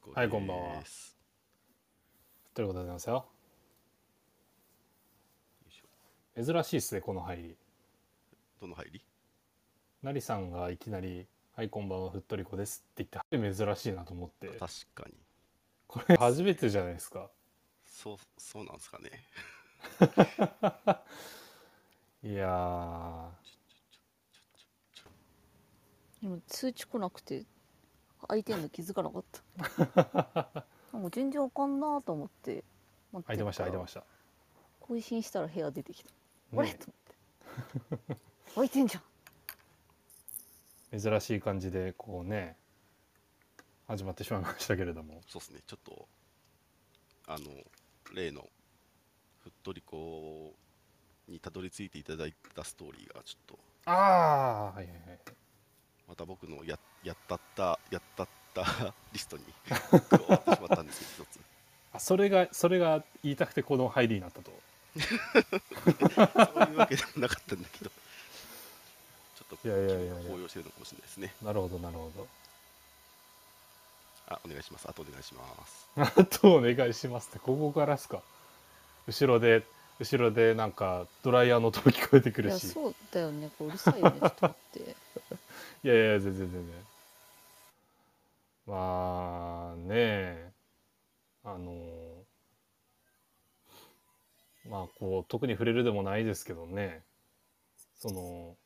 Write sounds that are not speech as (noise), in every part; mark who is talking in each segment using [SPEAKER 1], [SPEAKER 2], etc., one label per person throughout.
[SPEAKER 1] こ
[SPEAKER 2] はいこんばんは
[SPEAKER 1] です
[SPEAKER 2] ということでございますよ
[SPEAKER 1] よいしょ
[SPEAKER 2] 珍しいっすねこの入り
[SPEAKER 1] どの入り
[SPEAKER 2] なりさんがいきなり「はいこんばんはふっとりこです」って言って珍しいなと思って
[SPEAKER 1] 確かに
[SPEAKER 2] これ初めてじゃないですか
[SPEAKER 1] そうそうなんですかね
[SPEAKER 2] いやー
[SPEAKER 3] でも通知来なくて開いてんの気づかなかった
[SPEAKER 2] (laughs)
[SPEAKER 3] もう全然あかんなと思って待って
[SPEAKER 2] 開いてました開いてま
[SPEAKER 3] し
[SPEAKER 2] した
[SPEAKER 3] た更新したら部屋出てきた、あれ
[SPEAKER 2] ね
[SPEAKER 3] と思
[SPEAKER 2] (laughs)
[SPEAKER 3] って開いてんじゃん
[SPEAKER 2] 珍しい感じでこうね始まってしまいましたけれども
[SPEAKER 1] そうですねちょっとあの例のふっとりこにたどり着いていただいたストーリーがちょっと
[SPEAKER 2] ああはいはいはい
[SPEAKER 1] また僕のややったったやったったリストに加わってしまったんですけど一つ
[SPEAKER 2] あそれがそれが言いたくてこの入りになったと
[SPEAKER 1] そういうわけでもなかったんだけどちょっと
[SPEAKER 2] いやいやいやいや
[SPEAKER 1] 高揚してるのかもしれないですね
[SPEAKER 2] なるほどなるほど
[SPEAKER 1] あお願いしますあとお願いします
[SPEAKER 2] あとお願いしますってここからですか後ろで後ろでなんかドライヤーの音も聞こえてく
[SPEAKER 3] い
[SPEAKER 2] る
[SPEAKER 3] や
[SPEAKER 2] し
[SPEAKER 3] そうだよねこれうるさいよねちょっと待って
[SPEAKER 2] (laughs) いやいや全然全然まあねえあのまあこう特に触れるでもないですけどねその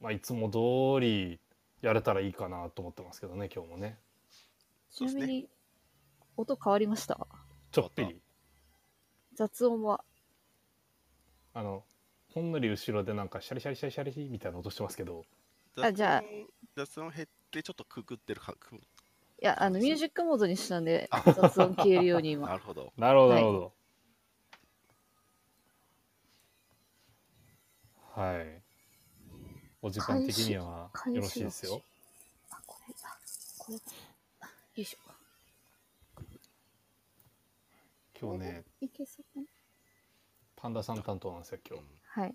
[SPEAKER 2] まあいつも通りやれたらいいかなと思ってますけどね今日もね
[SPEAKER 3] ちなみに音変わりました
[SPEAKER 2] ちょっぴり
[SPEAKER 3] 雑音は
[SPEAKER 2] あのほんのり後ろでなんかシャリシャリシャリシャリみたいな音してますけど
[SPEAKER 3] あじゃあ
[SPEAKER 1] 雑音雑音減ってちょっとくぐってるかく
[SPEAKER 3] いやあのミュージックモードにしたんで雑音消えるように
[SPEAKER 1] な
[SPEAKER 3] 今
[SPEAKER 1] るほど
[SPEAKER 2] なるほど
[SPEAKER 3] は
[SPEAKER 2] ないるほどはい、お時間的には
[SPEAKER 3] 開始
[SPEAKER 2] よろしいですよ
[SPEAKER 3] あこれだこれだあよいしょ
[SPEAKER 2] 今日ね
[SPEAKER 3] いけそうかな
[SPEAKER 2] パンダさん担当なんですよ今日
[SPEAKER 3] はい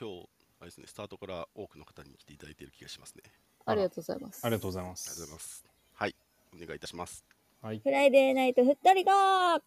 [SPEAKER 1] 今日あれですねスタートから多くの方に来ていただいている気がしますね
[SPEAKER 3] ありがとうございます
[SPEAKER 2] ありがとうございま
[SPEAKER 1] ありがとうござい
[SPEAKER 2] す
[SPEAKER 1] ますはいお願いいたします
[SPEAKER 2] はい
[SPEAKER 4] フライデーナイトふったりが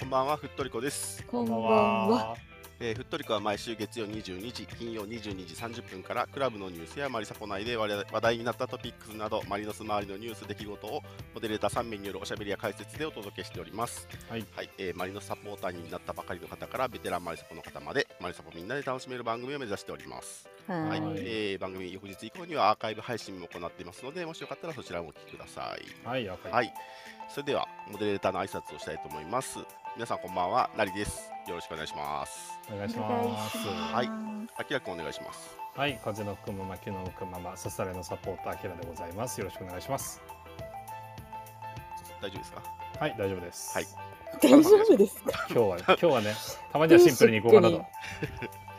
[SPEAKER 1] こんばんはふっとりこです、
[SPEAKER 3] こんばん
[SPEAKER 2] こんばん
[SPEAKER 3] は。
[SPEAKER 2] は
[SPEAKER 1] えー、ふっとりこは毎週月曜22時金曜22時30分からクラブのニュースやマリサポ内で話話題になったトピックスなどマリノス周りのニュース出来事をモデレーター3名によるおしゃべりや解説でお届けしております
[SPEAKER 2] はい
[SPEAKER 1] はい、えーマリノスサポーターになったばかりの方からベテランマリサポの方までマリサポみんなで楽しめる番組を目指しております
[SPEAKER 3] は
[SPEAKER 1] はいい、
[SPEAKER 2] はい
[SPEAKER 1] えー番組翌日以降にはアーカイブ配信も行っていますのでもしよかったらそちらもお聞きください
[SPEAKER 2] はい赤い、
[SPEAKER 1] はい、それではモデレーターの挨拶をしたいと思います。皆さんこんばんは、なりです。よろしくお願いします。
[SPEAKER 2] お願いし
[SPEAKER 3] お願いし
[SPEAKER 2] ます
[SPEAKER 1] はい、あきらくんお願いします。
[SPEAKER 2] はい風のくまま木のくまま刺されのサポーターアキラでございますよろしくお願いします
[SPEAKER 1] 大丈夫ですか？
[SPEAKER 2] はい大丈夫です、
[SPEAKER 1] はい
[SPEAKER 4] 大丈夫ですか
[SPEAKER 2] 今日は今日はねたまにはシンプルにいこうかな
[SPEAKER 3] シ (laughs) ン
[SPEAKER 2] と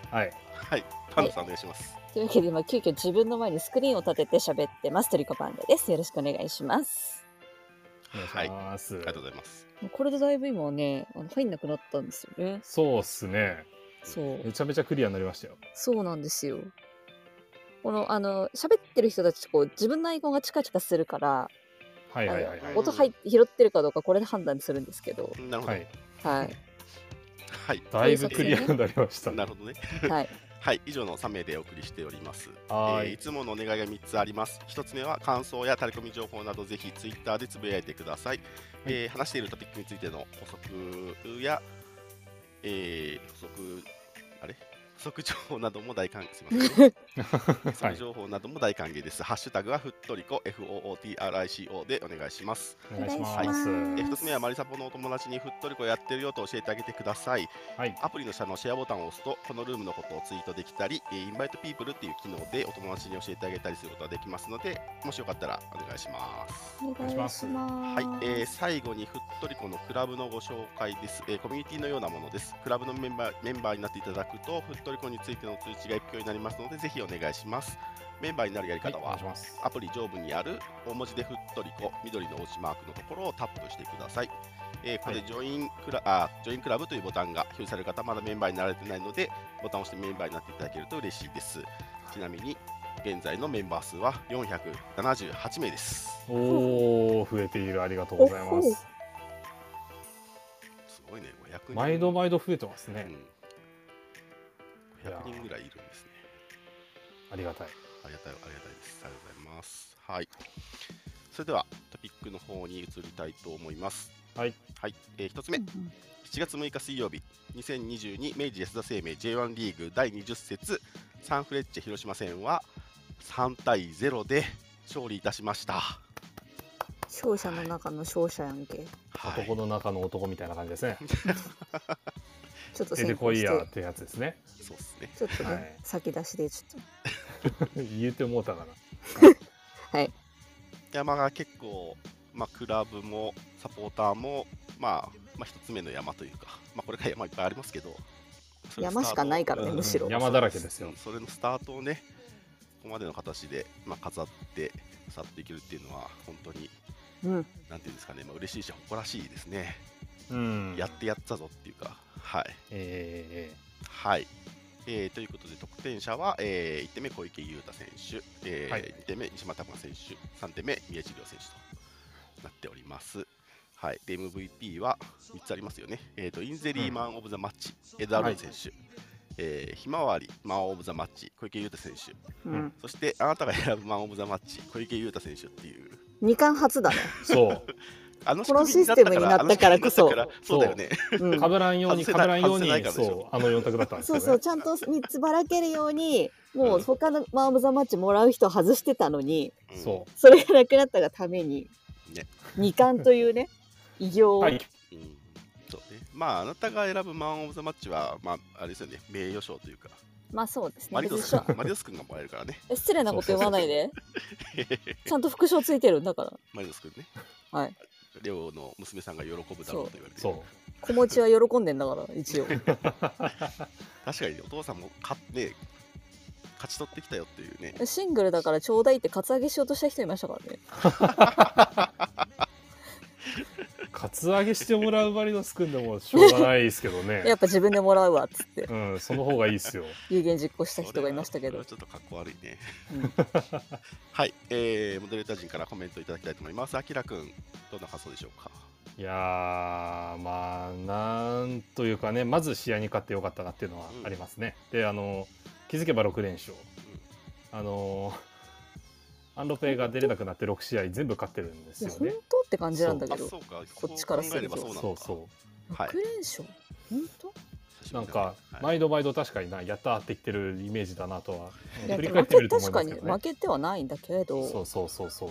[SPEAKER 2] はい
[SPEAKER 1] はい、パンダさんお願いします。
[SPEAKER 4] というわけで今急遽自分の前にスクリーンを立てて喋ってますトリコパンダですよろしくお願いします
[SPEAKER 2] お願いし
[SPEAKER 1] はい、あ
[SPEAKER 2] ます、
[SPEAKER 1] りがとうございます。
[SPEAKER 4] これでだいぶ今はねあの入んなくなったんですよね
[SPEAKER 2] そうっすね
[SPEAKER 4] そう
[SPEAKER 2] めちゃめちゃクリアになりましたよ
[SPEAKER 4] そうなんですよこのあの喋ってる人たちこう自分のアイコンがチカチカするから
[SPEAKER 2] はいはいはいはい
[SPEAKER 1] お
[SPEAKER 4] 音入っ拾ってるかどうかこれで判断するんですけど
[SPEAKER 1] なるほど、
[SPEAKER 2] は
[SPEAKER 1] はいい、
[SPEAKER 4] はい
[SPEAKER 2] だいぶクリアになりました
[SPEAKER 1] なるほどね。
[SPEAKER 4] はい
[SPEAKER 1] はい、以上の3名でお送りしております。
[SPEAKER 2] は
[SPEAKER 1] えー
[SPEAKER 2] い
[SPEAKER 1] いつものお願いが3つあります。1つ目は感想やタレコミ情報などぜひツイッターでつぶやいてください。えー話しているトピックについての補足や、えー補足、あれ即情報なども大歓迎し
[SPEAKER 4] (laughs)
[SPEAKER 1] ますよ。
[SPEAKER 2] は
[SPEAKER 1] 即
[SPEAKER 2] い、
[SPEAKER 1] 情報なども大歓迎です。ハッシュタグはふっとりこ FOOTRICO でお願いします。
[SPEAKER 2] お願いしま
[SPEAKER 3] お願い
[SPEAKER 2] す。
[SPEAKER 3] しま
[SPEAKER 1] え
[SPEAKER 3] す
[SPEAKER 1] 1つ目はマリサポのお友達にふっとりこやってるよと教えてあげてください。
[SPEAKER 2] はい、
[SPEAKER 1] アプリの下のシェアボタンを押すと、このルームのことをツイートできたり、えーインバイトピープルっていう機能でお友達に教えてあげたりすることができますので、もしよかったらお願いします。
[SPEAKER 4] お
[SPEAKER 2] 願いします
[SPEAKER 4] は
[SPEAKER 1] はい、えー最後にふっとりこのクラブのご紹介です、えーコミュニティのようなものです。クラブのメンバーメンバーになっていただくと、ふっとりこについての通知が行くようになりますので、ぜひお願いします。メンバーになるやり
[SPEAKER 2] はい、
[SPEAKER 1] 方
[SPEAKER 2] お
[SPEAKER 1] は、
[SPEAKER 2] 願いします。
[SPEAKER 1] アプリ上部にある大文字でふっとりこ緑の文字マークのところをタップしてください。えーこれ
[SPEAKER 2] は
[SPEAKER 1] でジョインクラ、あジョインクラブというボタンが表示される方、まだメンバーになられてないので、ボタンを押してメンバーになっていただけると嬉しいです。ちなみに、現在のメンバー数は478名です。
[SPEAKER 2] おお、増えている、ありがとうございます。
[SPEAKER 1] すごいね、500人。
[SPEAKER 2] 毎度毎度増えてます
[SPEAKER 1] う
[SPEAKER 2] ね。
[SPEAKER 1] ん500人ぐらいいるんですね。
[SPEAKER 2] ありがたい。
[SPEAKER 1] ありがたい、ありがたいです。ありがとうございます。はい。それでは、トピックの方に移りたいと思います。
[SPEAKER 2] はい、
[SPEAKER 1] はい、えー、1つ目、7月6日水曜日、2022明治安田生命 J1 リーグ第20節サンフレッチェ広島戦は3対0で勝利いたしました。
[SPEAKER 4] 勝者の中の勝者やんけ。
[SPEAKER 1] は
[SPEAKER 2] 男
[SPEAKER 1] い、
[SPEAKER 2] の中の男みたいな感じですね。
[SPEAKER 4] ちょっと
[SPEAKER 2] 出て
[SPEAKER 4] 先
[SPEAKER 2] こ
[SPEAKER 4] 行
[SPEAKER 2] い
[SPEAKER 4] して。
[SPEAKER 2] やってやつですね。 (laughs)
[SPEAKER 1] そうですね。
[SPEAKER 4] ちょっとね、
[SPEAKER 2] はい
[SPEAKER 4] 先出しでちょっ
[SPEAKER 2] 言うてもうたか
[SPEAKER 1] 山が結構、まあ、クラブもサポーターも、まあ、まあ、1つ目の山というか、まあ、これから山いっぱいありますけど、それの
[SPEAKER 4] 山しかない
[SPEAKER 1] スタ
[SPEAKER 4] か
[SPEAKER 1] ート
[SPEAKER 4] らね
[SPEAKER 2] うん
[SPEAKER 4] むしろ
[SPEAKER 2] 山だらけですよ
[SPEAKER 1] うん。それのスタートをね、ここまでの形で、まあ、飾って、去っていけるっていうのは、本当に、
[SPEAKER 4] と。うん。
[SPEAKER 1] なんていうんですかね、まあ、嬉しいし、誇らしいですね。
[SPEAKER 2] うん。
[SPEAKER 1] やってやったぞっていうか、はい。
[SPEAKER 2] ええ
[SPEAKER 1] はいえーということで、得点者は、え1点目、小池優太選手、え
[SPEAKER 2] はい
[SPEAKER 1] 2点目、西俣選手、3点目、宮地亮選手となっております。はい、で MVP は3つありますよね、えーとインゼリーマン・オブ・ザ・マッチ、エダーロン選手、えーひまわりマン・オブ・ザ・マッチ、小池優太選手、
[SPEAKER 4] うん。
[SPEAKER 1] そしてあなたが選ぶマン・オブ・ザ・マッチ、小池優太選手っていう、
[SPEAKER 4] 二冠初だね。
[SPEAKER 2] そう。
[SPEAKER 1] あの
[SPEAKER 4] この
[SPEAKER 1] 仕組みになったから
[SPEAKER 4] システムになったからこそ
[SPEAKER 1] あの仕組みになったからそうだよね。
[SPEAKER 2] (laughs)
[SPEAKER 4] うん
[SPEAKER 2] かぶらんように、
[SPEAKER 1] 外せな
[SPEAKER 2] かぶらんよう
[SPEAKER 1] 外せない
[SPEAKER 2] に、
[SPEAKER 1] からでしょ
[SPEAKER 2] そう、あの4択だったんです
[SPEAKER 4] そ
[SPEAKER 2] よ
[SPEAKER 4] う
[SPEAKER 2] ね。
[SPEAKER 4] そう、ちゃんと三つばらけるように、も
[SPEAKER 1] う
[SPEAKER 4] うん他のマン・オブ・ザ・マッチもらう人外してたのに、
[SPEAKER 1] うん
[SPEAKER 2] そ
[SPEAKER 4] それがなくなったがために
[SPEAKER 1] ね、
[SPEAKER 4] 二冠という
[SPEAKER 2] (laughs)
[SPEAKER 4] ね、偉業
[SPEAKER 2] う。
[SPEAKER 4] を。
[SPEAKER 2] はい。
[SPEAKER 1] うんそうね、まああなたが選ぶマン・オブ・ザ・マッチは、まあ、あれですよね、名誉賞というか、
[SPEAKER 4] まあそうです
[SPEAKER 1] マ
[SPEAKER 4] ね。
[SPEAKER 1] リノ
[SPEAKER 4] 別に
[SPEAKER 1] ス
[SPEAKER 4] しょ
[SPEAKER 1] 君マリノス君がもらえるからね、 (laughs)
[SPEAKER 4] え失礼なこと言わな
[SPEAKER 2] (laughs)
[SPEAKER 4] いで。ちゃんと副賞ついてるんだから。
[SPEAKER 1] マリノス君ね、
[SPEAKER 4] はい、
[SPEAKER 1] レオの娘さんが喜ぶだろうと言われてる、 (laughs)
[SPEAKER 2] そう。
[SPEAKER 4] 子持ちは喜んでんだから、
[SPEAKER 2] (laughs)
[SPEAKER 4] 一応。
[SPEAKER 1] 確かにお父さんも勝,、ね、勝ち取ってきたよっていうね、
[SPEAKER 4] シングルだからちょうだいってカツアゲしようとした人いましたからね。
[SPEAKER 2] カツアゲしてもらうマリノス君でもしょうがないですけど
[SPEAKER 4] や (laughs)
[SPEAKER 2] ね
[SPEAKER 4] っ。ぱ自分でもらうわっつって
[SPEAKER 2] うん、その方がいいですよ。
[SPEAKER 4] 有言実行した人がいましたけど
[SPEAKER 1] それは。それはちょっとかっこ悪いね。
[SPEAKER 4] うん
[SPEAKER 1] (laughs) はい、えー、モデレーター陣からコメントいただきたいと思います。あきら君、どんな感想でしょうか。
[SPEAKER 2] いやー、まあ、なんというかね、まず試合に勝ってよかったなっていうのはありますね。で、あの、気づけば6連勝。あの、アンロペが出れなくなって6試合全部勝ってるんです
[SPEAKER 4] いや
[SPEAKER 2] よ
[SPEAKER 4] 本
[SPEAKER 2] ね。
[SPEAKER 4] 当って感じなんだ
[SPEAKER 1] あ
[SPEAKER 4] けど
[SPEAKER 1] そうか、
[SPEAKER 4] こっちから
[SPEAKER 1] そう
[SPEAKER 4] す
[SPEAKER 1] 考えれ
[SPEAKER 4] る
[SPEAKER 1] ば
[SPEAKER 4] と
[SPEAKER 1] そうなのか
[SPEAKER 2] そうそう。
[SPEAKER 1] はい
[SPEAKER 4] 6連勝本当
[SPEAKER 1] 久しぶり
[SPEAKER 2] なん
[SPEAKER 1] だね
[SPEAKER 2] か
[SPEAKER 1] はい
[SPEAKER 2] 毎度毎度確かになやったーって言ってるイメージだなとは
[SPEAKER 4] いうや
[SPEAKER 2] ん振り
[SPEAKER 4] で
[SPEAKER 2] 返
[SPEAKER 4] も
[SPEAKER 2] ってみ
[SPEAKER 4] 負け
[SPEAKER 2] ると思い
[SPEAKER 4] 確
[SPEAKER 2] ま
[SPEAKER 4] か
[SPEAKER 2] す
[SPEAKER 4] に
[SPEAKER 2] けどね
[SPEAKER 4] 負。けてはないんだけ
[SPEAKER 2] そ
[SPEAKER 4] ど
[SPEAKER 2] うそうそうそう。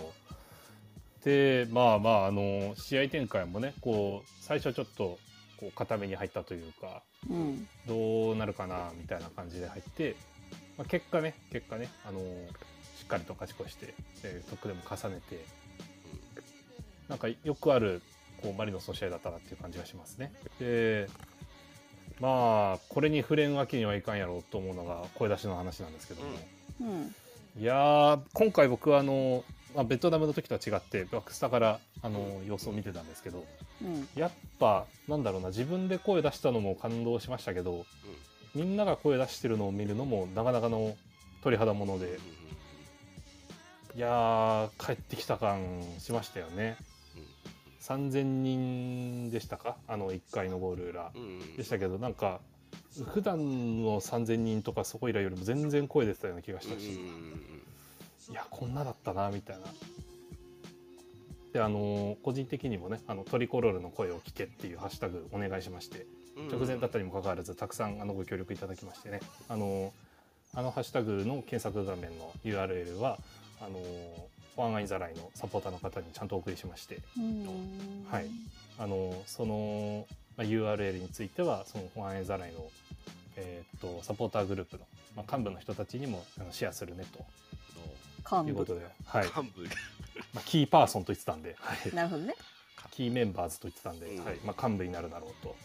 [SPEAKER 2] でまあまああの試合展開もねこう最初ちょっとこう固めに入ったというか
[SPEAKER 4] うん
[SPEAKER 2] どうなるかなみたいな感じで入って、まあ、結果ね結果ねあのしっかりと勝ち越して、えー、得点も重ねてなんかよくあるこうマリノスの試合だったなっていう感じがしますね。でまあこれに触れんわけにはいかんやろうと思うのが声出しの話なんですけども、
[SPEAKER 4] うん
[SPEAKER 2] いやー今回僕はあの、まあ、ベトナムの時とは違ってバックスタからあの様子を見てたんですけど
[SPEAKER 4] うん
[SPEAKER 2] やっぱなんだろうな自分で声出したのも感動しましたけどみんなが声出してるのを見るのもなかなかの鳥肌もの
[SPEAKER 1] うんうん
[SPEAKER 2] で
[SPEAKER 1] うん
[SPEAKER 2] いやー帰ってきた感しましたよね。3000人でしたかあの1回のゴール裏
[SPEAKER 1] うんうんうんうん
[SPEAKER 2] でしたけどなんか普段の3000人とかそこ以来よりも全然声出てたような気がした
[SPEAKER 1] うんうんうん
[SPEAKER 2] し
[SPEAKER 1] うん
[SPEAKER 2] いやこんなだったなみたいなであの個人的にもねあのトリコロールの声を聞けっていうハッシュタグお願いしまして
[SPEAKER 1] うん
[SPEAKER 2] 直前だったにもかかわらずたくさんあのご協力いただきましてねあのあのハッシュタグの検索画面の URL はあのワンアイザライのサポーターの方にちゃんとお送りしまして
[SPEAKER 4] うん
[SPEAKER 2] はいあのそのまあ URL についてはそのワンアイザライの、えーっとサポーターグループの、まあ、幹部の人たちにもあのシェアするねとい
[SPEAKER 4] 幹
[SPEAKER 2] うこ
[SPEAKER 4] 部
[SPEAKER 2] とで、はい
[SPEAKER 1] 幹部
[SPEAKER 2] まあ、キーパーソンと言ってたんで、はい、
[SPEAKER 4] なるほどね
[SPEAKER 2] キーメンバーズと言ってたんで、
[SPEAKER 1] うん
[SPEAKER 2] はいまあ、幹部になるだろうと。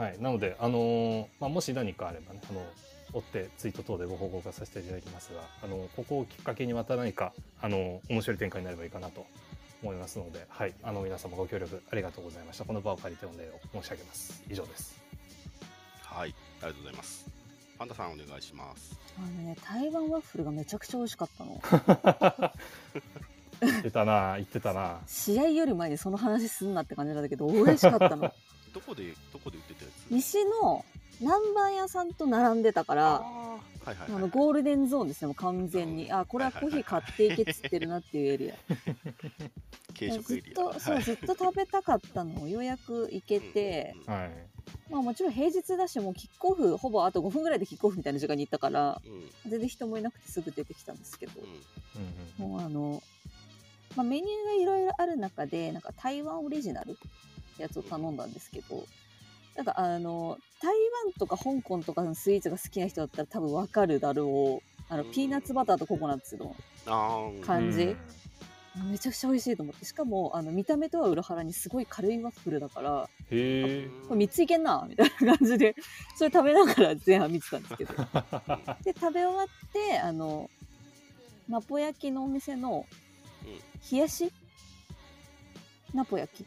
[SPEAKER 2] はい、なので、あのーまあ、もし何かあればね、あの追ってツイート等でご報告させていただきますが、あのここをきっかけにまた何か、あの面白い展開になればいいかなと思いますので、はい、あの皆様ご協力ありがとうございました。この場を借りてお礼を申し上げます。以上です。
[SPEAKER 1] はいありがとうございますパンダさんお願いします
[SPEAKER 4] あのね台湾ワッフルがめちゃくちゃ美味しかったの
[SPEAKER 2] 言ってたな、言ってたな。
[SPEAKER 4] 試合より前にその話すんなって感じなんだけど美味しかっ
[SPEAKER 2] (laughs)
[SPEAKER 4] たの
[SPEAKER 1] どこでどこで売ってたやつ
[SPEAKER 4] 西の南蛮屋さんと並んでたから
[SPEAKER 1] あーはいはい
[SPEAKER 4] あ
[SPEAKER 1] はい
[SPEAKER 4] のゴールデンゾーンですねもう完全にあこれはコーヒー買っていけっつってるなっていうエリア
[SPEAKER 1] 軽食
[SPEAKER 4] ず
[SPEAKER 1] エ
[SPEAKER 4] っ
[SPEAKER 1] リア
[SPEAKER 4] とそうずっと食べたかったのをようやく行けて
[SPEAKER 2] はい。
[SPEAKER 4] まあもちろん平日だしもうキックオフほぼあと5分ぐらいでキックオフみたいな時間に行ったから
[SPEAKER 1] うんうんうん
[SPEAKER 4] 全然人もいなくてすぐ出てきたんですけど
[SPEAKER 1] うん
[SPEAKER 2] うんうん
[SPEAKER 4] もうあの、まあ、メニューがいろいろある中でなんか台湾オリジナルってやつを頼んだんですけどなんかあの台湾とか香港とかのスイーツが好きな人だったら多分わかるだろうあの
[SPEAKER 1] うん
[SPEAKER 4] ピーナッツバターとココナッツの
[SPEAKER 1] あーうん
[SPEAKER 4] か感じ
[SPEAKER 2] うん
[SPEAKER 4] めちゃくちゃ美味しいと思ってしかもあの見た目とは裏腹にすごい軽いワッフルだから
[SPEAKER 2] へ
[SPEAKER 1] (laughs)
[SPEAKER 2] え。
[SPEAKER 4] これ3ついけんなみたいな感じでそれ食べながら前半見てたんですけどで食べ終わってあのナポ焼きのお店の
[SPEAKER 1] うん
[SPEAKER 4] 冷やしナポ焼き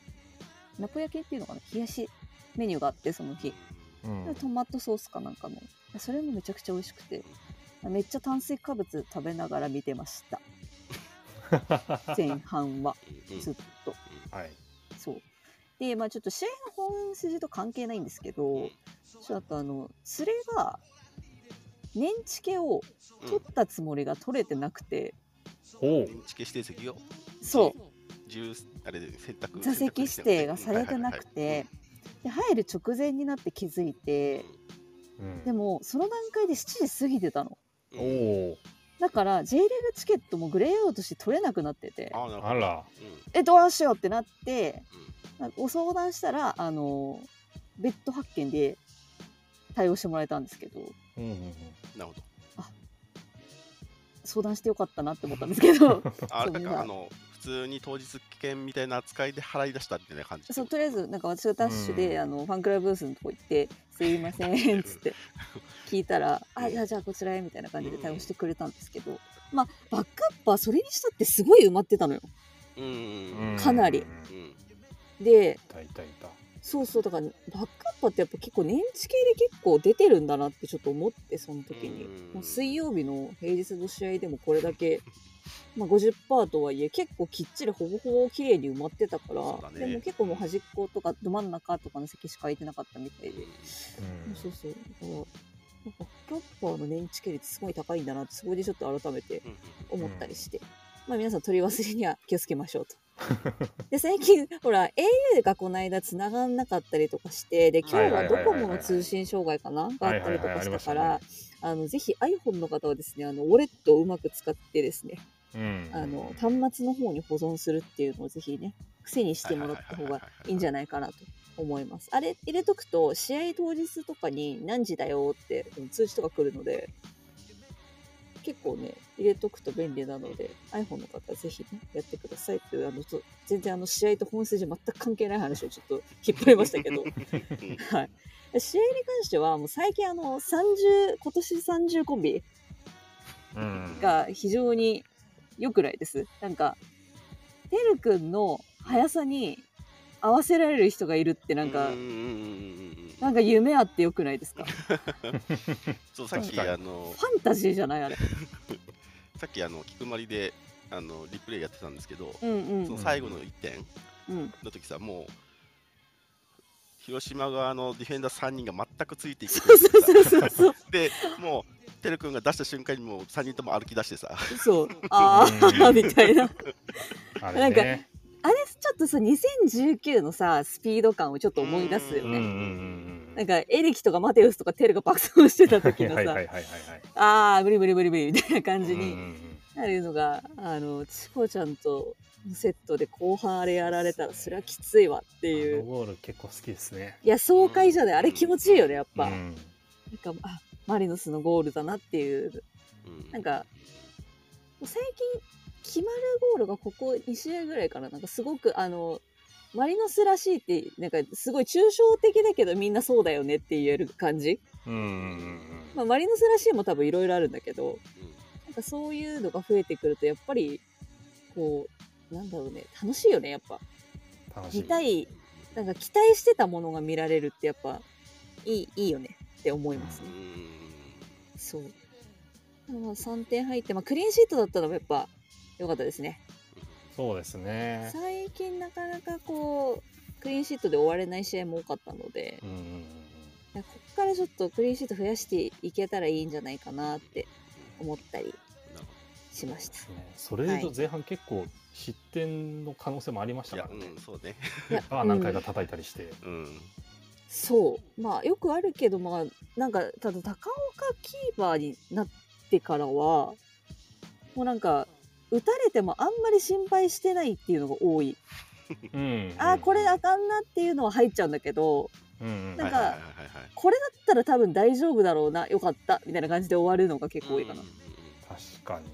[SPEAKER 4] ナポ焼きっていうのかな冷やしメニューがあってその日
[SPEAKER 2] うん
[SPEAKER 4] (laughs) トマトソースかなんかのそれもめちゃくちゃ美味しくてめっちゃ炭水化物食べながら見てました前半は
[SPEAKER 1] うんうん
[SPEAKER 4] ずっと
[SPEAKER 2] はい。
[SPEAKER 4] そうでまあちょっと試合の本筋と関係ないんですけどちょっとあの連れが年チケを取ったつもりが取れてなくて、
[SPEAKER 2] おう。
[SPEAKER 1] 認知指定席よ
[SPEAKER 4] そう
[SPEAKER 1] 自由あれで選択
[SPEAKER 4] 座席指定がされてなくてで入る直前になって気づいて
[SPEAKER 2] うん
[SPEAKER 4] でもその段階で7時過ぎてたの
[SPEAKER 2] お
[SPEAKER 1] お
[SPEAKER 2] お。
[SPEAKER 4] だから J リーグチケットもグレーアウトして取れなくなってて
[SPEAKER 1] あーなるほ
[SPEAKER 2] あら。
[SPEAKER 1] どうん
[SPEAKER 4] えどうしようってなってご相談したらあの別途発見で対応してもらえたんですけど
[SPEAKER 2] うんうん
[SPEAKER 1] う
[SPEAKER 2] うん。
[SPEAKER 1] んなるほど
[SPEAKER 4] 相談してよかったなって思ったんですけど
[SPEAKER 1] あ
[SPEAKER 4] そう
[SPEAKER 1] なん
[SPEAKER 4] ま
[SPEAKER 1] か
[SPEAKER 4] あ
[SPEAKER 1] あの普通に当日券みたいな扱いで払い出したみたいな感じ
[SPEAKER 4] そうとりあえずなんか私がダッシュで
[SPEAKER 2] うん
[SPEAKER 4] あのファンクラブブースのとこ行って「すいません」っつって聞いたら「
[SPEAKER 1] うん
[SPEAKER 4] あじゃあじゃあこちらへ」みたいな感じで対応してくれたんですけどまあバックアップはそれにしたってすごい埋まってたのよ。
[SPEAKER 1] うんうん
[SPEAKER 4] かなり
[SPEAKER 1] うんうん
[SPEAKER 4] で
[SPEAKER 2] 大体いた。
[SPEAKER 4] そうそうだからバックアップってやっぱ結構年次系で結構出てるんだなってちょっと思ってその時に
[SPEAKER 1] うん
[SPEAKER 4] もう水曜日の平日の試合でもこれだけ、まあ、50%とはいえ結構きっちりほぼほぼ綺麗に埋まってたから
[SPEAKER 1] そうだね
[SPEAKER 4] でも結構もう端っことかど真ん中とかの席しか空いてなかったみたいで、
[SPEAKER 2] うん
[SPEAKER 4] そうそうだからバックアッパーの年次系率すごい高いんだなってそこでちょっと改めて
[SPEAKER 1] うんうん
[SPEAKER 4] 思ったりして、まあ皆さん取り忘れには気をつけまし
[SPEAKER 2] (laughs)
[SPEAKER 4] ょうと。で最近ほら au がこの間つながんなかったりとかしてで今日はドコモの通信障害かながあったりとか
[SPEAKER 2] はいはいはいはいあ
[SPEAKER 4] したか
[SPEAKER 2] りま
[SPEAKER 4] らあのぜひ iPhone の方はですねあのウォレットをうまく使ってですね
[SPEAKER 2] うん
[SPEAKER 4] あの端末の方に保存するっていうのをぜひね癖にしてもらった方がいいんじゃないかなと思います。あれ入れとくと試合当日とかに何時だよってうん通知とか来るので結構ね入れとくと便利なので iPhone の方はぜひねやってくださいっていうあのと全然あの試合と本筋全く関係ない話をちょっと引っ張りましたけど、はい、試合に関してはもう最近あの30今年30コンビ
[SPEAKER 2] うん
[SPEAKER 4] が非常に良くないです。なんか、てるくんの速さに合わせられる人がいるってなんか、
[SPEAKER 1] うんうんうんうんう
[SPEAKER 4] なんんか夢あって良くないです
[SPEAKER 2] (laughs)
[SPEAKER 4] かフ
[SPEAKER 1] そうさっき
[SPEAKER 2] 確か
[SPEAKER 1] あの
[SPEAKER 4] ァンタジーじゃないあれ。
[SPEAKER 1] さっきあの聞くまりであのリプレイやってたんですけど
[SPEAKER 4] うんうん
[SPEAKER 1] その最後の1点
[SPEAKER 4] うん。
[SPEAKER 1] の時さもう広島側のディフェンダー3人が全くついていけて
[SPEAKER 4] そうそうそうそ
[SPEAKER 2] (laughs)
[SPEAKER 4] うそう。
[SPEAKER 1] でもうてるくんが出した瞬間にもう3人とも歩き出してさ
[SPEAKER 4] そう。ああ、みたいな。
[SPEAKER 2] あ
[SPEAKER 4] な
[SPEAKER 2] れ
[SPEAKER 4] んか
[SPEAKER 2] ね
[SPEAKER 4] あれちょっとさ2019のさスピード感をちょっと思い出すよ
[SPEAKER 2] うんうんう
[SPEAKER 4] ね。
[SPEAKER 2] んう
[SPEAKER 4] なん
[SPEAKER 2] ん。
[SPEAKER 4] かエレキとかマテウスとかテルが爆走してた時のさ、
[SPEAKER 2] はいはいはいはいはい。
[SPEAKER 4] ああ無理無理無理無理みたいな感じ
[SPEAKER 2] うんう
[SPEAKER 4] に
[SPEAKER 2] んうん
[SPEAKER 4] なるのが、あのチコちゃんとセットで後半あれやられたらそれはきついわってい
[SPEAKER 2] あの
[SPEAKER 4] う。
[SPEAKER 2] ゴール結構好きですね。
[SPEAKER 4] いや爽快じゃないあれ気持ちいいよねやっぱ。
[SPEAKER 2] うん
[SPEAKER 4] なんかあマリノスのゴールだなっていう
[SPEAKER 1] うん
[SPEAKER 4] なんか最近決まるゴールがここ2試合ぐらいからなんかすごくあのマリノスらしいってなんかすごい抽象的だけどみんなそうだよねって言える感じ、
[SPEAKER 2] うんうん
[SPEAKER 4] まあ、マリノスらしいも多分いろいろあるんだけど
[SPEAKER 1] うん
[SPEAKER 4] なんかそういうのが増えてくるとやっぱりこうなんだろうね楽しいよねやっぱ
[SPEAKER 2] うん。楽し
[SPEAKER 4] 見
[SPEAKER 2] い。
[SPEAKER 4] たいなんか期待してたものが見られるってやっぱいいいいよねって思います
[SPEAKER 1] う
[SPEAKER 4] ね
[SPEAKER 1] ん
[SPEAKER 4] そうまあ3点入って、まあ、クリーンシートだったのもやっぱ良かったですね
[SPEAKER 2] そうですね。
[SPEAKER 4] 最近なかなかこうクリーンシートで終われない試合も多かったので
[SPEAKER 2] うんうんうんうん。
[SPEAKER 4] ここからちょっとクリーンシート増やしていけたらいいんじゃないかなって思ったり
[SPEAKER 1] なるほ
[SPEAKER 4] しました
[SPEAKER 2] ねそれで言うと前半結構失点の可能性もありまし
[SPEAKER 1] ど
[SPEAKER 2] た
[SPEAKER 1] い
[SPEAKER 2] か
[SPEAKER 1] や
[SPEAKER 2] らね。
[SPEAKER 1] うんそうね
[SPEAKER 4] いや
[SPEAKER 2] バー何回
[SPEAKER 4] う
[SPEAKER 2] か
[SPEAKER 4] ん
[SPEAKER 2] 叩いたりして。
[SPEAKER 1] うん
[SPEAKER 4] そうまあよくあるけどまあなんかただ高岡キーパーになってからはもうなんか打たれてもあんまり心配してないっていうのが多い、
[SPEAKER 2] うん
[SPEAKER 4] ああこれあかんなっていうのは入っちゃうんだけど
[SPEAKER 2] うんうん
[SPEAKER 4] なんか
[SPEAKER 1] はいはいはいはいはい
[SPEAKER 4] これだったら多分大丈夫だろうなよかったみたいな感じで終わるのが結構多いかな
[SPEAKER 1] うんうんうん
[SPEAKER 2] 確かに。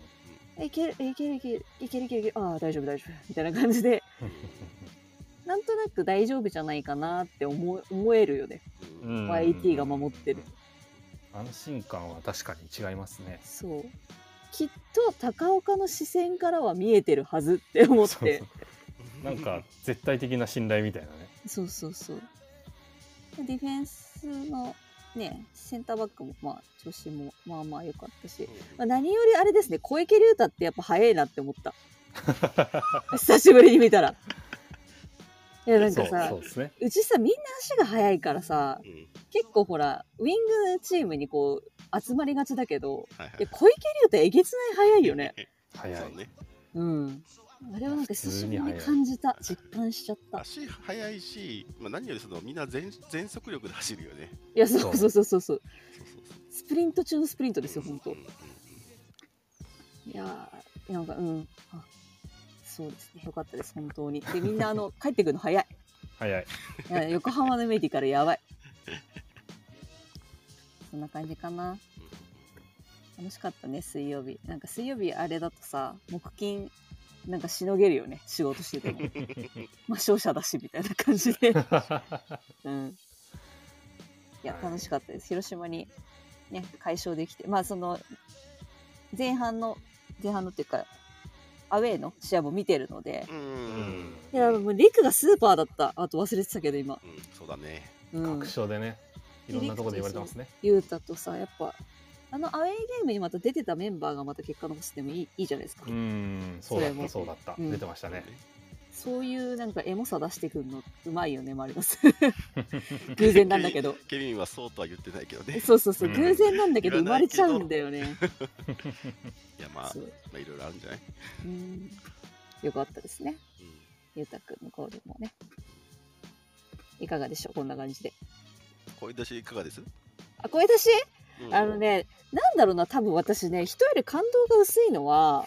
[SPEAKER 4] いけるいけるいけるいけるいけるいけるああ大丈夫大丈夫みたいな感じでなんとなく大丈夫じゃないかなって思え思えるよね
[SPEAKER 1] うんうん
[SPEAKER 4] YT が守ってる
[SPEAKER 2] 安心感は確かに違いますね。
[SPEAKER 4] そうきっと高岡の視線からは見えてるはずって思っ
[SPEAKER 2] そう
[SPEAKER 4] て
[SPEAKER 2] そうなんか絶対的な信頼みたいなね。
[SPEAKER 4] そうそうそうディフェンスのねセンターバックもまあ調子もまあまあ良かったし、まあ、何よりあれですね小池龍太ってやっぱ早い (laughs) なって
[SPEAKER 2] (laughs)
[SPEAKER 4] 思った久しぶりに見たらいやなん
[SPEAKER 2] そ
[SPEAKER 4] か
[SPEAKER 2] う
[SPEAKER 4] さ
[SPEAKER 2] そうですね。
[SPEAKER 4] うちさみんな足が速いからさ
[SPEAKER 1] うんうん
[SPEAKER 4] 結構ほらウィングチームにこう集まりがちだけど
[SPEAKER 1] はいはい
[SPEAKER 4] いや小池龍太えげつない速いよね
[SPEAKER 2] 早
[SPEAKER 1] そ。
[SPEAKER 2] いう
[SPEAKER 1] ね
[SPEAKER 4] うんあれはなんか久しぶ
[SPEAKER 2] 普通に
[SPEAKER 4] りに
[SPEAKER 2] 速い
[SPEAKER 4] 感じた実感しちゃったい
[SPEAKER 1] 足速いし、まあ、何よりそのみんな全全速力で走るよね
[SPEAKER 4] やそうそうそうそうそう
[SPEAKER 1] そうそうそう
[SPEAKER 4] スプリント中のスプリントですよ
[SPEAKER 1] うん
[SPEAKER 4] 本当
[SPEAKER 1] うんうん
[SPEAKER 4] いやーなんかうんあそうですねよかったです本当にでみんな
[SPEAKER 2] (laughs)
[SPEAKER 4] あの帰ってくるの早い
[SPEAKER 2] 早い。
[SPEAKER 4] いや横浜のメディからやばいそんな感じかな楽しかったね水曜日なんか水曜日あれだとさ木金なんかしのげるよね仕事し
[SPEAKER 2] (laughs)
[SPEAKER 4] ててもまあ勝者だしみたいな感じでうんいや
[SPEAKER 2] はい
[SPEAKER 4] 楽しかったです広島にね解消できてまあその前半の前半のっていうかアウェーの試合も見てるので
[SPEAKER 1] うんうんうんうん
[SPEAKER 4] いや
[SPEAKER 1] うん
[SPEAKER 4] もうリクがスーパーだったあと忘れてたけど今
[SPEAKER 1] そうだね
[SPEAKER 4] うん
[SPEAKER 2] 確証でね。いろんなところで言われてますね。
[SPEAKER 4] 雄太とさやっぱあのアウェーゲームにまた出てたメンバーがまた結果残してもいいいいじゃないですか
[SPEAKER 2] う、ん、そうだっ
[SPEAKER 4] それ
[SPEAKER 2] た、
[SPEAKER 4] も
[SPEAKER 2] そうだった、
[SPEAKER 4] うん
[SPEAKER 2] 出てましたね。
[SPEAKER 4] そういうなんかエモさ出してくるのうまいよねマリ
[SPEAKER 1] (laughs)
[SPEAKER 4] ノス偶然なんだけど
[SPEAKER 1] ケビンはそうとは言ってないけどね
[SPEAKER 4] そうそうそう、
[SPEAKER 2] うん
[SPEAKER 4] 偶然なんだけど
[SPEAKER 1] 言
[SPEAKER 4] 生ま
[SPEAKER 1] わな
[SPEAKER 4] れ
[SPEAKER 1] いけ
[SPEAKER 4] ちゃ
[SPEAKER 1] ど
[SPEAKER 4] うんだよね、
[SPEAKER 1] い (laughs) やまあ
[SPEAKER 4] そう
[SPEAKER 1] まあいろいろあるんじゃない、
[SPEAKER 4] うんよかったですね
[SPEAKER 1] うん
[SPEAKER 4] ゆうたくんのゴールもねいかがでしょうこんな感じで
[SPEAKER 1] 声出しいかがです、
[SPEAKER 4] あ声出し
[SPEAKER 1] うん
[SPEAKER 4] あのねなんだろうな多分私ね人より感動が薄い
[SPEAKER 1] (laughs)
[SPEAKER 4] のは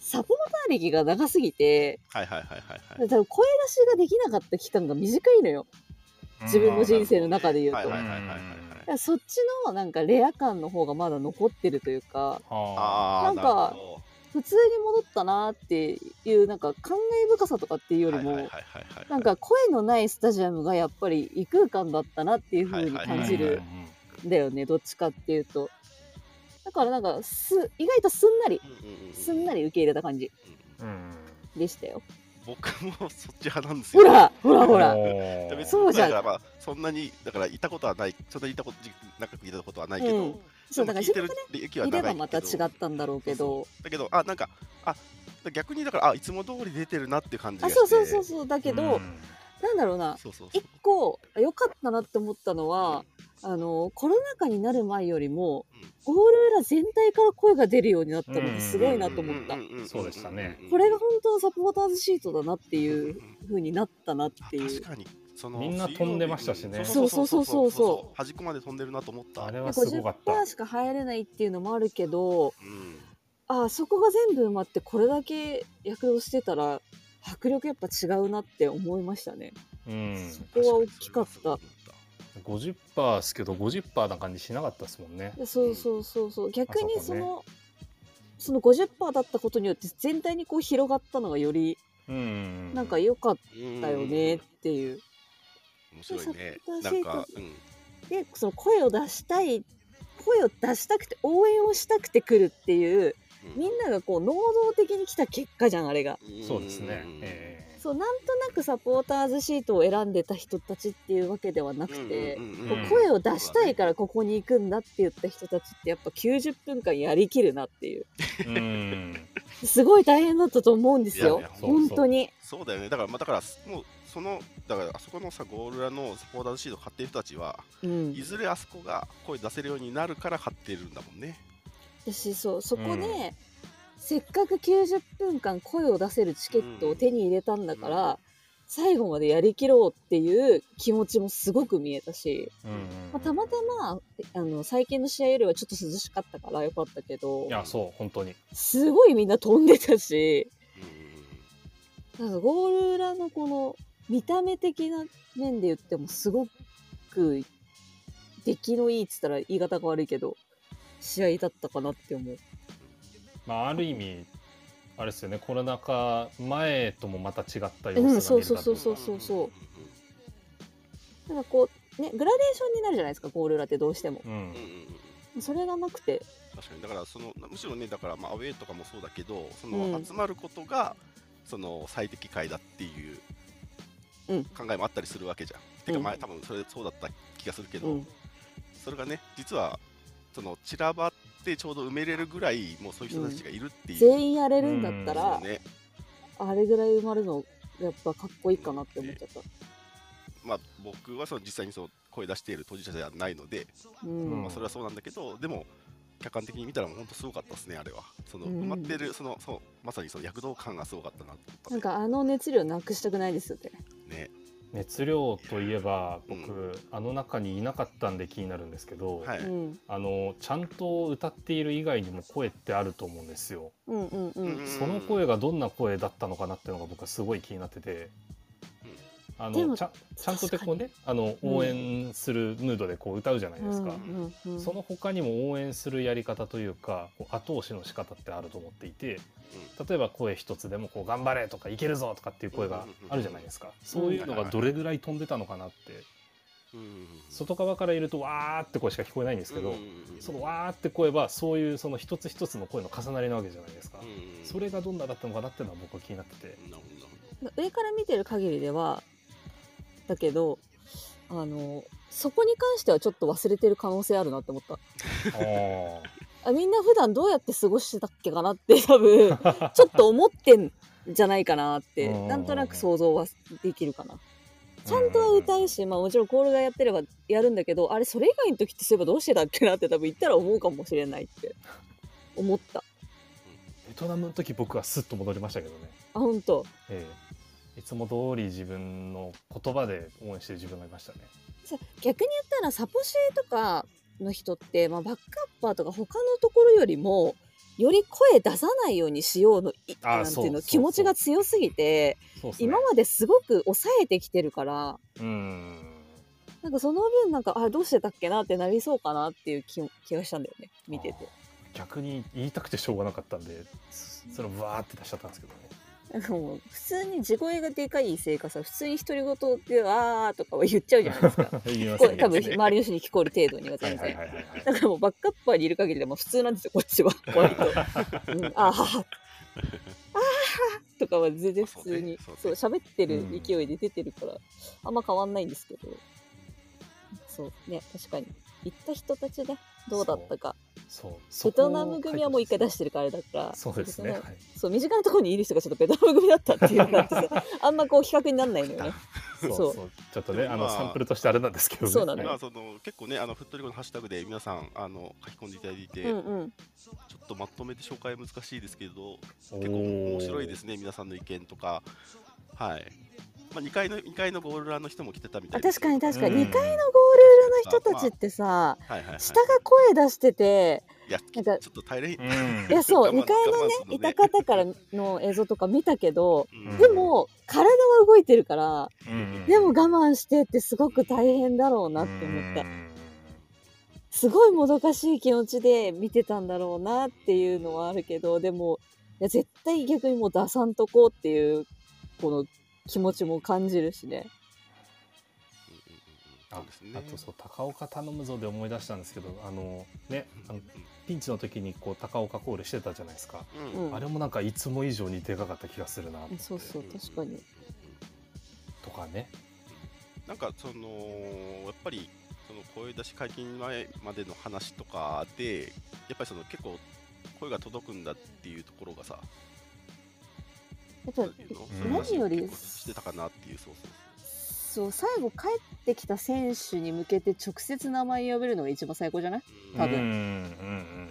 [SPEAKER 4] サポーター歴が長すぎて
[SPEAKER 1] はいはいはいはいは
[SPEAKER 4] 多
[SPEAKER 1] い
[SPEAKER 4] 分声出しができなかった期間が短いのよ (laughs) 自分の人生の中で言うと、
[SPEAKER 1] はいはいはいはいはい
[SPEAKER 4] だからそっちのなんかレア感の方がまだ残ってるというか
[SPEAKER 2] はあ。
[SPEAKER 1] あー
[SPEAKER 4] なんか
[SPEAKER 1] るほ
[SPEAKER 4] 普通に戻ったなっていうなんか感慨深さとかっていうよ
[SPEAKER 1] ど
[SPEAKER 4] り
[SPEAKER 1] はい
[SPEAKER 4] も
[SPEAKER 1] はいはいはいはい
[SPEAKER 4] なんか声のないスタジアムがやっぱり異空間だったなっていう風に
[SPEAKER 1] あ
[SPEAKER 4] 感じ
[SPEAKER 2] うんうんう
[SPEAKER 4] る
[SPEAKER 2] んうん
[SPEAKER 4] んだよねどっちかっていうとだからなんかす意外とすんなり
[SPEAKER 1] うんうんうん
[SPEAKER 4] すんなり受け入れた感じ
[SPEAKER 1] うん
[SPEAKER 2] うん
[SPEAKER 4] でしたよ
[SPEAKER 1] 僕もそっち派なんです
[SPEAKER 4] ほ
[SPEAKER 1] よ
[SPEAKER 4] らほらほら
[SPEAKER 2] おー
[SPEAKER 1] 別に
[SPEAKER 4] そうじゃん
[SPEAKER 1] だからまあそんなにだからいたことはないそんなにいたことじ長くいたことはないけ
[SPEAKER 4] う
[SPEAKER 1] ど、
[SPEAKER 4] んそうだから自分が
[SPEAKER 1] ね
[SPEAKER 4] いればまた違ったんだろうけど
[SPEAKER 1] だけどあなんかあ逆にだからあいつも通り出てるなっていう感じが
[SPEAKER 4] あ
[SPEAKER 1] して
[SPEAKER 4] そうそうそうそうだけど、
[SPEAKER 2] うん
[SPEAKER 4] なんだろうな
[SPEAKER 1] そうそうそう
[SPEAKER 4] 一個良かったなって思ったのはあのコロナ禍になる前よりもゴール裏全体から声が出るようになったのがすごいなと思った
[SPEAKER 1] うんうんうんん
[SPEAKER 2] そうでしたね
[SPEAKER 1] うんうん
[SPEAKER 4] これが本当のサポーターズシートだなって
[SPEAKER 1] う
[SPEAKER 4] い
[SPEAKER 1] ん
[SPEAKER 4] う
[SPEAKER 1] うんうん
[SPEAKER 4] 風になったなってい
[SPEAKER 1] 確
[SPEAKER 4] う
[SPEAKER 1] かにその
[SPEAKER 2] みんな飛んでましたしね
[SPEAKER 1] 水曜日に
[SPEAKER 4] そうそうそうそう
[SPEAKER 1] 端っこまで飛んでるなと思った
[SPEAKER 2] あれ
[SPEAKER 1] うん
[SPEAKER 2] はすごかった
[SPEAKER 4] 50%しか入れないっていうのもあるけどあそこが全部埋まってこれだけ躍動してたら迫力やっぱ違うなって思いましたね。
[SPEAKER 2] うん
[SPEAKER 4] ここは大きかった
[SPEAKER 1] 確にそれはすごい思
[SPEAKER 2] 50%ですけど50%な感じしなかったですもんね
[SPEAKER 4] でそうそうそうそう逆に
[SPEAKER 2] あそ
[SPEAKER 4] そう
[SPEAKER 2] ね
[SPEAKER 4] のその50%だったことによって全体にこう広がったのがより
[SPEAKER 2] うん
[SPEAKER 4] なんか良かっ
[SPEAKER 1] うん
[SPEAKER 4] たよねっていう。
[SPEAKER 1] 面白いね
[SPEAKER 4] サポー
[SPEAKER 1] な
[SPEAKER 4] ターシ
[SPEAKER 1] ん
[SPEAKER 4] ート
[SPEAKER 1] か、うん、
[SPEAKER 4] でその声を出したい声を出したくて応援をしたくて来るっていう
[SPEAKER 1] うん
[SPEAKER 4] みんながこう能動的に来た結果じゃんあれが。
[SPEAKER 2] そうですね
[SPEAKER 1] ん
[SPEAKER 2] え
[SPEAKER 4] そうなんとなくサポーターズシートを選んでた人たちっていうわけではなくて、
[SPEAKER 1] うんうん
[SPEAKER 4] こ
[SPEAKER 1] うんうん
[SPEAKER 4] う声を出したいからここに行くんだって言った人たちってやっぱ90分間やりきるなっていう
[SPEAKER 2] えうん
[SPEAKER 4] すごい大変だったと思うんです
[SPEAKER 1] い
[SPEAKER 4] よ
[SPEAKER 1] やいやそう
[SPEAKER 2] そう
[SPEAKER 4] 本当に
[SPEAKER 1] そうだよねだからまあだからもうそのだからあそこのさゴール裏のサポーターズシードを買ってる人たちは
[SPEAKER 4] うん
[SPEAKER 1] いずれあそこが声出せるようになるから買ってるんだもんね
[SPEAKER 4] 私そうそこで、
[SPEAKER 2] うん
[SPEAKER 4] せっかく90分間声を出せるチケットを手に入れたんだから、
[SPEAKER 1] うん
[SPEAKER 4] 最後までやりきろうっていう気持ちもすごく見えたし、
[SPEAKER 2] うん
[SPEAKER 4] まあ、たまたまあの最近の試合よりはちょっと涼しかったからよかったけど
[SPEAKER 2] いやそう本当に
[SPEAKER 4] すごいみんな飛んでたし
[SPEAKER 1] うんうん
[SPEAKER 4] なんかゴール裏のこの見た目的な面で言ってもすごく出来のいいっつったら言い方が悪いけど試合だったかなって思う。
[SPEAKER 2] まあある意味あれですよねコロナ禍前ともまた違った様子が見れた
[SPEAKER 4] うんそうそうそ
[SPEAKER 1] うん
[SPEAKER 4] うそうそうそうんなんかこうねグラデーションになるじゃないですかゴール裏ってどうしても
[SPEAKER 2] う、ん
[SPEAKER 1] うんうんうんうん
[SPEAKER 4] それがなくて
[SPEAKER 1] 確かにだからそのむしろねだからまあアウェーとかもそうだけどそうの
[SPEAKER 4] ん
[SPEAKER 1] 集まることがその最適解だっていう
[SPEAKER 4] うん
[SPEAKER 1] 考えもあったりするわけじゃん、てか
[SPEAKER 4] うん
[SPEAKER 1] 前多分それそうだった気がするけど、
[SPEAKER 4] うん
[SPEAKER 1] それがね実はその散らばってちょうど埋めれるぐらいもうそういう人たちがいるっていう、
[SPEAKER 4] 全員やれるんだった
[SPEAKER 1] そう
[SPEAKER 4] ら、
[SPEAKER 1] ね
[SPEAKER 4] あれぐらい埋まるのやっぱかっこいいかなって思っちゃった。
[SPEAKER 1] まあ、僕はその実際にそう声出している当事者ではないので、
[SPEAKER 4] うん
[SPEAKER 1] まあ、それはそうなんだけどでも客観的に見たらもう本当すごかったですねあれはその
[SPEAKER 4] うん
[SPEAKER 1] 埋まってるそのそうまさにその躍動感がすごかったなと
[SPEAKER 4] な
[SPEAKER 1] 思
[SPEAKER 4] ん
[SPEAKER 1] った
[SPEAKER 4] かあの熱量なくしたくないですよね。
[SPEAKER 1] ね
[SPEAKER 2] 熱量といえば僕、
[SPEAKER 1] う
[SPEAKER 2] あの中にいなかったんで気になるんですけど、
[SPEAKER 1] はい、
[SPEAKER 4] うん
[SPEAKER 2] あのちゃんと歌っている以外にも声ってあると思うんですよ。
[SPEAKER 4] うんうんう
[SPEAKER 1] うん
[SPEAKER 4] ん。
[SPEAKER 2] その声がどんな声だったのかなっていうのが僕はすごい気になってて、あ
[SPEAKER 4] で
[SPEAKER 2] の
[SPEAKER 4] も
[SPEAKER 2] ちゃんちゃんとてこうねあの
[SPEAKER 4] うん
[SPEAKER 2] 応援するムードでこう歌うじゃないですか。
[SPEAKER 4] うんうんうん
[SPEAKER 2] その他にも応援するやり方というかこう後押しの仕方ってあると思っていて例えば声一つでもこう「頑張れ!」とか「いけるぞ!」とかっていう声があるじゃないですかそういうのがどれぐらい飛んでたのかなって
[SPEAKER 1] うんうん
[SPEAKER 2] 外側からいると「わー」って声しか聞こえないんですけど
[SPEAKER 1] うんうんうん
[SPEAKER 2] その「わー」って声はそういうその一つ一つの声の重なりなわけじゃないですか
[SPEAKER 1] うんうん
[SPEAKER 2] それがどんなだったのかなっていうのは僕は気になってて
[SPEAKER 1] なるほどなるほ
[SPEAKER 4] 上から見てる限りではだけどあのそこに関してはちょっと忘れてる可能性あるなって思った。あみんな普段どうやって過ごしてたっけかなって (laughs) 多分ちょっと思ってんじゃないかなって
[SPEAKER 2] うん
[SPEAKER 4] なんとなく想像はできるかな。 (laughs) ちゃんとは歌うし、まあ、もちろんコールがやってればやるんだけどあれそれ以外の時ってそういえばどうしてたっけなって多分言ったら思うかもしれないって思った。
[SPEAKER 2] ベトナムの時僕はスッと戻りましたけどね、
[SPEAKER 4] あ本当
[SPEAKER 2] ええいつも通り自分の言葉で応援してる自分がいましたね
[SPEAKER 4] さ逆に言ったらサポシエとかの人って、まあ、バックアッパーとか他のところよりもより声出さないようにしようのい
[SPEAKER 2] あー
[SPEAKER 4] なんて
[SPEAKER 2] そう
[SPEAKER 4] い
[SPEAKER 2] そ
[SPEAKER 4] う
[SPEAKER 2] う
[SPEAKER 4] の
[SPEAKER 2] そう
[SPEAKER 4] 気持ちが強すぎて
[SPEAKER 2] そうですね
[SPEAKER 4] 今まですごく抑えてきてるから
[SPEAKER 2] うん
[SPEAKER 4] なんかその分なんかあどうしてたっけなってなりそうかなっていう気気がしたんだよね見てて。
[SPEAKER 2] 逆に言いたくてしょうがなかったんでそそれをわーって出しちゃったんですけどね
[SPEAKER 4] (laughs) なんかもう普通に地声がでかいせいかさ普通に独り言で「あー」とかは言っちゃうじゃないですか
[SPEAKER 2] (laughs) 言いま
[SPEAKER 4] こ
[SPEAKER 2] す
[SPEAKER 4] う多分
[SPEAKER 2] ね
[SPEAKER 4] 周りの人に聞こえる程度には
[SPEAKER 2] はい
[SPEAKER 4] 全
[SPEAKER 2] はい
[SPEAKER 4] 然。
[SPEAKER 2] はいはい
[SPEAKER 4] だからもうバックアッパーにいる限りでも普通なんですよこっちは割と。うん、あーはははあとかは全然普通に
[SPEAKER 1] そうね
[SPEAKER 4] そう
[SPEAKER 1] そ
[SPEAKER 4] 喋ってる勢いで出てるから、あんま変わんないんですけどそうね確かに行った人たちねどうだったか
[SPEAKER 2] そうそ
[SPEAKER 4] ベ
[SPEAKER 2] こ
[SPEAKER 4] ト
[SPEAKER 2] を
[SPEAKER 4] ナム組はもう一回出してるからあれだから
[SPEAKER 2] そうですね
[SPEAKER 4] そ
[SPEAKER 2] は
[SPEAKER 4] の
[SPEAKER 2] い
[SPEAKER 4] そう身近なところにいる人がちょっとベトナム組だったっていうのがあってさあんまこう比較にならないのよね
[SPEAKER 2] そう
[SPEAKER 4] そ
[SPEAKER 2] そううちょっとね
[SPEAKER 1] でも
[SPEAKER 2] あの
[SPEAKER 1] まあ
[SPEAKER 2] サンプルとしてあれなんですけどね
[SPEAKER 4] そうなのよ
[SPEAKER 1] 今
[SPEAKER 2] は
[SPEAKER 1] はその結構ねあのフットリコのハッシュタグで皆さんあの書き込んでいただいて、
[SPEAKER 4] うん
[SPEAKER 1] ち
[SPEAKER 4] うん。
[SPEAKER 1] ょっとまとめて紹介難しいですけど
[SPEAKER 2] い
[SPEAKER 1] 結構面白いですすね皆さんの意見とかはい、まあ、2階の二階のゴールランの人も来てたみた
[SPEAKER 4] あ
[SPEAKER 1] いで
[SPEAKER 4] 確
[SPEAKER 1] す
[SPEAKER 4] かに
[SPEAKER 1] か
[SPEAKER 4] 確かに、
[SPEAKER 2] うん
[SPEAKER 4] 2階のゴール裏の人たちってさ、
[SPEAKER 1] に、はいはいはい、
[SPEAKER 4] 下が声出してて、
[SPEAKER 1] いや
[SPEAKER 4] なんか
[SPEAKER 1] ちょっと大変、
[SPEAKER 2] うん
[SPEAKER 4] いやそう
[SPEAKER 1] 我慢
[SPEAKER 4] 2階のね
[SPEAKER 1] 我慢するのね
[SPEAKER 4] いた方からの映像とか見たけど
[SPEAKER 1] うん
[SPEAKER 4] でも体は動いてるから
[SPEAKER 2] うん
[SPEAKER 4] でも我慢してってすごく大変だろうなって思ったすごいもどかしい気持ちで見てたんだろうなっていうのはあるけどでもいや絶対逆にもう出さんとこうっていうこの気持ちも感じるしね
[SPEAKER 1] うんうんうん
[SPEAKER 2] あ
[SPEAKER 1] そうですね
[SPEAKER 2] あとそう高岡頼むぞで思い出したんですけどあのねあ
[SPEAKER 1] うん
[SPEAKER 2] のピンチの時にこう高岡コールしてたじゃないですか、
[SPEAKER 1] うん
[SPEAKER 4] うん
[SPEAKER 2] あれもなんかいつも以上にでかかった気がするなと思って
[SPEAKER 4] そうそう確かに
[SPEAKER 2] とかね
[SPEAKER 1] なんかそのやっぱりその声出し解禁前までの話とかでやっぱりその結構声が届くんだっていうところがさ
[SPEAKER 4] やっ
[SPEAKER 1] な
[SPEAKER 4] ぱ
[SPEAKER 1] んていうの
[SPEAKER 2] ん
[SPEAKER 1] そういう話を
[SPEAKER 4] 何より
[SPEAKER 1] 結構してたかなっていうそうそう
[SPEAKER 3] そう最後帰ってきた選手に向けて直接名前呼べるのが一番最高じゃない
[SPEAKER 1] そう
[SPEAKER 3] 多分
[SPEAKER 2] うんうん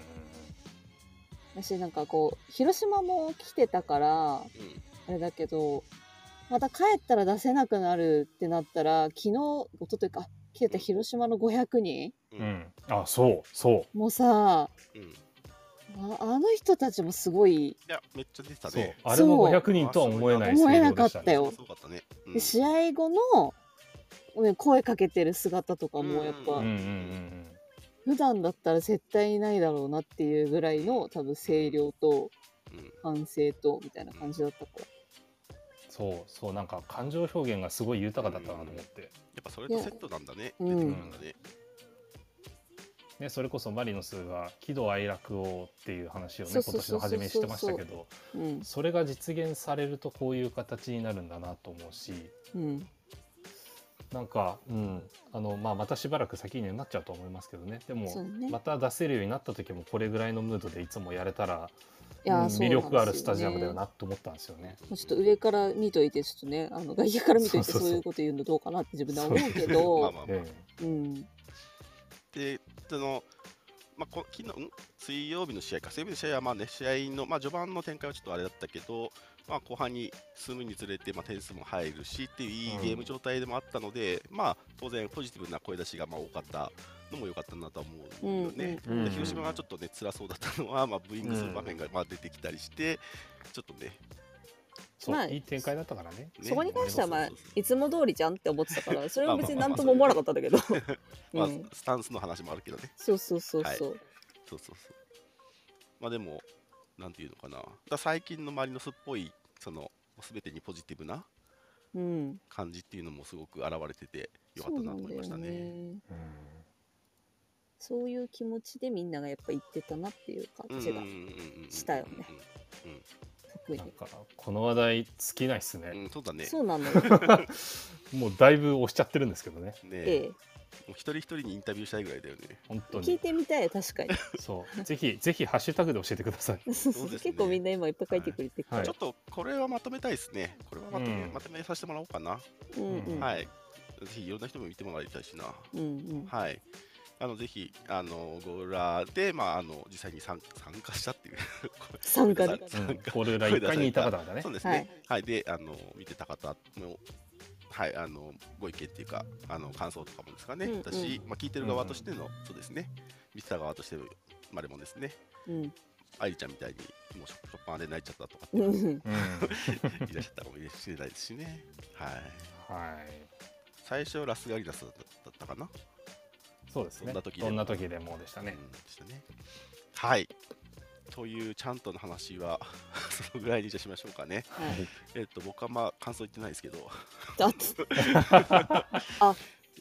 [SPEAKER 3] 私なんかこう広島も来てたから
[SPEAKER 1] うんうん
[SPEAKER 3] あれだけどまた帰ったら出せなくなるってなったら昨日一昨日か来てた広島の500人
[SPEAKER 2] うんうんうんあそうそう
[SPEAKER 3] もうさあ
[SPEAKER 1] うんい
[SPEAKER 3] あの人たちもすごい
[SPEAKER 1] やめっちゃ出てた
[SPEAKER 2] そう
[SPEAKER 1] ね
[SPEAKER 2] あれも500人とは思えない
[SPEAKER 3] そう
[SPEAKER 2] 声量で
[SPEAKER 3] 思えな
[SPEAKER 2] しね
[SPEAKER 3] かったよ
[SPEAKER 1] すごかったね、うん
[SPEAKER 3] で試合後のうん声かけてる姿とかもやっ
[SPEAKER 2] う
[SPEAKER 3] ぱ
[SPEAKER 2] んうんうん
[SPEAKER 3] 普段だったら絶対にないだろうなっていうぐらいの多分声量と
[SPEAKER 1] うん
[SPEAKER 3] 歓声とみたいな感じだったから
[SPEAKER 2] そうそうなんか感情表現がすごい豊かだったなと思って、
[SPEAKER 1] やっぱそれとセットなんだね
[SPEAKER 3] うん
[SPEAKER 1] 出てくるんだね
[SPEAKER 2] ね、それこそマリノスが喜怒哀楽をっていう話をね
[SPEAKER 4] そう
[SPEAKER 2] 今年
[SPEAKER 4] そうそうそう
[SPEAKER 2] の初めにしてましたけど
[SPEAKER 3] うん
[SPEAKER 2] それが実現されるとこういう形になるんだなと思うし
[SPEAKER 3] うん
[SPEAKER 2] なんか、うんあのまあ、またしばらく先になっちゃうと思いますけどねでも
[SPEAKER 3] そうね
[SPEAKER 2] また出せるようになった時もこれぐらいのムードでいつもやれたら、
[SPEAKER 3] いやー
[SPEAKER 2] うん
[SPEAKER 3] そう
[SPEAKER 2] 魅
[SPEAKER 3] なんですよね
[SPEAKER 2] 力あるスタジアムだよなと思ったんですよね。
[SPEAKER 3] ちょっと上から見といてちょっとねあの外野から見といて
[SPEAKER 2] そうそ
[SPEAKER 3] そ
[SPEAKER 2] うそうう
[SPEAKER 3] いうこと言うのどうかなって自分では思うけ
[SPEAKER 1] (laughs) まあ
[SPEAKER 3] ど
[SPEAKER 1] まあまあ
[SPEAKER 2] え
[SPEAKER 3] うん
[SPEAKER 1] でその、まあ、こ昨日ん水曜日の試合か水曜日の試合はまあ、ね、試合の、まあ、序盤の展開はちょっとあれだったけど、まあ、後半に進むにつれて、まあ、点数も入るしっていういいゲーム状態でもあったので、まあ、当然ポジティブな声出しがまあ多かったのも良かったなとは思うよね。
[SPEAKER 3] うんうんうん
[SPEAKER 1] で広島がちょっと、ね、辛そうだったのは、まあ、ブーイングする場面がまあ出てきたりして、ちょっとね
[SPEAKER 2] そう
[SPEAKER 4] まあ
[SPEAKER 2] いい展開だったからね。
[SPEAKER 1] ね
[SPEAKER 4] そこに関してはまあいつも通りじゃんって思って
[SPEAKER 1] (laughs)
[SPEAKER 4] たからそれは別に
[SPEAKER 1] まあまあ
[SPEAKER 4] 何
[SPEAKER 1] まあ
[SPEAKER 4] とも思わなかったんだけど (laughs)
[SPEAKER 1] まあ
[SPEAKER 4] うん、
[SPEAKER 1] スタンスの話もあるけどね。
[SPEAKER 4] そうそうそうそう、
[SPEAKER 1] そうそうそう。まあでも、なんていうのかな。だから最近のマリノスっぽい、その、すべてにポジティブな
[SPEAKER 4] うん
[SPEAKER 1] 感じっていうのもすごく表れてて、よかったなと思いました
[SPEAKER 4] そうなんだ
[SPEAKER 1] ね。
[SPEAKER 4] よ
[SPEAKER 2] う
[SPEAKER 4] ね
[SPEAKER 2] ん
[SPEAKER 4] そういう気持ちでみんながやっぱ言ってたなっていう
[SPEAKER 1] うん
[SPEAKER 4] 感
[SPEAKER 1] うん
[SPEAKER 4] じ
[SPEAKER 1] うんう
[SPEAKER 4] が
[SPEAKER 1] んうん
[SPEAKER 4] したよね特に
[SPEAKER 2] なんかこの話題尽きないっす
[SPEAKER 1] うん
[SPEAKER 2] ね。 (laughs)
[SPEAKER 1] うん、そうだね。
[SPEAKER 4] そう
[SPEAKER 1] (laughs)
[SPEAKER 4] なのよ
[SPEAKER 2] もうだいぶ押しちゃってるんですけどね。
[SPEAKER 1] ね
[SPEAKER 4] ええ
[SPEAKER 1] もう一人一人にインタビューしたいぐらいだよね。
[SPEAKER 2] 本当
[SPEAKER 4] 聞い
[SPEAKER 2] に。
[SPEAKER 4] てみたい確かに
[SPEAKER 2] そう。ぜひぜひハッシュタグで教えてください。
[SPEAKER 1] うですね
[SPEAKER 4] 結構みんな今いっぱい書いてくれてるから、
[SPEAKER 2] はい
[SPEAKER 1] ちょっとこれはまとめたいですね。これはまとめ,、
[SPEAKER 2] うん
[SPEAKER 1] まとめさせてもらおうかな。
[SPEAKER 4] うんうん、
[SPEAKER 1] はい。ぜひいろんな人も見てもらいたいしな。
[SPEAKER 4] うんうん、
[SPEAKER 1] はい。あのぜひあのゴーラーでまああの実際に参参加したっていう
[SPEAKER 4] 参加ね
[SPEAKER 2] う
[SPEAKER 1] (laughs)
[SPEAKER 2] ん、
[SPEAKER 1] 参加
[SPEAKER 2] ゴール裏一回にいた方がね
[SPEAKER 1] そう。ですね。はい、で、あの見てた方の、はい、あのご意見っていうか、あの感想とかもですかね。
[SPEAKER 4] うんうん
[SPEAKER 1] だし、まあ聞いてる側としての、そうですね。見てた側としてのまれもんですね。
[SPEAKER 4] うん
[SPEAKER 1] 愛理ちゃんみたいにもうショショッパンで泣いちゃったとかって
[SPEAKER 4] う
[SPEAKER 1] (laughs) いうん
[SPEAKER 2] うん、
[SPEAKER 1] 人いらっしゃったかもしれないですしね。はい。
[SPEAKER 2] はい。
[SPEAKER 1] 最初ラスガリナスだったかな。
[SPEAKER 2] そうですね。
[SPEAKER 1] ど
[SPEAKER 2] ど
[SPEAKER 1] ん
[SPEAKER 2] ん
[SPEAKER 1] な
[SPEAKER 2] な
[SPEAKER 1] 時
[SPEAKER 2] 時
[SPEAKER 1] でも
[SPEAKER 2] でもでした
[SPEAKER 1] う。
[SPEAKER 2] ね
[SPEAKER 1] ん、でしたね。はい。というちゃんとの話は (laughs) そのぐらいにじゃあしましょうかね。
[SPEAKER 3] はい
[SPEAKER 1] えっ、と僕はまあ感想言ってないですけど、
[SPEAKER 4] だって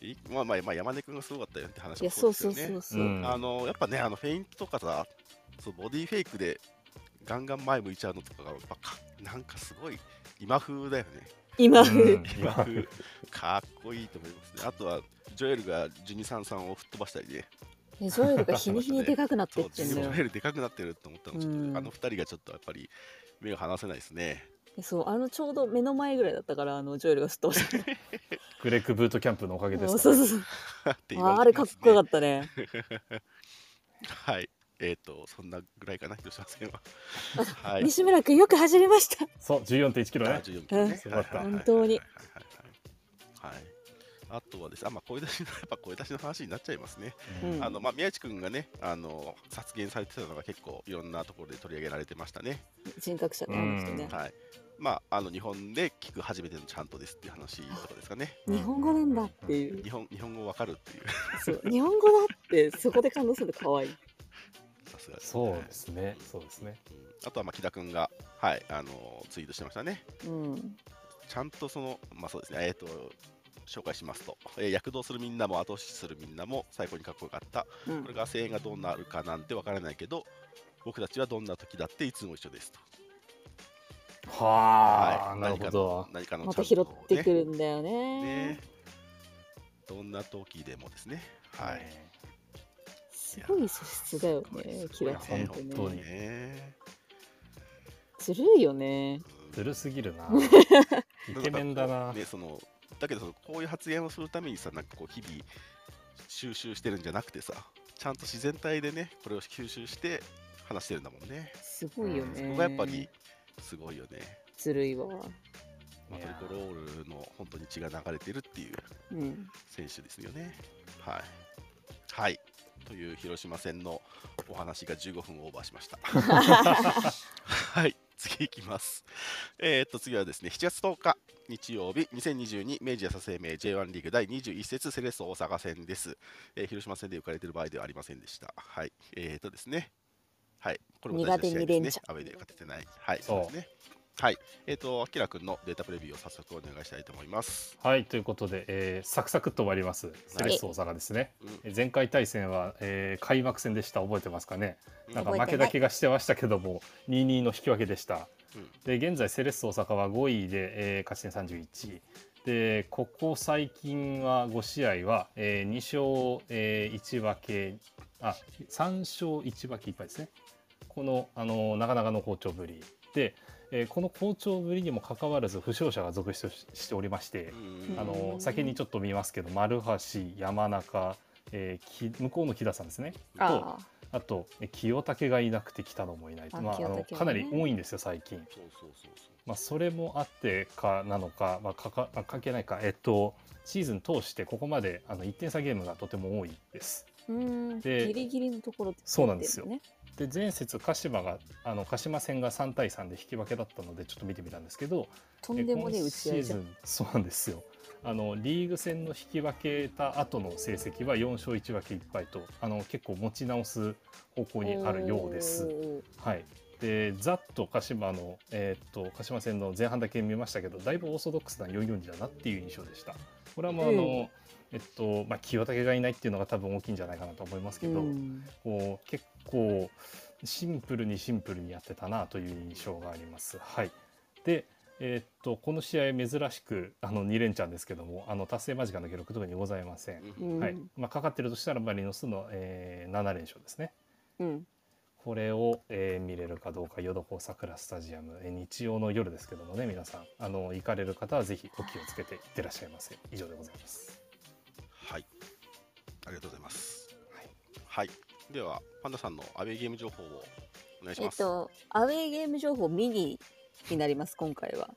[SPEAKER 1] いまあまあまあ山根君がすごかったよって話
[SPEAKER 4] い
[SPEAKER 1] も
[SPEAKER 4] やそ
[SPEAKER 1] そう
[SPEAKER 4] う
[SPEAKER 1] です
[SPEAKER 4] そ
[SPEAKER 1] よ
[SPEAKER 4] う
[SPEAKER 1] ね。
[SPEAKER 4] そうそう、
[SPEAKER 2] うん
[SPEAKER 1] あのやっぱねあのフェイントとかさそうボディフェイクでガンガン前向いちゃうのとかがやっぱかなんかすごい今風だよね
[SPEAKER 4] 今
[SPEAKER 2] う
[SPEAKER 4] 風、 (laughs)
[SPEAKER 2] ん
[SPEAKER 1] 今風かっこいいと思いますねあとはジョエルがジュニさんさんを吹っ飛ばしたりね
[SPEAKER 4] ねジョエルが日に日にでかくなって
[SPEAKER 1] そ
[SPEAKER 4] っ
[SPEAKER 1] う
[SPEAKER 4] て
[SPEAKER 1] ジ
[SPEAKER 4] んのよ
[SPEAKER 1] ョエルでかくなってると思ったのちょっと、
[SPEAKER 4] うん
[SPEAKER 1] あの二人がちょっとやっぱり目が離せないですね (laughs)
[SPEAKER 4] そうあのちょうど目の前ぐらいだったからあのジョエルがすっ飛ばした
[SPEAKER 2] (laughs) グレックブートキャンプのおかげで
[SPEAKER 4] そう
[SPEAKER 2] す
[SPEAKER 4] そ
[SPEAKER 2] か
[SPEAKER 4] う
[SPEAKER 2] ら。
[SPEAKER 4] そう。
[SPEAKER 1] て言わ
[SPEAKER 4] あーあ
[SPEAKER 1] れ
[SPEAKER 4] れ
[SPEAKER 1] て
[SPEAKER 4] か
[SPEAKER 1] ま
[SPEAKER 4] っ
[SPEAKER 1] すね
[SPEAKER 4] こよかったね。
[SPEAKER 1] はい。えっ、と、そんなぐらいかな、広島戦
[SPEAKER 4] (laughs)
[SPEAKER 1] は。はい。
[SPEAKER 4] 西村君よく走りました。
[SPEAKER 2] そう、14.1キロね。
[SPEAKER 1] 14キロね
[SPEAKER 2] すごかった
[SPEAKER 1] はいはいはいはい
[SPEAKER 4] 本当に
[SPEAKER 1] はい。はいあとはですね、あまあ、声出しの、 (laughs) やっぱ声出しの話になっちゃいますね。
[SPEAKER 4] うん
[SPEAKER 1] あの、まあ、宮地君がね、あの、殺言されてたのが結構いろんなところで取り上げられてましたね。
[SPEAKER 4] 人格者なんですよね。
[SPEAKER 1] はい。まあ、あの、日本で聞く初めてのちゃんとですっていう話とかですかね。
[SPEAKER 4] 日本語なんだっていう。
[SPEAKER 1] 日本、日本語わかるっていう。 (laughs)
[SPEAKER 4] そう日本語だってそこで感動するの可愛い。
[SPEAKER 1] さすがです
[SPEAKER 2] そう
[SPEAKER 1] ね
[SPEAKER 2] ですね。そうですね。
[SPEAKER 1] うんあとは、まあ、木田君が、はい、あの、ツイートしてましたね。
[SPEAKER 4] うん。
[SPEAKER 1] ちゃんとその、まあそうですね、えっ、と、紹介しますと、えー躍動するみんなも後押しするみんなも最高にかっこよかった。
[SPEAKER 4] う
[SPEAKER 1] これ
[SPEAKER 4] ん。
[SPEAKER 1] が声援がどうなるかなんてわからないけど、僕たちはどんな時だっていつも一緒ですと。
[SPEAKER 2] はあ、
[SPEAKER 1] い、
[SPEAKER 2] なるほど。
[SPEAKER 1] 何かの
[SPEAKER 4] ま
[SPEAKER 1] 何かの
[SPEAKER 4] た
[SPEAKER 1] ちゃ
[SPEAKER 4] 拾
[SPEAKER 1] んと
[SPEAKER 4] ってく
[SPEAKER 1] ね
[SPEAKER 4] るんだよ
[SPEAKER 1] ね
[SPEAKER 4] ね。。
[SPEAKER 1] どんな時でもですね。はい。。
[SPEAKER 4] すごい素質だよね。キラ
[SPEAKER 1] ね
[SPEAKER 4] さんって
[SPEAKER 2] 本当
[SPEAKER 4] ね
[SPEAKER 2] に。
[SPEAKER 1] ね。
[SPEAKER 4] ずるいよね。
[SPEAKER 2] ずるす
[SPEAKER 1] (laughs)
[SPEAKER 2] ぎるな。イ
[SPEAKER 1] イ
[SPEAKER 2] ケメンだな。
[SPEAKER 1] ね、そのだけどそのこういう発言をするためにさなんかこう日々収集してるんじゃなくてさちゃんと自然体でねこれを吸収して話してるんだもんね
[SPEAKER 4] すごいよ
[SPEAKER 1] そこ
[SPEAKER 4] ね。
[SPEAKER 1] がやっぱりすごいよね、
[SPEAKER 4] ずるいわ。
[SPEAKER 1] まあ、
[SPEAKER 2] いやー
[SPEAKER 1] トリコロールの本当に血が流れてるっていう
[SPEAKER 4] うん。
[SPEAKER 1] 選手ですよねはいはいという広島戦のお話が15分オーバーしました (laughs) はい次いきますえーっと次はですね7月10日日曜日2022明治安田生命 J1 リーグ第21節セレッソ大阪戦です、えー広島戦で浮かれている場合ではありませんでしたはいえーっとですねはいこれも大事な試合
[SPEAKER 4] 苦手二
[SPEAKER 1] です
[SPEAKER 4] 連
[SPEAKER 1] ねアウ
[SPEAKER 4] 勝
[SPEAKER 1] ェーで勝ててないはい
[SPEAKER 2] そ
[SPEAKER 1] そううですねはいえーっとあきらくんのデータプレビューを早速お願いしたいと思います
[SPEAKER 2] はい、ということで、えーサクサクっと終わります。セレッソ大阪ですね。
[SPEAKER 1] うん
[SPEAKER 2] えー前回対戦は、えー開幕戦でした。覚えてますかね。
[SPEAKER 1] うん
[SPEAKER 2] なんか
[SPEAKER 4] 覚
[SPEAKER 2] 負
[SPEAKER 4] えて
[SPEAKER 2] け
[SPEAKER 4] ない
[SPEAKER 2] だけがしてましたけども、2-2の引き分けでした。
[SPEAKER 1] うん
[SPEAKER 2] で現在セレッソ大阪は5位で、えー勝ち点31でここ最近は5試合は、え2勝、え1分けあ3勝1分け1敗ですねこの、あのなかなかの好調ぶりで、えーこの好調ぶりにもかかわらず負傷者が続出ししておりまして、
[SPEAKER 1] うん
[SPEAKER 2] あの
[SPEAKER 4] うん
[SPEAKER 2] 先にちょっと見ますけど丸橋山中、えーき向こうの木田さんですね
[SPEAKER 4] ああ。
[SPEAKER 2] あとえ清武がいなくて北野もいないと
[SPEAKER 4] あ
[SPEAKER 2] まああ
[SPEAKER 4] 清武
[SPEAKER 2] の
[SPEAKER 4] ね
[SPEAKER 2] かなり多いんですよ最近。
[SPEAKER 1] そうそうそうそう
[SPEAKER 2] まあ、それもあってかなのか、まあ、かかあ関係ないか、えっと、シーズン通してここまであの1点差ゲームがとても多いです。
[SPEAKER 4] うん。
[SPEAKER 2] で
[SPEAKER 4] ギリギリのところって
[SPEAKER 2] そうなんですよ
[SPEAKER 4] ね。
[SPEAKER 2] で前節鹿島があの鹿島戦が3対3で引き分けだったのでちょっと見てみたんですけど
[SPEAKER 4] とんでもね
[SPEAKER 2] え
[SPEAKER 4] え打
[SPEAKER 2] 今
[SPEAKER 4] ち
[SPEAKER 2] シ
[SPEAKER 4] 合い
[SPEAKER 2] ー
[SPEAKER 4] じ
[SPEAKER 2] ズ
[SPEAKER 4] ゃん。
[SPEAKER 2] ンそうなんですよあのリーグ戦の引き分けた後の成績は4勝1分け1敗とあの結構持ち直す方向にあるようです。
[SPEAKER 4] お
[SPEAKER 2] はい、でざっと鹿島の、えーっと鹿島戦の前半だけ見ましたけどだいぶオーソドックスな442だなっていう印象でした。これはもうあの、
[SPEAKER 4] うん
[SPEAKER 2] えっとまあ、清武がいないっていうのが多分大きいんじゃないかなと思いますけ
[SPEAKER 4] ー。
[SPEAKER 2] ど、
[SPEAKER 4] うん
[SPEAKER 2] こう結構シンプルにシンプルにやってたなという印象があります。はい、で、えーっとこの試合珍しくあの2連チャンですけどもあの達成間近の記録特にございません。
[SPEAKER 1] うん
[SPEAKER 2] はいまあ、かかってるとしたらマリノスの、えー7連勝ですね。
[SPEAKER 4] うん。
[SPEAKER 2] これを、えー見れるかどうか、ヨドコ桜スタジアム、えー日曜の夜ですけどもね、皆さん、あの行かれる方はぜひお気をつけていってらっしゃいませ。以上でございます。
[SPEAKER 1] (laughs) はい。ありがとうございます。
[SPEAKER 2] はい、
[SPEAKER 1] はい。では、パンダさんのアウェイゲーム情報をお願いし
[SPEAKER 4] えっ
[SPEAKER 1] ます。
[SPEAKER 4] と、アウェーゲーム情報ミニになります、今回は。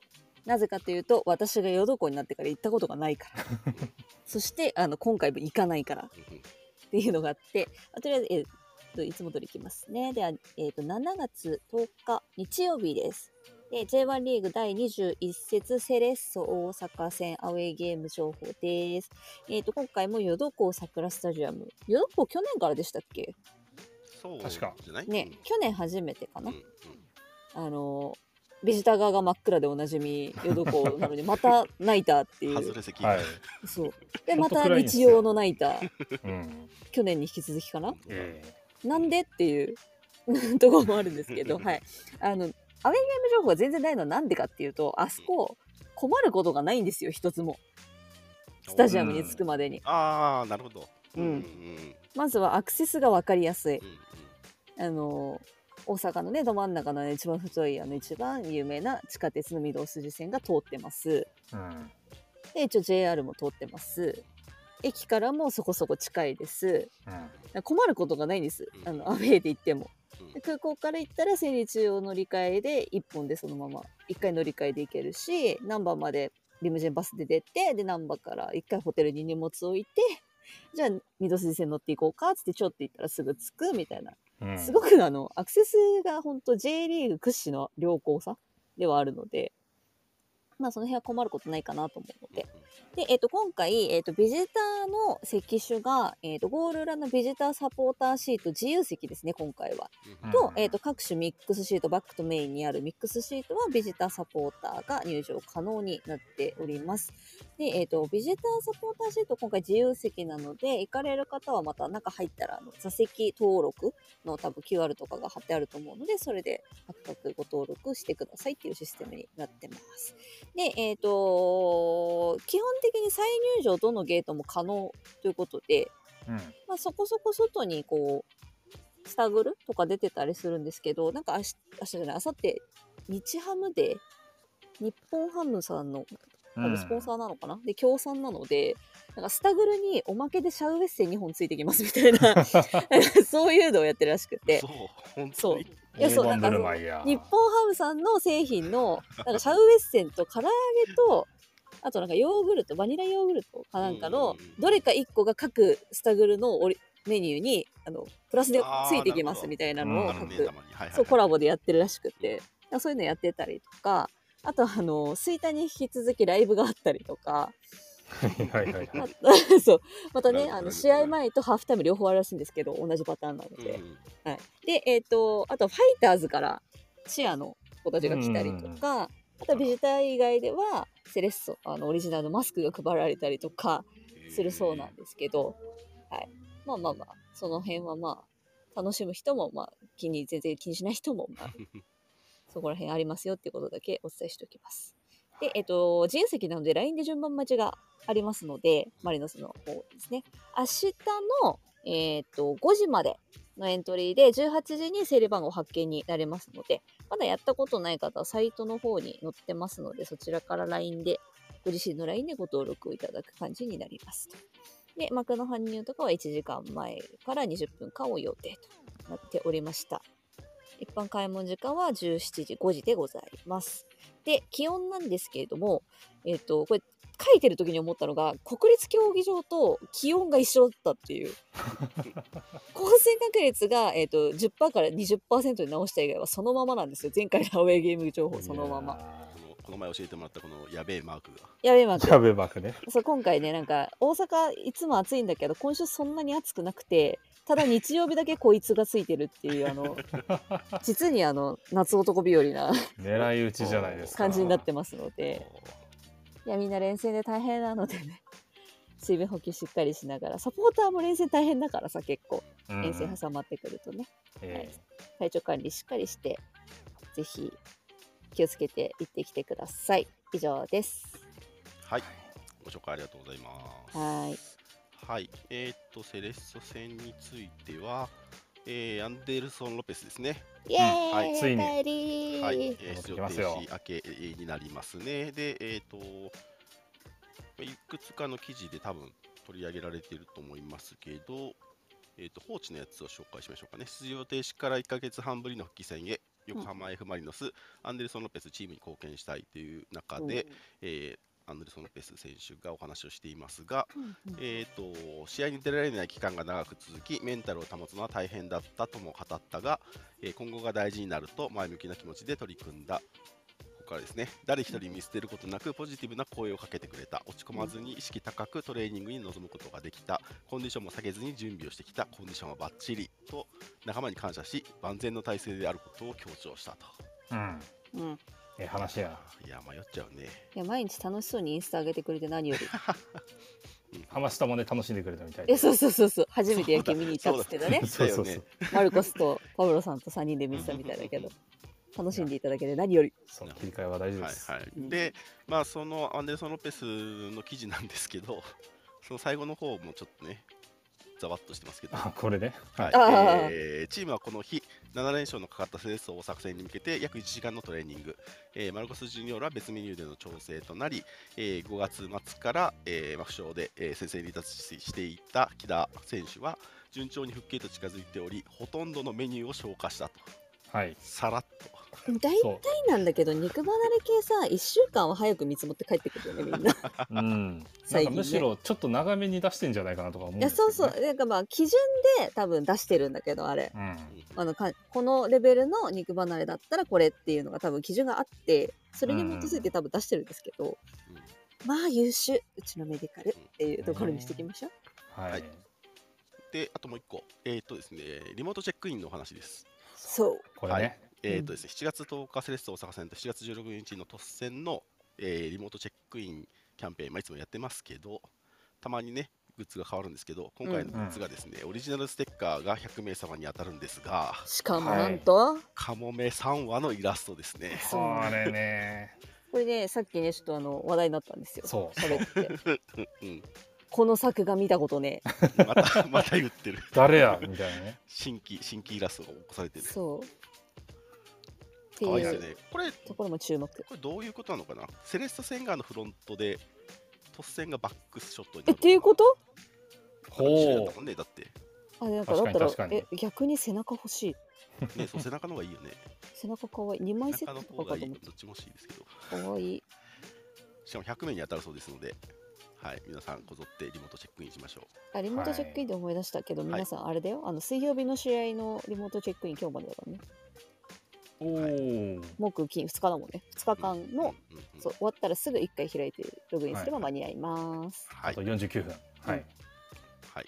[SPEAKER 4] なぜかというと、私がヨドコになってから行ったことがな
[SPEAKER 2] (laughs)
[SPEAKER 4] いから。そして、あの、今回も行かないからっ
[SPEAKER 1] うんうん
[SPEAKER 4] ていうのがあって、 (laughs) あとりあえず、えっと、いつも通り行きますね。では、えっと、7月10日、日曜日です。で、J1 リーグ第21節セレッソ大阪戦アウェーゲーム情報です。えっと、今回もヨドコ桜スタジアム。ヨドコ去年からでしたっけ
[SPEAKER 1] そう
[SPEAKER 2] 確か
[SPEAKER 1] じゃない
[SPEAKER 4] ね、去年初めてか
[SPEAKER 1] うん
[SPEAKER 4] な
[SPEAKER 1] うん。
[SPEAKER 4] あのビジター側が真っ暗でおなじみヨドコなのにまたナイターって
[SPEAKER 1] う
[SPEAKER 2] (laughs)
[SPEAKER 4] い
[SPEAKER 1] ん。外
[SPEAKER 4] う
[SPEAKER 1] れ席。
[SPEAKER 2] はい。
[SPEAKER 4] そうで
[SPEAKER 2] ほん
[SPEAKER 4] ま
[SPEAKER 2] と
[SPEAKER 4] た
[SPEAKER 2] 暗いんです
[SPEAKER 4] 日
[SPEAKER 2] よ
[SPEAKER 4] 曜のナイター
[SPEAKER 2] うん。
[SPEAKER 4] 去年に引き続きかな
[SPEAKER 2] え
[SPEAKER 4] なんでっていう (laughs) ところもあるんですけど、はい、あのアウェイゲーム情報が全然ないのはなんでかっていうとあそこ困ることがないんですよ一つもスタジアムに着くまでに、
[SPEAKER 1] ああ、なるほど。
[SPEAKER 4] うん
[SPEAKER 1] うんうん
[SPEAKER 4] まずはアクセスが分かりやすい
[SPEAKER 1] うんうん
[SPEAKER 4] あの大阪のねど真ん中の、ね、一番太いあの一番有名な地下鉄の御堂筋線が通ってます
[SPEAKER 2] うん。
[SPEAKER 4] で一応 JR も通ってます駅からもそこそこ近いです
[SPEAKER 2] うん
[SPEAKER 4] 困ることがないんです
[SPEAKER 1] うん
[SPEAKER 4] あのアウェーで行っても
[SPEAKER 1] うん
[SPEAKER 4] で空港から行ったら千里中央乗り換えで1本でそのまま1回乗り換えで行けるし難波までリムジンバスで出てで難波から1回ホテルに荷物置いてじゃあ御堂筋線乗っていこうかっつってちょっと行ったらすぐ着くみたいな
[SPEAKER 2] うん
[SPEAKER 4] すごくあのアクセスが本当 J リーグ屈指の良好さではあるので、まあ、その辺は困ることないかなと思うので。で、えっと今回、えっとビジターの席種が、えっとゴール裏のビジターサポーターシート自由席ですね、今回は。
[SPEAKER 1] うん
[SPEAKER 4] と,、
[SPEAKER 2] うん
[SPEAKER 4] えっと各種ミックスシート、バックとメインにあるミックスシートはビジターサポーターが入場可能になっております。で、えっとビジターサポーターシート、今回自由席なので、行かれる方はまた中入ったらあの座席登録の多分 QR とかが貼ってあると思うので、それで各々ご登録してくださいっていうシステムになってます。で、えっ、と、基本的に再入場どのゲートも可能ということで、
[SPEAKER 2] うん
[SPEAKER 4] まあ、そこそこ外にこう、スタグルとか出てたりするんですけど、なんか明日、明日じゃない、明後日、日ハムで、日本ハムさんの多分スポンサーなのかな、で協賛なのでなんかスタグルにおまけでシャウエッセン2本ついてきますみたいな
[SPEAKER 2] (laughs)
[SPEAKER 4] そういうのをやってるらしくて
[SPEAKER 1] そう、本
[SPEAKER 4] そ
[SPEAKER 1] 当
[SPEAKER 4] う
[SPEAKER 1] に。
[SPEAKER 4] いやそう
[SPEAKER 2] 大
[SPEAKER 4] なん
[SPEAKER 2] 盤振
[SPEAKER 4] か
[SPEAKER 2] る舞いや
[SPEAKER 4] 日本ハムさんの製品のなんかシャウエッセンと唐揚げとあとなんかヨーグルトバニラヨーグルトかなんかの
[SPEAKER 1] うんうんうん
[SPEAKER 4] どれか1個が各スタグルのオリメニューにあのプラスでついてきますみたいなのを
[SPEAKER 1] あ
[SPEAKER 2] な
[SPEAKER 1] の
[SPEAKER 2] るほ
[SPEAKER 4] 各
[SPEAKER 1] ね、たまに。はいはいはい
[SPEAKER 4] そうコラボでやってるらしくてだからそういうのやってたりとかあとあの吹田に引き続きライブがあったりとか。
[SPEAKER 2] はいはいはい
[SPEAKER 4] ま (laughs) そうまた
[SPEAKER 1] なる
[SPEAKER 4] ね
[SPEAKER 1] ほどな
[SPEAKER 4] あ
[SPEAKER 1] るほど
[SPEAKER 4] の試合前とハーフタイム両方あるらしいんですけど同じパターンなの
[SPEAKER 1] うんう
[SPEAKER 4] で、
[SPEAKER 1] ん
[SPEAKER 4] はい、でえっ、とあとファイターズからチアの子たちが来たりと
[SPEAKER 2] うんうんうん
[SPEAKER 4] か、あとビジター以外ではセレッソあのオリジナルのマスクが配られたりとかするそうなんですけど、はい、まあまあまあその辺はまあ楽しむ人もまあ気に全然気にしない人もまあそこら辺ありますよっていうことだけお伝えしておきます。で、えっと、自由席なので LINE で順番待ちがありますので、マリノスの方ですね。明日の、えっと5時までのエントリーで18時に整理番号発見になれますので、まだやったことない方はサイトの方に載ってますので、そちらから LINE で、ご自身の LINE でご登録いただく感じになりますと。で、幕の搬入とかは1時間前から20分間を予定となっておりました。一般開門時間は17時5時でございます。で気温なんですけれども、えっとこれ書いてる時に思ったのが国立競技場と気温が一緒だったっていう降水確率が、えっと10%から20%に直した以外はそのままなんですよ前回のアウェーゲーム情報そのまま
[SPEAKER 1] このこの前教えてもらったこのやべえマークが。
[SPEAKER 4] やべえま
[SPEAKER 2] キャベバクね (laughs)
[SPEAKER 4] そう今回ねなんか大阪いつも暑いんだけど今週そんなに暑くなくてただ日曜日だけこいつがついてるっていうあの実にあの夏男日和な
[SPEAKER 2] 狙い撃ちじゃないですか
[SPEAKER 4] 感じになってますので。いやみんな連戦で大変なのでね水分補給しっかりしながらサポーターも連戦大変だからさ結構
[SPEAKER 2] うん
[SPEAKER 4] 遠征挟まってくるとね
[SPEAKER 2] ええ
[SPEAKER 4] 体調管理しっかりしてぜひ気をつけて行ってきてください以上です
[SPEAKER 1] はい。ご紹介ありがとうございます。
[SPEAKER 4] はーい
[SPEAKER 1] はい、えーっと、セレッソ戦については、えーアンデルソン・ロペスですね。
[SPEAKER 4] イエーイ、
[SPEAKER 1] はい
[SPEAKER 2] ついに
[SPEAKER 4] お帰り
[SPEAKER 1] はい、
[SPEAKER 2] 戻
[SPEAKER 1] え
[SPEAKER 2] っ
[SPEAKER 1] ー
[SPEAKER 2] て
[SPEAKER 1] 出
[SPEAKER 2] き
[SPEAKER 1] 場
[SPEAKER 2] ま
[SPEAKER 1] 停
[SPEAKER 2] すよ
[SPEAKER 1] 止明けになりますね。で、えーっと、まあいくつかの記事で多分取り上げられていると思いますけど、えーっと、放置のやつを紹介しましょうかね。出場停止から1ヶ月半ぶりの復帰戦へ、横浜 F ・マリノス、アンデルソン・ロペスチームに貢献したいという中で、えーアンデルソン・ロペス選手がお話をしていますが、
[SPEAKER 4] うんうん
[SPEAKER 1] えー、と試合に出られない期間が長く続きメンタルを保つのは大変だったとも語ったが、えー今後が大事になると前向きな気持ちで取り組んだ。ここからですね誰一人見捨てることなくポジティブな声をかけてくれた落ち込まずに意識高くトレーニングに臨むことができたコンディションも下げずに準備をしてきたコンディションはバッチリと仲間に感謝し万全の体制であることを強調したと
[SPEAKER 2] うん
[SPEAKER 4] うんい
[SPEAKER 2] ええ話や
[SPEAKER 1] いや迷っちゃうね
[SPEAKER 4] や毎日楽しそうにインスタ上げてくれて何より
[SPEAKER 2] ハしたもね楽しんでくれたみたい
[SPEAKER 4] え
[SPEAKER 2] で
[SPEAKER 4] そうそうそうそう初めて野球見に行ったっつってたね
[SPEAKER 1] そうだよ
[SPEAKER 2] (laughs) そうそう
[SPEAKER 1] ね
[SPEAKER 2] そう
[SPEAKER 4] マルコスとパブロさんと3人で見てたみたいだけど楽しんでいただけて何より
[SPEAKER 2] その切り替えは大事で
[SPEAKER 1] はい
[SPEAKER 2] す
[SPEAKER 1] はい、
[SPEAKER 4] うん
[SPEAKER 1] で、まあ、そ (laughs) のアンデルソン・ロペスの記事なんですけど、その最後の方もちょっとね、ざわっとしてますけど、
[SPEAKER 2] あこれね。
[SPEAKER 1] はい
[SPEAKER 4] あー
[SPEAKER 1] えーチームはこの日、7連勝のかかったセレッソ大作戦に向けて約1時間のトレーニング、えーマルコス・ジュニオールは別メニューでの調整となり、えー5月末から、えーまあ負傷で、えー先制離脱ししていた木田選手は、順調に復帰へと近づいており、ほとんどのメニューを消化したと、
[SPEAKER 2] はい。
[SPEAKER 1] さらっと。
[SPEAKER 4] 大体
[SPEAKER 2] そ。
[SPEAKER 4] なんだけど肉離れ系さ1週間は早く見積もって帰ってくるよねみんないう
[SPEAKER 2] うん。な
[SPEAKER 4] 最
[SPEAKER 2] んか
[SPEAKER 4] 近ね
[SPEAKER 2] むしろちょっと長めに出してんじゃないかなとか思うんで
[SPEAKER 4] や
[SPEAKER 2] すけど
[SPEAKER 4] そう
[SPEAKER 2] ね
[SPEAKER 4] そう。なんかまあ基準で多分出してるんだけどあれ
[SPEAKER 2] うん。
[SPEAKER 4] あのかこのレベルの肉離れだったらこれっていうのが多分基準があってそれに基づいて多分出してるんですけど、
[SPEAKER 1] うん
[SPEAKER 4] まあ優秀うちのメディカルっていうところにしていきましょう、
[SPEAKER 2] は
[SPEAKER 1] はいい。で、あともう一個、えーっとですね、リモートチェックインのお話です。
[SPEAKER 4] そう
[SPEAKER 2] これね。
[SPEAKER 1] えーとですね、7月10日セレッソ大阪戦と7月16日の突戦の、えーリモートチェックインキャンペーン、まあ、いつもやってますけど、たまにね、グッズが変わるんですけど、今回のグッズがですね、オリジナルステッカーが100名様に当たるんですが、
[SPEAKER 4] しかもなんと、
[SPEAKER 1] カモメ3話のイラストですね。
[SPEAKER 4] そう
[SPEAKER 2] これね。
[SPEAKER 4] これねさっきねちょっとあの話題になったんですよ
[SPEAKER 2] そう
[SPEAKER 4] れって
[SPEAKER 1] うん、
[SPEAKER 4] この作画見たこ
[SPEAKER 2] (laughs)
[SPEAKER 4] とね
[SPEAKER 1] また、また言ってる。
[SPEAKER 2] 誰やみたい
[SPEAKER 1] (laughs)
[SPEAKER 2] なね。
[SPEAKER 1] 新規、新規イラストが起こされてる。
[SPEAKER 4] そうって
[SPEAKER 1] 可愛いで
[SPEAKER 4] い
[SPEAKER 1] す
[SPEAKER 4] う
[SPEAKER 1] よね。これ、
[SPEAKER 4] ところも注目
[SPEAKER 1] これどういうことなのかなセレッソセンガーのフロントで、突戦がバックショットになるの
[SPEAKER 4] えっ
[SPEAKER 1] かな
[SPEAKER 4] ていうこと
[SPEAKER 1] 一緒だっ
[SPEAKER 2] ほ
[SPEAKER 1] たもんね、だって。
[SPEAKER 4] あなんかだ
[SPEAKER 2] 確か
[SPEAKER 4] っ
[SPEAKER 2] に
[SPEAKER 4] たら
[SPEAKER 2] 確かに
[SPEAKER 4] え逆に背中欲しい
[SPEAKER 1] ね、そう背中の方がいいよね。
[SPEAKER 4] (laughs) 背中かわいい2枚セ
[SPEAKER 1] 中
[SPEAKER 4] ッ
[SPEAKER 1] の
[SPEAKER 4] ト
[SPEAKER 1] 方
[SPEAKER 4] と
[SPEAKER 1] が
[SPEAKER 4] かか
[SPEAKER 1] い
[SPEAKER 4] と
[SPEAKER 1] い、
[SPEAKER 4] 思っ
[SPEAKER 1] どっちも欲しいですけど、
[SPEAKER 4] たかわいい
[SPEAKER 1] しかも100名に当たるそうですので、はい、皆さんこぞってリモートチェックインしましょ
[SPEAKER 4] あリモートチェックインで思い出したけど、
[SPEAKER 1] い
[SPEAKER 4] 皆さんあれだよあの水曜日の試合のリモートチェックイン今日までだからね
[SPEAKER 2] う。おお。
[SPEAKER 4] 木金2日だもんね2
[SPEAKER 1] う。
[SPEAKER 4] 日間
[SPEAKER 1] うん
[SPEAKER 4] の、
[SPEAKER 1] うんうんうん
[SPEAKER 4] そう終わったらすぐ1回開いてログインすれば間に合います、
[SPEAKER 1] は
[SPEAKER 2] あ
[SPEAKER 1] い
[SPEAKER 2] と、49分。はい。
[SPEAKER 1] はい、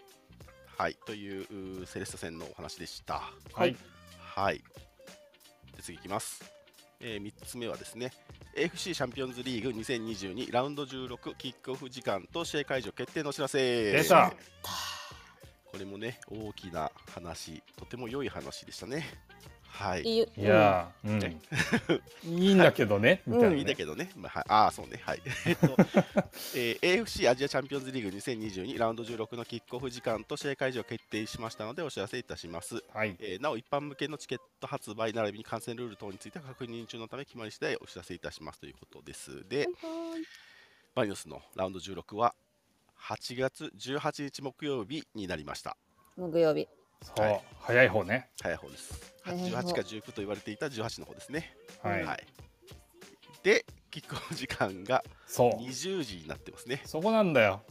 [SPEAKER 1] はい、といううーセレッソ戦のお話でした。
[SPEAKER 2] はい。
[SPEAKER 1] はい。で次いきます。え3つ目はですね、AFC チャンピオンズリーグ2022ラウンド16キックオフ時間と試合会場決定のお知らせ。
[SPEAKER 2] 出た
[SPEAKER 1] これもね、大きな話、とても良い話でしたね。はい。
[SPEAKER 4] いい
[SPEAKER 2] いやー、
[SPEAKER 1] ね
[SPEAKER 2] うん。いいんだけどね。みたい
[SPEAKER 1] い
[SPEAKER 2] な
[SPEAKER 1] ん
[SPEAKER 2] い
[SPEAKER 1] だ
[SPEAKER 2] ね。
[SPEAKER 1] けどね、まあ、はいああ、そうね、
[SPEAKER 2] (laughs)
[SPEAKER 1] はい。えっと、えー AFC アジアチャンピオンズリーグ2022ラウンド16のキックオフ時間と試合会場を決定しましたのでお知らせいたします。
[SPEAKER 2] はい。
[SPEAKER 1] えーなお、一般向けのチケット発売並びに観戦ルール等については確認中のため決まり次第お知らせいたしますということです。で、マリノスのラウンド16は8月18日木曜日になりました。
[SPEAKER 4] 木曜日
[SPEAKER 1] は
[SPEAKER 2] そう
[SPEAKER 1] い。
[SPEAKER 2] 早い方ね。
[SPEAKER 1] 早い方です。
[SPEAKER 4] 早い方
[SPEAKER 1] 18か19と言われていた18の方ですね。
[SPEAKER 2] は
[SPEAKER 4] うん
[SPEAKER 2] い。
[SPEAKER 1] で、キックオフ時間が
[SPEAKER 2] そう。
[SPEAKER 1] 20時になってますね。
[SPEAKER 2] そこなんだよ。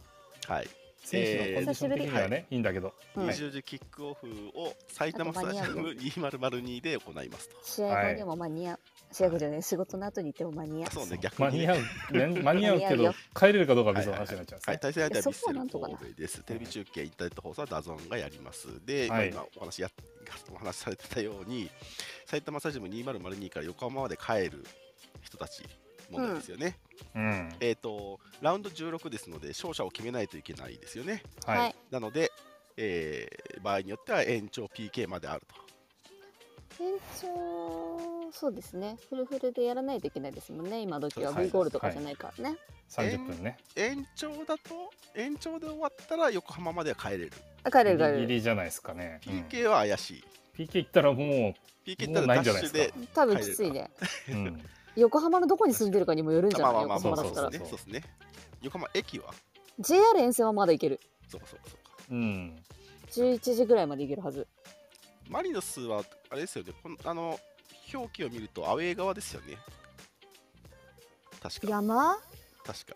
[SPEAKER 1] はい。
[SPEAKER 2] 選手のコンディション的にはね、いいんだけど。
[SPEAKER 4] うん
[SPEAKER 2] はい
[SPEAKER 1] 20時キックオフを埼玉スタジアム2002で行いますと。
[SPEAKER 4] 試合後にも間に合う、試合後じゃない仕事の後に行っても間に合
[SPEAKER 1] あ
[SPEAKER 4] う
[SPEAKER 1] そうね、逆
[SPEAKER 2] 間
[SPEAKER 1] に、
[SPEAKER 2] に
[SPEAKER 1] ね。
[SPEAKER 2] 合う、ね、間に合う
[SPEAKER 4] (laughs)
[SPEAKER 2] けど帰れるかどうかは別の話になっちゃうんです
[SPEAKER 1] はい、
[SPEAKER 2] ね。
[SPEAKER 1] 対戦相手はヴィッセ
[SPEAKER 4] いや
[SPEAKER 1] ル
[SPEAKER 4] そこはな
[SPEAKER 1] 神
[SPEAKER 4] んとか
[SPEAKER 1] 戸です。テレビ中継、インターネット放送はダゾンがやります。で、
[SPEAKER 2] はい
[SPEAKER 1] まあ今お話やお話しされてたように、埼玉スタジアム2002から横浜まで帰る人たち問題ですよね。
[SPEAKER 2] うん
[SPEAKER 1] えっ、と、ラウンド16ですので、勝者を決めないといけないですよね。
[SPEAKER 4] は
[SPEAKER 2] はい
[SPEAKER 4] い、
[SPEAKER 1] なので、えー場合によっては延長 PK まであると。
[SPEAKER 4] 延長そうですねフルフルでやらないといけないですもんね今時は
[SPEAKER 1] はい
[SPEAKER 4] V ゴールとかじゃないからね、
[SPEAKER 2] 30分ね。
[SPEAKER 1] 延長だと、延長で終わったら横浜までは帰れる。
[SPEAKER 4] あ帰
[SPEAKER 2] ギ
[SPEAKER 4] れる帰
[SPEAKER 2] リ
[SPEAKER 4] れ
[SPEAKER 2] ギ
[SPEAKER 4] る
[SPEAKER 2] リじゃないですかね。うん
[SPEAKER 1] PK は怪しい。
[SPEAKER 2] PK 行ったらも
[SPEAKER 1] PK 行ったらダッシュで
[SPEAKER 2] も
[SPEAKER 4] 多分きついね
[SPEAKER 2] う、うん、
[SPEAKER 4] 横浜のどこに住んでるかにもよるんじゃ
[SPEAKER 1] ま
[SPEAKER 4] な
[SPEAKER 1] あ
[SPEAKER 4] い
[SPEAKER 1] まあまあ
[SPEAKER 4] 横
[SPEAKER 1] まあ
[SPEAKER 4] 浜
[SPEAKER 1] そ
[SPEAKER 4] だ
[SPEAKER 1] う
[SPEAKER 4] っ
[SPEAKER 1] で
[SPEAKER 4] た
[SPEAKER 1] すね
[SPEAKER 4] ら
[SPEAKER 1] そうですね横浜駅は
[SPEAKER 4] JR 沿線はまだ行ける
[SPEAKER 1] そうかそうかそうか
[SPEAKER 2] うん、
[SPEAKER 4] 11時ぐらいまで行けるはず
[SPEAKER 1] マリノスはあれですよねこのあの表記を見るとアウェー側ですよね確か
[SPEAKER 4] 山
[SPEAKER 1] 確か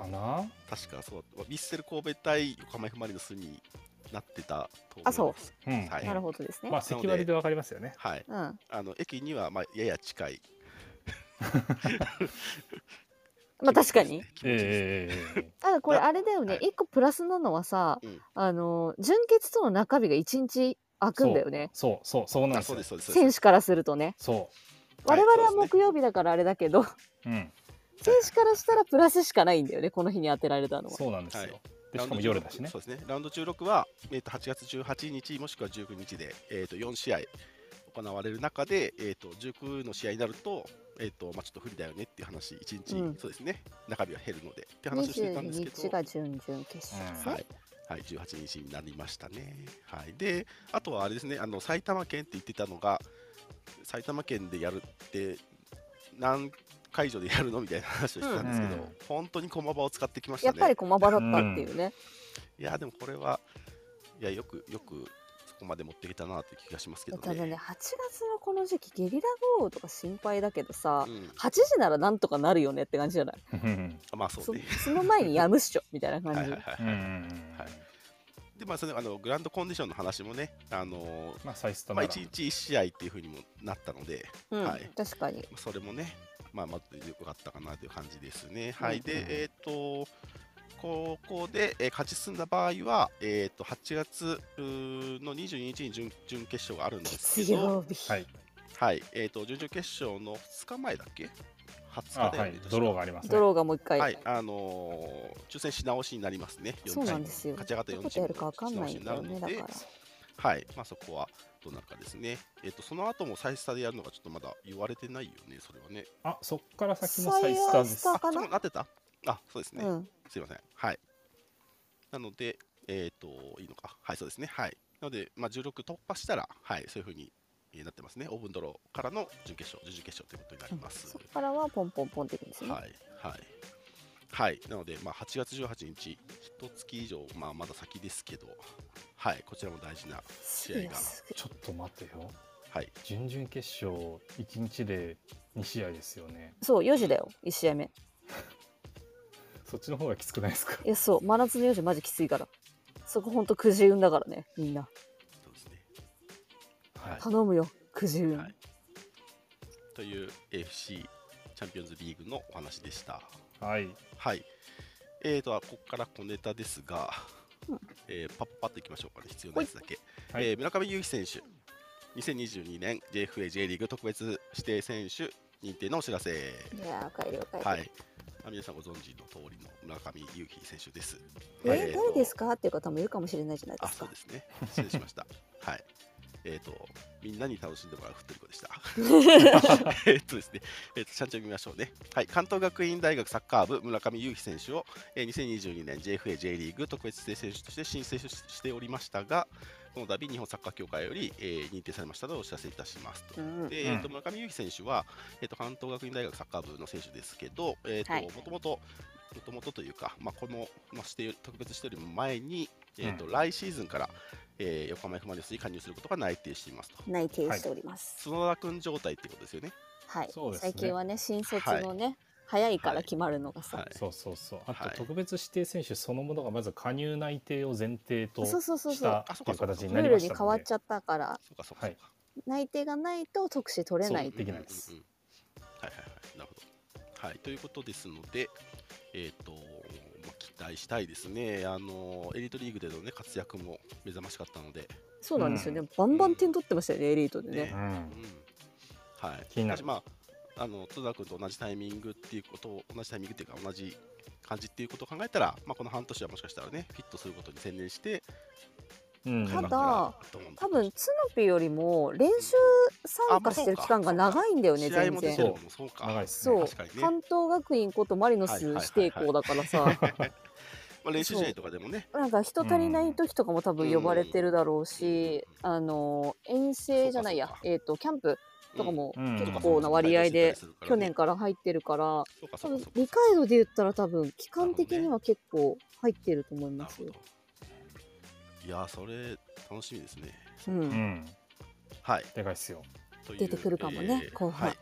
[SPEAKER 2] かな。
[SPEAKER 1] 確かそうヴィッセル神戸対横浜 F ・マリノスになってたと思います
[SPEAKER 4] あそう
[SPEAKER 2] うん、
[SPEAKER 1] はい
[SPEAKER 4] なるほどですね、
[SPEAKER 2] まあ、席割りでわかりますよね。
[SPEAKER 1] はい
[SPEAKER 4] うん
[SPEAKER 1] あの駅にはまあやや近い
[SPEAKER 4] まあ確かに
[SPEAKER 1] 気持ちですね
[SPEAKER 2] ええええ
[SPEAKER 4] ただこれあれだよね、
[SPEAKER 1] はい
[SPEAKER 4] 一個プラスなのはさ、
[SPEAKER 1] うん
[SPEAKER 4] あの準決との中日が一日空くんだよね
[SPEAKER 2] そう、そう、そうなん
[SPEAKER 1] あ
[SPEAKER 2] です
[SPEAKER 1] そう
[SPEAKER 2] よ
[SPEAKER 1] です。そうですそうで
[SPEAKER 4] 選手からするとね
[SPEAKER 2] そう
[SPEAKER 1] はい
[SPEAKER 4] 我々は
[SPEAKER 1] そうです
[SPEAKER 4] 木曜日だからあれだけど、
[SPEAKER 2] うん、
[SPEAKER 4] 選手からしたらプラスしかないんだよねこの日に当てられたのは
[SPEAKER 2] そうなんですよ。
[SPEAKER 1] は
[SPEAKER 2] で、
[SPEAKER 1] ラウン
[SPEAKER 2] し
[SPEAKER 1] ド
[SPEAKER 2] かも夜だしね
[SPEAKER 1] 16。そうですね。ラウンド16は、えー、と8月18日もしくは19日で、えー、と4試合行われる中で、えー、と19の試合になると、えーとまあ、ちょっと不利だよねっていう話、1日、
[SPEAKER 4] うん
[SPEAKER 1] そうですね、中日は減るのでって話をしてたんですけ
[SPEAKER 4] 22
[SPEAKER 1] ど
[SPEAKER 4] 日、が準々決勝ですね、
[SPEAKER 1] はい、はい、18日になりましたね。はい、で、あとはあれですね、あの埼玉県って言ってたのが、埼玉県でやるって、何会場でやるのみたいな話をしてたんですけど、
[SPEAKER 2] うん
[SPEAKER 1] 本当に駒場を使ってきまし
[SPEAKER 4] や
[SPEAKER 1] た
[SPEAKER 4] っぱ
[SPEAKER 1] ね
[SPEAKER 4] り。駒場だったっていうね、
[SPEAKER 1] いや、でもこれは、いや、よく、よく、そこまで持ってきたなという気がしますけど
[SPEAKER 4] ただ
[SPEAKER 1] ね。
[SPEAKER 4] ね8月のこの時期ゲリラ豪雨とか心配だけどさ、
[SPEAKER 1] うん、
[SPEAKER 4] 8時ならなんとかなるよねって感じじゃない
[SPEAKER 2] うん
[SPEAKER 1] あまあそうね。
[SPEAKER 4] そその前にやむっしょみたいな
[SPEAKER 1] はい
[SPEAKER 4] 感
[SPEAKER 1] はい
[SPEAKER 4] じ
[SPEAKER 1] はいは
[SPEAKER 2] う
[SPEAKER 1] い。
[SPEAKER 2] ん
[SPEAKER 1] はいで、まあ、そのあのグランドコンディションの話もね、あのー
[SPEAKER 2] まあ再スタ
[SPEAKER 1] ま
[SPEAKER 2] な
[SPEAKER 1] あ、
[SPEAKER 2] ら
[SPEAKER 1] 1日1試合っていうふうにもなったので、
[SPEAKER 4] うん、
[SPEAKER 1] はい
[SPEAKER 4] 確かに
[SPEAKER 1] それもね、まあ、まずよかったかなという感じですね。はい、
[SPEAKER 4] うん
[SPEAKER 1] で、えっ、と、ここで、えー勝ち進んだ場合は、えっ、と、8月うーの22日に準準決勝があるんですけ
[SPEAKER 4] 月
[SPEAKER 1] ど、
[SPEAKER 4] 曜日、
[SPEAKER 2] はい
[SPEAKER 1] はい、えっ、と、準々決勝の2日前だっけ ?20
[SPEAKER 2] あ
[SPEAKER 1] 日だよ
[SPEAKER 2] は
[SPEAKER 1] ね
[SPEAKER 2] い
[SPEAKER 1] 確か
[SPEAKER 2] ドローがありますね
[SPEAKER 4] ドローがもう一回、
[SPEAKER 1] はい、あのー抽選し直しになりますね。四
[SPEAKER 4] そう
[SPEAKER 1] チ
[SPEAKER 4] なん
[SPEAKER 1] ーム
[SPEAKER 4] ですよ
[SPEAKER 1] 勝ち上がった
[SPEAKER 4] どこ
[SPEAKER 1] 4
[SPEAKER 4] で
[SPEAKER 1] チー
[SPEAKER 4] や
[SPEAKER 1] ム
[SPEAKER 4] るかわかんないんだよね
[SPEAKER 1] 勝
[SPEAKER 4] だ
[SPEAKER 1] ち直し
[SPEAKER 4] から
[SPEAKER 1] になるのではい、まあ、そこはどうなるかですね。えっ、と、その後も再スタでやるのがちょっとまだ言われてないよね、それはね。
[SPEAKER 2] あそっから先も再スタです
[SPEAKER 4] 再
[SPEAKER 1] あ、
[SPEAKER 4] かな
[SPEAKER 1] そうなってたあ、そうですね。
[SPEAKER 4] うん
[SPEAKER 1] すいません。はい。なので、えっ、と、いいのか。はい、そうですね。はい。なので、まあ、16突破したら、はい、そういうふうにえーなってますね。オーブンドローからの準決勝、準々決勝ということになります。
[SPEAKER 4] そこからはポンポンポンっていくんですよね、
[SPEAKER 1] はい、はい。はい、なので、まあ、8月18日、一月以上、まあ、まだ先ですけど、はい、こちらも大事な、
[SPEAKER 4] す
[SPEAKER 1] 試合
[SPEAKER 4] ぐ
[SPEAKER 1] が
[SPEAKER 4] すぐ
[SPEAKER 2] ちょっと待ってよ
[SPEAKER 1] はい、
[SPEAKER 2] 準々決勝1日で2試合ですよね
[SPEAKER 4] そう4時だよ1試合目
[SPEAKER 2] そっちの方がきつくないですか
[SPEAKER 4] いやそう真夏の4時マジきついからそこほんとくじ運だからねみんな
[SPEAKER 1] そうですね。
[SPEAKER 2] はい
[SPEAKER 4] 頼むよくじ運、
[SPEAKER 1] はいという AFC チャンピオンズリーグのお話でした。
[SPEAKER 2] はい
[SPEAKER 1] はい。えーと、ここから小ネタですが
[SPEAKER 4] うん、
[SPEAKER 1] えーパッパッといきましょうかね、必要なやつだけ。
[SPEAKER 2] はい
[SPEAKER 1] えー村上優輝選手、2022年 JFAJ リーグ特別指定選手認定のお知らせ。
[SPEAKER 4] いやーおかえりおかえり、
[SPEAKER 1] はい、まあ皆さんご存知の通りの村上優輝選手です。
[SPEAKER 4] え
[SPEAKER 1] はい
[SPEAKER 4] ー誰です
[SPEAKER 1] か
[SPEAKER 4] かっていう方もいるかもしれないじゃないで
[SPEAKER 1] あ、
[SPEAKER 4] すか
[SPEAKER 1] そうですね。失礼し
[SPEAKER 4] (laughs)
[SPEAKER 1] ました。はい。えっ、と、みんなに楽しんでもらうふっとりこでした。 (laughs) えっとですね、えーと、ちゃんと見ましょうね。はい、関東学院大学サッカー部、村上優輝選手を、えー2022年 JFA J リーグ特別指定選手として申請ししておりましたが、この度、日本サッカー協会より、えー認定されましたのでお知らせいたしますと。
[SPEAKER 4] うん
[SPEAKER 1] で、
[SPEAKER 2] うん
[SPEAKER 1] えーと村上優輝選手は、えーと関東学院大学サッカー部の選手ですけど、えーと
[SPEAKER 4] はい
[SPEAKER 1] もともともともとというか、まあ、この、まあ、指定特別指定よりも前に、えーと
[SPEAKER 2] う
[SPEAKER 1] 来シーズンから、えー横浜 F ・マリノスに加入することが内定していますと。
[SPEAKER 4] (laughs) 内定しております。
[SPEAKER 1] 角田君状態ってことですよね。
[SPEAKER 4] はい。
[SPEAKER 2] そうですね
[SPEAKER 4] 最近はね、新卒のね、早いから決まるのがさ、
[SPEAKER 1] はい
[SPEAKER 2] そうそうそうあ
[SPEAKER 1] はい
[SPEAKER 2] と特別指定選手そのものがまず加入内定を前提と
[SPEAKER 4] そうそうそうそう
[SPEAKER 2] したっていう形に
[SPEAKER 4] ル
[SPEAKER 2] な
[SPEAKER 4] ー
[SPEAKER 2] り
[SPEAKER 4] ル
[SPEAKER 2] まし
[SPEAKER 4] に
[SPEAKER 2] た
[SPEAKER 4] 変わ
[SPEAKER 2] の
[SPEAKER 4] っ
[SPEAKER 2] で
[SPEAKER 4] ちゃったから、
[SPEAKER 1] そうかそうかそう
[SPEAKER 2] はい
[SPEAKER 1] か。
[SPEAKER 4] 内定がないと特使取れない。
[SPEAKER 2] できないです
[SPEAKER 1] うんうんうんはいはいはい。なるほど。はい、ということですので、えっ、と、まあ、期待したいですね。あの、エリートリーグでのね、活躍も目覚ましかったので、
[SPEAKER 4] そうなんですよね、バンバン点取ってましたよね、エリートでね。
[SPEAKER 1] ね
[SPEAKER 2] うん
[SPEAKER 1] うん、はい。
[SPEAKER 2] 気になる
[SPEAKER 1] しかしまあ、あの、津田君と同じタイミングっていうことを、同じタイミングっていうか、同じ感じっていうことを考えたら、まあ、この半年はもしかしたらね、フィットすることに専念して、
[SPEAKER 2] うん
[SPEAKER 1] 開幕
[SPEAKER 4] ただ
[SPEAKER 1] からドーンと
[SPEAKER 4] 多分ツノピよりも練習参加してる期間が長いんだよね、
[SPEAKER 1] 試合
[SPEAKER 4] 全
[SPEAKER 1] も出
[SPEAKER 4] 然
[SPEAKER 1] てるのもそう
[SPEAKER 2] 長い
[SPEAKER 1] か。
[SPEAKER 2] です
[SPEAKER 4] そう
[SPEAKER 2] ね
[SPEAKER 1] 確かにね
[SPEAKER 4] 関東学院ことマリノス指定校だからさ
[SPEAKER 1] (laughs) まあ、練習試合とかでもね、
[SPEAKER 4] (laughs) なんか人足りない時とかも多分呼ばれてるだろうし、
[SPEAKER 1] う
[SPEAKER 4] あの遠征じゃないや
[SPEAKER 1] そうかそうか
[SPEAKER 4] えっ、とキャンプとかも
[SPEAKER 2] うん
[SPEAKER 4] 結構な割合で去年
[SPEAKER 1] か
[SPEAKER 4] から入ってるから
[SPEAKER 1] そうか
[SPEAKER 4] 多
[SPEAKER 1] そう
[SPEAKER 4] 分
[SPEAKER 1] かそうか
[SPEAKER 4] 理解度で言ったら多分期間的には結構入ってると思い
[SPEAKER 1] な
[SPEAKER 4] ま
[SPEAKER 1] る
[SPEAKER 4] す
[SPEAKER 1] ほ
[SPEAKER 4] よ
[SPEAKER 1] ど。いやーそれ楽しみですね。
[SPEAKER 4] う、
[SPEAKER 2] うんん
[SPEAKER 1] はい。
[SPEAKER 2] でかいっすよ
[SPEAKER 1] という
[SPEAKER 4] 出てくるかもね後半
[SPEAKER 1] はい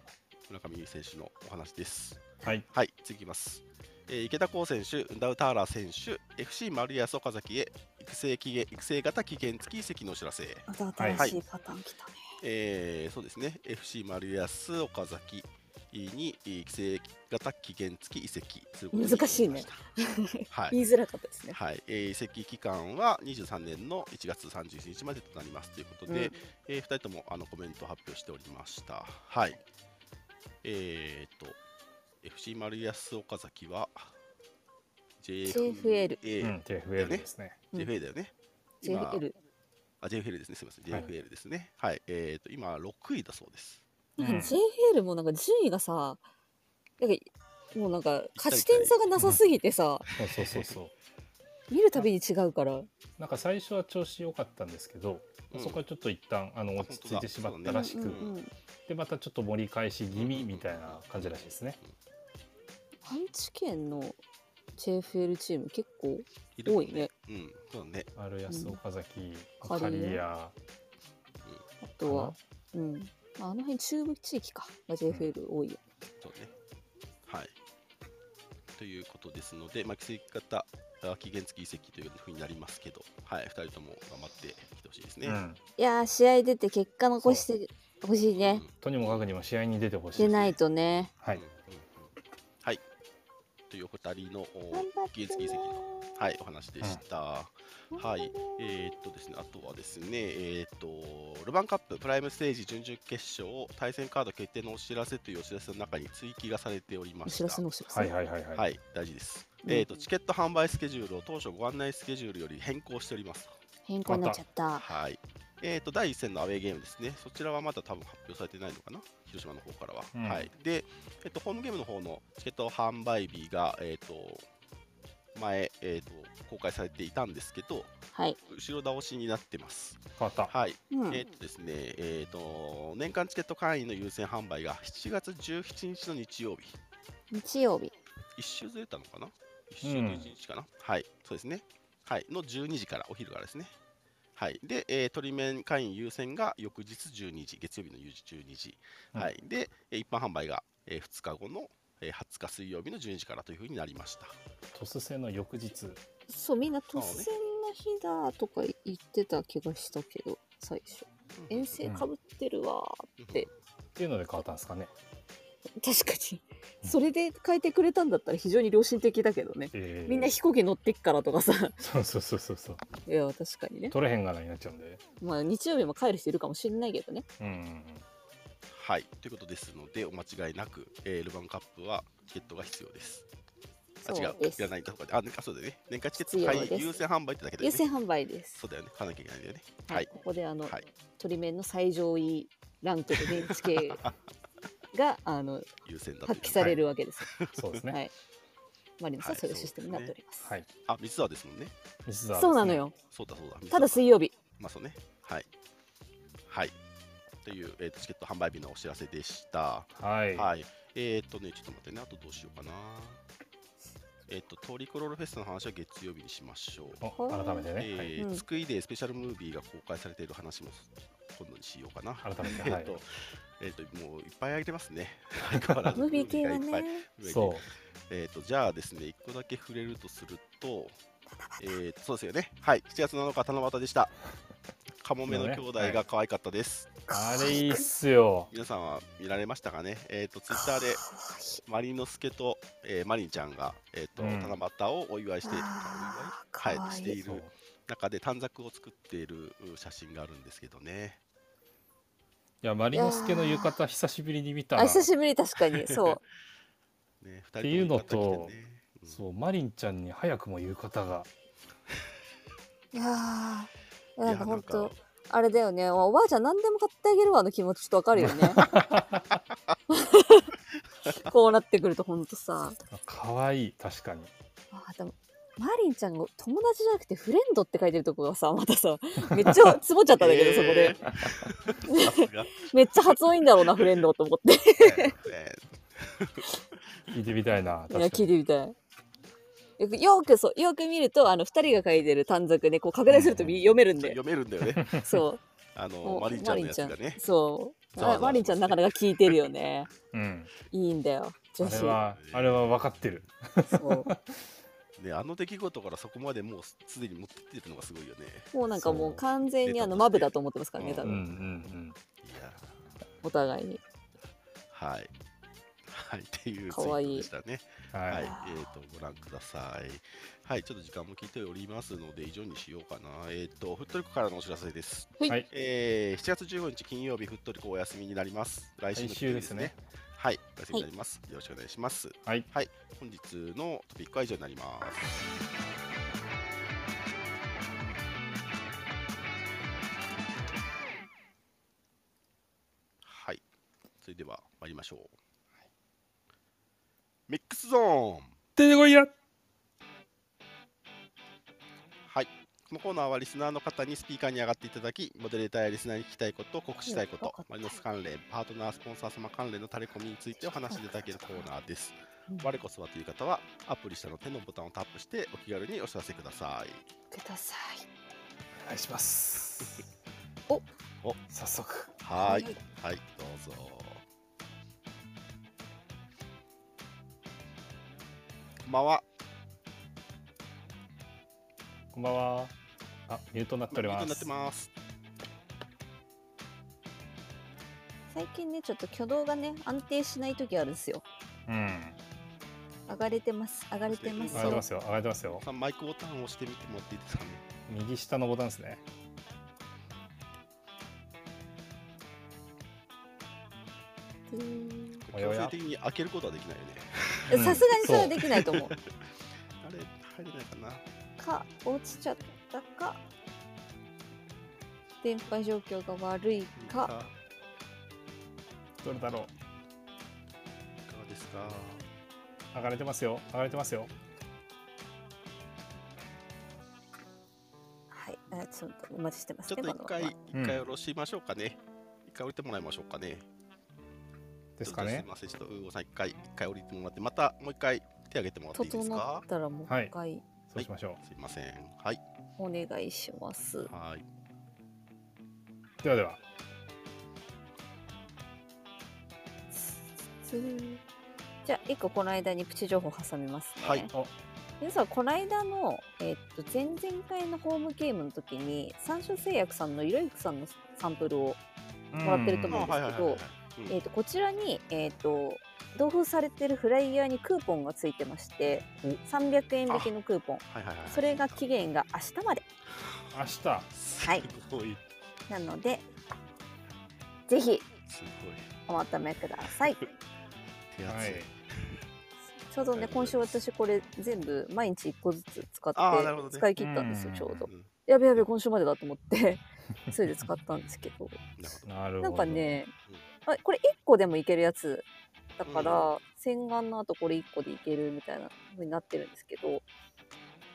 [SPEAKER 1] 村上選手のお話です。
[SPEAKER 2] はい
[SPEAKER 1] はい、次いきます。えー池田光選手、ダウターラ選手、FC 丸安岡崎へ育成期限育成型期限付き移籍のお知らせ。
[SPEAKER 4] また新しいパターン来たね、
[SPEAKER 1] えーそうですね、FC 丸安岡崎にえー育成型期限付き移籍することになりました
[SPEAKER 4] 難し
[SPEAKER 1] (laughs) はい。
[SPEAKER 4] 言いづらかったですね、
[SPEAKER 1] はいえー移籍期間は23年の1月31日までとなりますということで、
[SPEAKER 4] うん
[SPEAKER 1] え2人ともあのコメントを発表しておりました。はいえー、と FC 丸安岡崎は
[SPEAKER 4] JFL
[SPEAKER 2] うん
[SPEAKER 1] JFA、
[SPEAKER 2] TFL ですね
[SPEAKER 1] JFA だよね。今
[SPEAKER 4] JFL
[SPEAKER 1] あ JFL ですね、すみません、
[SPEAKER 2] はい
[SPEAKER 1] JFL ですね。はい、えー、と今、6位だそうです。
[SPEAKER 4] なんか
[SPEAKER 2] うん
[SPEAKER 4] JFL もなんか順位がさなんかもうなんか勝ち点差がなさすぎてさ (laughs)
[SPEAKER 2] そうそうそうそう
[SPEAKER 4] 見るたびに違うから。
[SPEAKER 2] なんか最初は調子良かったんですけど、
[SPEAKER 1] うん
[SPEAKER 2] そこはちょっと一旦あの
[SPEAKER 1] あ
[SPEAKER 2] 落ち着いてしまっ
[SPEAKER 1] 本当
[SPEAKER 2] た
[SPEAKER 1] だ
[SPEAKER 2] らしく、
[SPEAKER 4] うんうんうん
[SPEAKER 2] でまたちょっと盛り返し気味みたいな感じらしいですね。
[SPEAKER 4] 愛知県の JFL チーム結構
[SPEAKER 1] いるも
[SPEAKER 4] 多
[SPEAKER 1] ん
[SPEAKER 4] いね。。
[SPEAKER 1] うん、そうだね。
[SPEAKER 2] 丸安岡崎、
[SPEAKER 4] うん
[SPEAKER 2] あかりや、
[SPEAKER 4] あとは、うん。まああの辺中部地域か。が JFL 多いよ。
[SPEAKER 1] そうね。はい。ということですので、まあ、奇跡型、あ期限付き移籍というふうになりますけど、はい、2人とも頑張ってきてほしいですね。
[SPEAKER 2] うん、
[SPEAKER 4] いやー、試合出て結果残してほしいね。
[SPEAKER 2] とにもかくにも試合に出てほしい
[SPEAKER 4] 出
[SPEAKER 2] ですね。
[SPEAKER 4] ないとね。
[SPEAKER 2] はい
[SPEAKER 1] うん。うんうんはい。というお二人のお
[SPEAKER 4] 頑張って
[SPEAKER 1] 期限付き移籍の、はい、お話でした。
[SPEAKER 4] うん
[SPEAKER 1] はい。えーっとですね、あとはですね、えーっと、ルヴァンカッププライムステージ準々決勝対戦カード決定のお知らせというお知らせの中に追記がされておりま
[SPEAKER 4] お
[SPEAKER 1] した。
[SPEAKER 4] 知らせのお知らせ。
[SPEAKER 2] はいはいはいはい。
[SPEAKER 1] はい、大事です。
[SPEAKER 4] うん
[SPEAKER 1] えーと、チケット販売スケジュールを当初ご案内スケジュールより変更しております。
[SPEAKER 4] 変更になっちゃった。
[SPEAKER 1] はい。えーと、第1戦のアウェーゲームですね。そちらはまだ多分発表されてないのかな。広島の方からは。
[SPEAKER 2] うん
[SPEAKER 1] はい。で、えっと、ホームゲームの方のチケット販売日が、えーと、前、えーと、公開されていたんですけど、
[SPEAKER 4] はい。
[SPEAKER 1] 後ろ倒しになってます。
[SPEAKER 2] 変わった。
[SPEAKER 1] はい。
[SPEAKER 4] うん
[SPEAKER 1] えーとですね、えーと、年間チケット会員の優先販売が7月17日の日曜日。
[SPEAKER 4] 日曜日。
[SPEAKER 1] 一周ずれたのかな一周と一日かな、はい、そうですね。はい、の12時から、お昼からですね。はい、で、えー、トリメン会員優先が翌日12時、月曜日の12時。
[SPEAKER 2] うん
[SPEAKER 1] はい、で、えー一般販売が、え2日後の、えー20日水曜日の12時からというふうになりました。
[SPEAKER 2] トス戦の翌日。
[SPEAKER 4] そう、みんな突然の日だとか言ってた気がしたけど、最初。遠征かぶってるわ。て
[SPEAKER 2] っていうので変わったんですかね。
[SPEAKER 4] (laughs) 確かに。それで変えてくれたんだったら非常に良心的だけどね。
[SPEAKER 2] えー
[SPEAKER 4] みんな飛行機乗ってっからとかさ。 (laughs)
[SPEAKER 2] そうそうそうそうそう。
[SPEAKER 4] いや、確かにね。
[SPEAKER 2] 取れへんがなになっちゃうんで。
[SPEAKER 4] まあ、日曜日も帰る人いるかもしれないけどね。
[SPEAKER 2] うんうんうん。
[SPEAKER 1] はい、ということですので、お間違いなく、えールヴァンカップはチケットが必要です。あ、
[SPEAKER 4] そ
[SPEAKER 1] 違う
[SPEAKER 4] うで、
[SPEAKER 1] いら
[SPEAKER 4] す。
[SPEAKER 1] ないとかで、あ、ねあそうだよね。年間チケット
[SPEAKER 4] 必要
[SPEAKER 1] 会
[SPEAKER 4] で
[SPEAKER 1] 員
[SPEAKER 4] す
[SPEAKER 1] 優先販売ってだけだ
[SPEAKER 4] 優
[SPEAKER 1] よね
[SPEAKER 4] 先。販売です。
[SPEAKER 1] そうだよね、買わなきゃいけないんだよね。
[SPEAKER 4] はい、
[SPEAKER 1] はい
[SPEAKER 4] ここであの、
[SPEAKER 1] はい、
[SPEAKER 4] 鳥面の最上位ランクの現地系があの
[SPEAKER 1] 優先だという
[SPEAKER 4] 発揮されるわけです。
[SPEAKER 2] そうです
[SPEAKER 4] はい。
[SPEAKER 2] ね。
[SPEAKER 4] マリノスは
[SPEAKER 1] はい
[SPEAKER 4] そういうシステムになっております。
[SPEAKER 2] はい。
[SPEAKER 1] あ、三ツ沢ですもんね。
[SPEAKER 2] ミスザーですね
[SPEAKER 4] そうなの。よ。
[SPEAKER 1] そうだそうだ。
[SPEAKER 4] ただ
[SPEAKER 1] 水
[SPEAKER 4] 水曜日。
[SPEAKER 1] まあそうね。はい。はい。という、えーとチケット販売日のお知らせでした。
[SPEAKER 2] はい。
[SPEAKER 1] はい。えっ、とね、ちょっと待ってね。あとどうしようかな。えっ、と、トリコロールフェスタの話は月曜日にしましょう。
[SPEAKER 2] お改めてね。
[SPEAKER 1] え
[SPEAKER 2] はい。
[SPEAKER 1] ー
[SPEAKER 4] うん
[SPEAKER 1] つくいでスペシャルムービーが公開されている話も今度にしようかな。
[SPEAKER 2] 改め
[SPEAKER 1] え
[SPEAKER 2] て。
[SPEAKER 1] っ、
[SPEAKER 2] はい
[SPEAKER 1] と。、えっ、と、もういっぱいあげてますね。相変わらず
[SPEAKER 4] ムービー系は
[SPEAKER 1] ム
[SPEAKER 4] ね
[SPEAKER 1] がいっぱい。
[SPEAKER 2] そう。
[SPEAKER 1] えー、とじゃあですね、1個だけ触れるとすると、えー、とそうですよね、はい、7月7日、七夕でした。カモメの兄弟が可愛かったです。
[SPEAKER 2] あれいいっすよ。
[SPEAKER 1] 皆さんは見られましたかね、えー、とツイッターでマリノスケと、えーマリンちゃんが、えーと
[SPEAKER 2] うん
[SPEAKER 1] 七夕をお祝いして、
[SPEAKER 4] あ
[SPEAKER 1] お祝い
[SPEAKER 4] ー可
[SPEAKER 1] はい、
[SPEAKER 4] 愛い
[SPEAKER 1] してい
[SPEAKER 2] そう
[SPEAKER 1] る。中で短冊を作っているう写真があるんですけどね。
[SPEAKER 2] いや、マリノスケの浴衣久しぶりに見た
[SPEAKER 4] あ
[SPEAKER 2] な。
[SPEAKER 4] 久しぶり確かにそう。
[SPEAKER 1] ね二人
[SPEAKER 2] ていうのと
[SPEAKER 1] も浴衣着てねうん
[SPEAKER 2] そう、マリンちゃんに早くも浴衣が。
[SPEAKER 4] いやーいや
[SPEAKER 1] い
[SPEAKER 4] な
[SPEAKER 1] や
[SPEAKER 4] んか
[SPEAKER 1] な
[SPEAKER 4] 本
[SPEAKER 1] んか
[SPEAKER 4] 当あれだよねおばあちゃん何でも買ってあげるわの気持ちちょっとわかるよねこうなってくると本当さ
[SPEAKER 2] 可愛い確かに。
[SPEAKER 4] あでもマリンちゃんが友達じゃなくてフレンドって書いてるとこがさまたさめっちゃつぼっちゃったんだけど、
[SPEAKER 1] え
[SPEAKER 4] そ
[SPEAKER 1] ーさす
[SPEAKER 4] (laughs)
[SPEAKER 1] が
[SPEAKER 4] こでめっちゃ発音いいんだろうなフレンドと思って
[SPEAKER 1] えーえー
[SPEAKER 2] 聞いてみたいな。
[SPEAKER 4] いや
[SPEAKER 2] 確か
[SPEAKER 4] 聞い
[SPEAKER 2] に。
[SPEAKER 4] てみたいよくよくそうよく見るとあの2人が書いてる短冊ねこう拡大すると見読めるんで
[SPEAKER 1] 読めるんだよね。
[SPEAKER 4] そ
[SPEAKER 1] あ
[SPEAKER 4] う
[SPEAKER 1] の
[SPEAKER 4] もう
[SPEAKER 1] マリンちゃんのやつ
[SPEAKER 4] マ
[SPEAKER 1] が
[SPEAKER 4] リン
[SPEAKER 1] ね
[SPEAKER 4] ちゃん。そう
[SPEAKER 1] ざわざわしますね
[SPEAKER 4] マリンちゃんなかなか聞いてるよね
[SPEAKER 2] うん。
[SPEAKER 4] いいんだよ女
[SPEAKER 2] あれ
[SPEAKER 4] 子
[SPEAKER 2] は、あれは分かってる。
[SPEAKER 4] そう
[SPEAKER 1] ね、あの出来事からそこまでもうすすでに持ってってるのがすごいよね。
[SPEAKER 4] もうなんかも
[SPEAKER 2] そう
[SPEAKER 4] う完全にあのマブだと思ってますからね、
[SPEAKER 1] うん
[SPEAKER 4] 多
[SPEAKER 2] うんう
[SPEAKER 4] 分、
[SPEAKER 2] ん
[SPEAKER 1] いや
[SPEAKER 4] お互いに。
[SPEAKER 1] ーはい。はい、っていうツイ
[SPEAKER 4] かわい
[SPEAKER 1] ート
[SPEAKER 4] い
[SPEAKER 1] でしたね。
[SPEAKER 2] うん。
[SPEAKER 1] はい、
[SPEAKER 2] はい。
[SPEAKER 1] えっ、と、ご覧ください。はい、ちょっと時間も聞いておりますので、以上にしようかな。えっ、と、フットリコからのお知らせです。
[SPEAKER 4] はい
[SPEAKER 2] はい
[SPEAKER 1] えー7月15日金曜日、フットリコお休みになります。来週の
[SPEAKER 2] 来週ですね。
[SPEAKER 1] はい、お休みになります。よろしくお願いします。
[SPEAKER 2] はい。
[SPEAKER 1] はい、本日のトピックは以上になります。はい、それでは参りましょう。ミックスゾーン。
[SPEAKER 2] 出てこいや
[SPEAKER 1] のコーナーはリスナーの方にスピーカーに上がっていただき、モデレーターやリスナーに聞きたいこと、告知したいこ
[SPEAKER 4] うんよ
[SPEAKER 1] と
[SPEAKER 4] かっ、た
[SPEAKER 1] マリノス関連、パートナー、スポンサー様関連のタレコミについてお話しいただけるコーナーです
[SPEAKER 4] うん。
[SPEAKER 1] 我こそはという方は、アプリ下の手のボタンをタップしてお気軽にお知らせください。
[SPEAKER 4] ください
[SPEAKER 2] お願いします
[SPEAKER 4] お
[SPEAKER 1] お
[SPEAKER 2] 早速
[SPEAKER 1] はーい
[SPEAKER 4] はい。
[SPEAKER 1] はい、どうぞ。こんばんは。
[SPEAKER 2] こんばんはあミュートになっており
[SPEAKER 1] ミュー
[SPEAKER 2] ま
[SPEAKER 1] ト
[SPEAKER 2] す
[SPEAKER 1] になってます。
[SPEAKER 4] 最近ねちょっと挙動がね安定しない時あるんですよ
[SPEAKER 2] うん
[SPEAKER 4] 上がれてます上がれてま
[SPEAKER 2] 上
[SPEAKER 4] す
[SPEAKER 2] がってますよ上がってますよ
[SPEAKER 1] さんマイクボタンを押してみてもらっていいですかね。
[SPEAKER 2] 右下のボタンですね
[SPEAKER 4] うーん
[SPEAKER 2] おやお
[SPEAKER 1] 強
[SPEAKER 2] や
[SPEAKER 1] 制的に開けることはできないよね。
[SPEAKER 4] さすがにそれは
[SPEAKER 2] き
[SPEAKER 4] できないと思う
[SPEAKER 1] あれ、入れないかな。
[SPEAKER 4] か落ちちゃったか電波状況が悪い
[SPEAKER 1] いい
[SPEAKER 4] か
[SPEAKER 1] か
[SPEAKER 2] どれだろ
[SPEAKER 1] いかがですか。
[SPEAKER 2] う上がれてますよ上がれてますよ
[SPEAKER 4] はいあちょっとお待ちしてます
[SPEAKER 1] ちょ
[SPEAKER 4] ね
[SPEAKER 1] っと
[SPEAKER 4] こ
[SPEAKER 1] 一
[SPEAKER 4] の
[SPEAKER 1] 回、
[SPEAKER 4] まま
[SPEAKER 2] うん
[SPEAKER 1] 一回下ろしましょうかね。一回降りてもらいましょうかね。
[SPEAKER 2] ですか
[SPEAKER 1] ち
[SPEAKER 2] ね
[SPEAKER 1] ょっとすみません、ちょっと、うーごさん、一回、一回降りてもらって、また、もう一回、手挙げてもらっていいです
[SPEAKER 4] 整
[SPEAKER 1] か
[SPEAKER 4] っ。たらもう一回、
[SPEAKER 2] そうしましょう、
[SPEAKER 1] すいません。はい。
[SPEAKER 4] お願いします
[SPEAKER 1] はい。
[SPEAKER 2] ではでは
[SPEAKER 4] じゃあ一個この間にプチ情報挟みますね、
[SPEAKER 1] はい
[SPEAKER 2] お
[SPEAKER 4] 皆さんこの間の、えっと前々回のホームゲームの時に三種製薬さんのいろゆくさんのサンプルを、もらってると思うん
[SPEAKER 1] あはいはいはいはい。うん
[SPEAKER 4] えっとこちらに、えっと同封されてるフライヤーにクーポンがついてまして300円引きのクーポン
[SPEAKER 1] はいはいはい。
[SPEAKER 4] それが期限が明日まで
[SPEAKER 2] 明日
[SPEAKER 1] す
[SPEAKER 4] はい
[SPEAKER 1] ごい。
[SPEAKER 4] なのでぜひ
[SPEAKER 1] すごい。
[SPEAKER 4] おまとめください
[SPEAKER 1] 手厚。
[SPEAKER 2] はいい
[SPEAKER 4] ちょうどね今週私これ全部毎日1個ずつ使って
[SPEAKER 1] あーなるほどね
[SPEAKER 4] 使い切ったんですよ
[SPEAKER 2] うん
[SPEAKER 4] ちょうど
[SPEAKER 1] うん
[SPEAKER 4] やべやべ今週までだと思ってそれで使ったんですけ
[SPEAKER 2] (laughs)
[SPEAKER 4] ど
[SPEAKER 1] なるほど。
[SPEAKER 2] なるほど
[SPEAKER 4] なんかねあこれ1個でもいけるやつだから、洗顔の後これ1個でいけるみたいな風になってるんですけど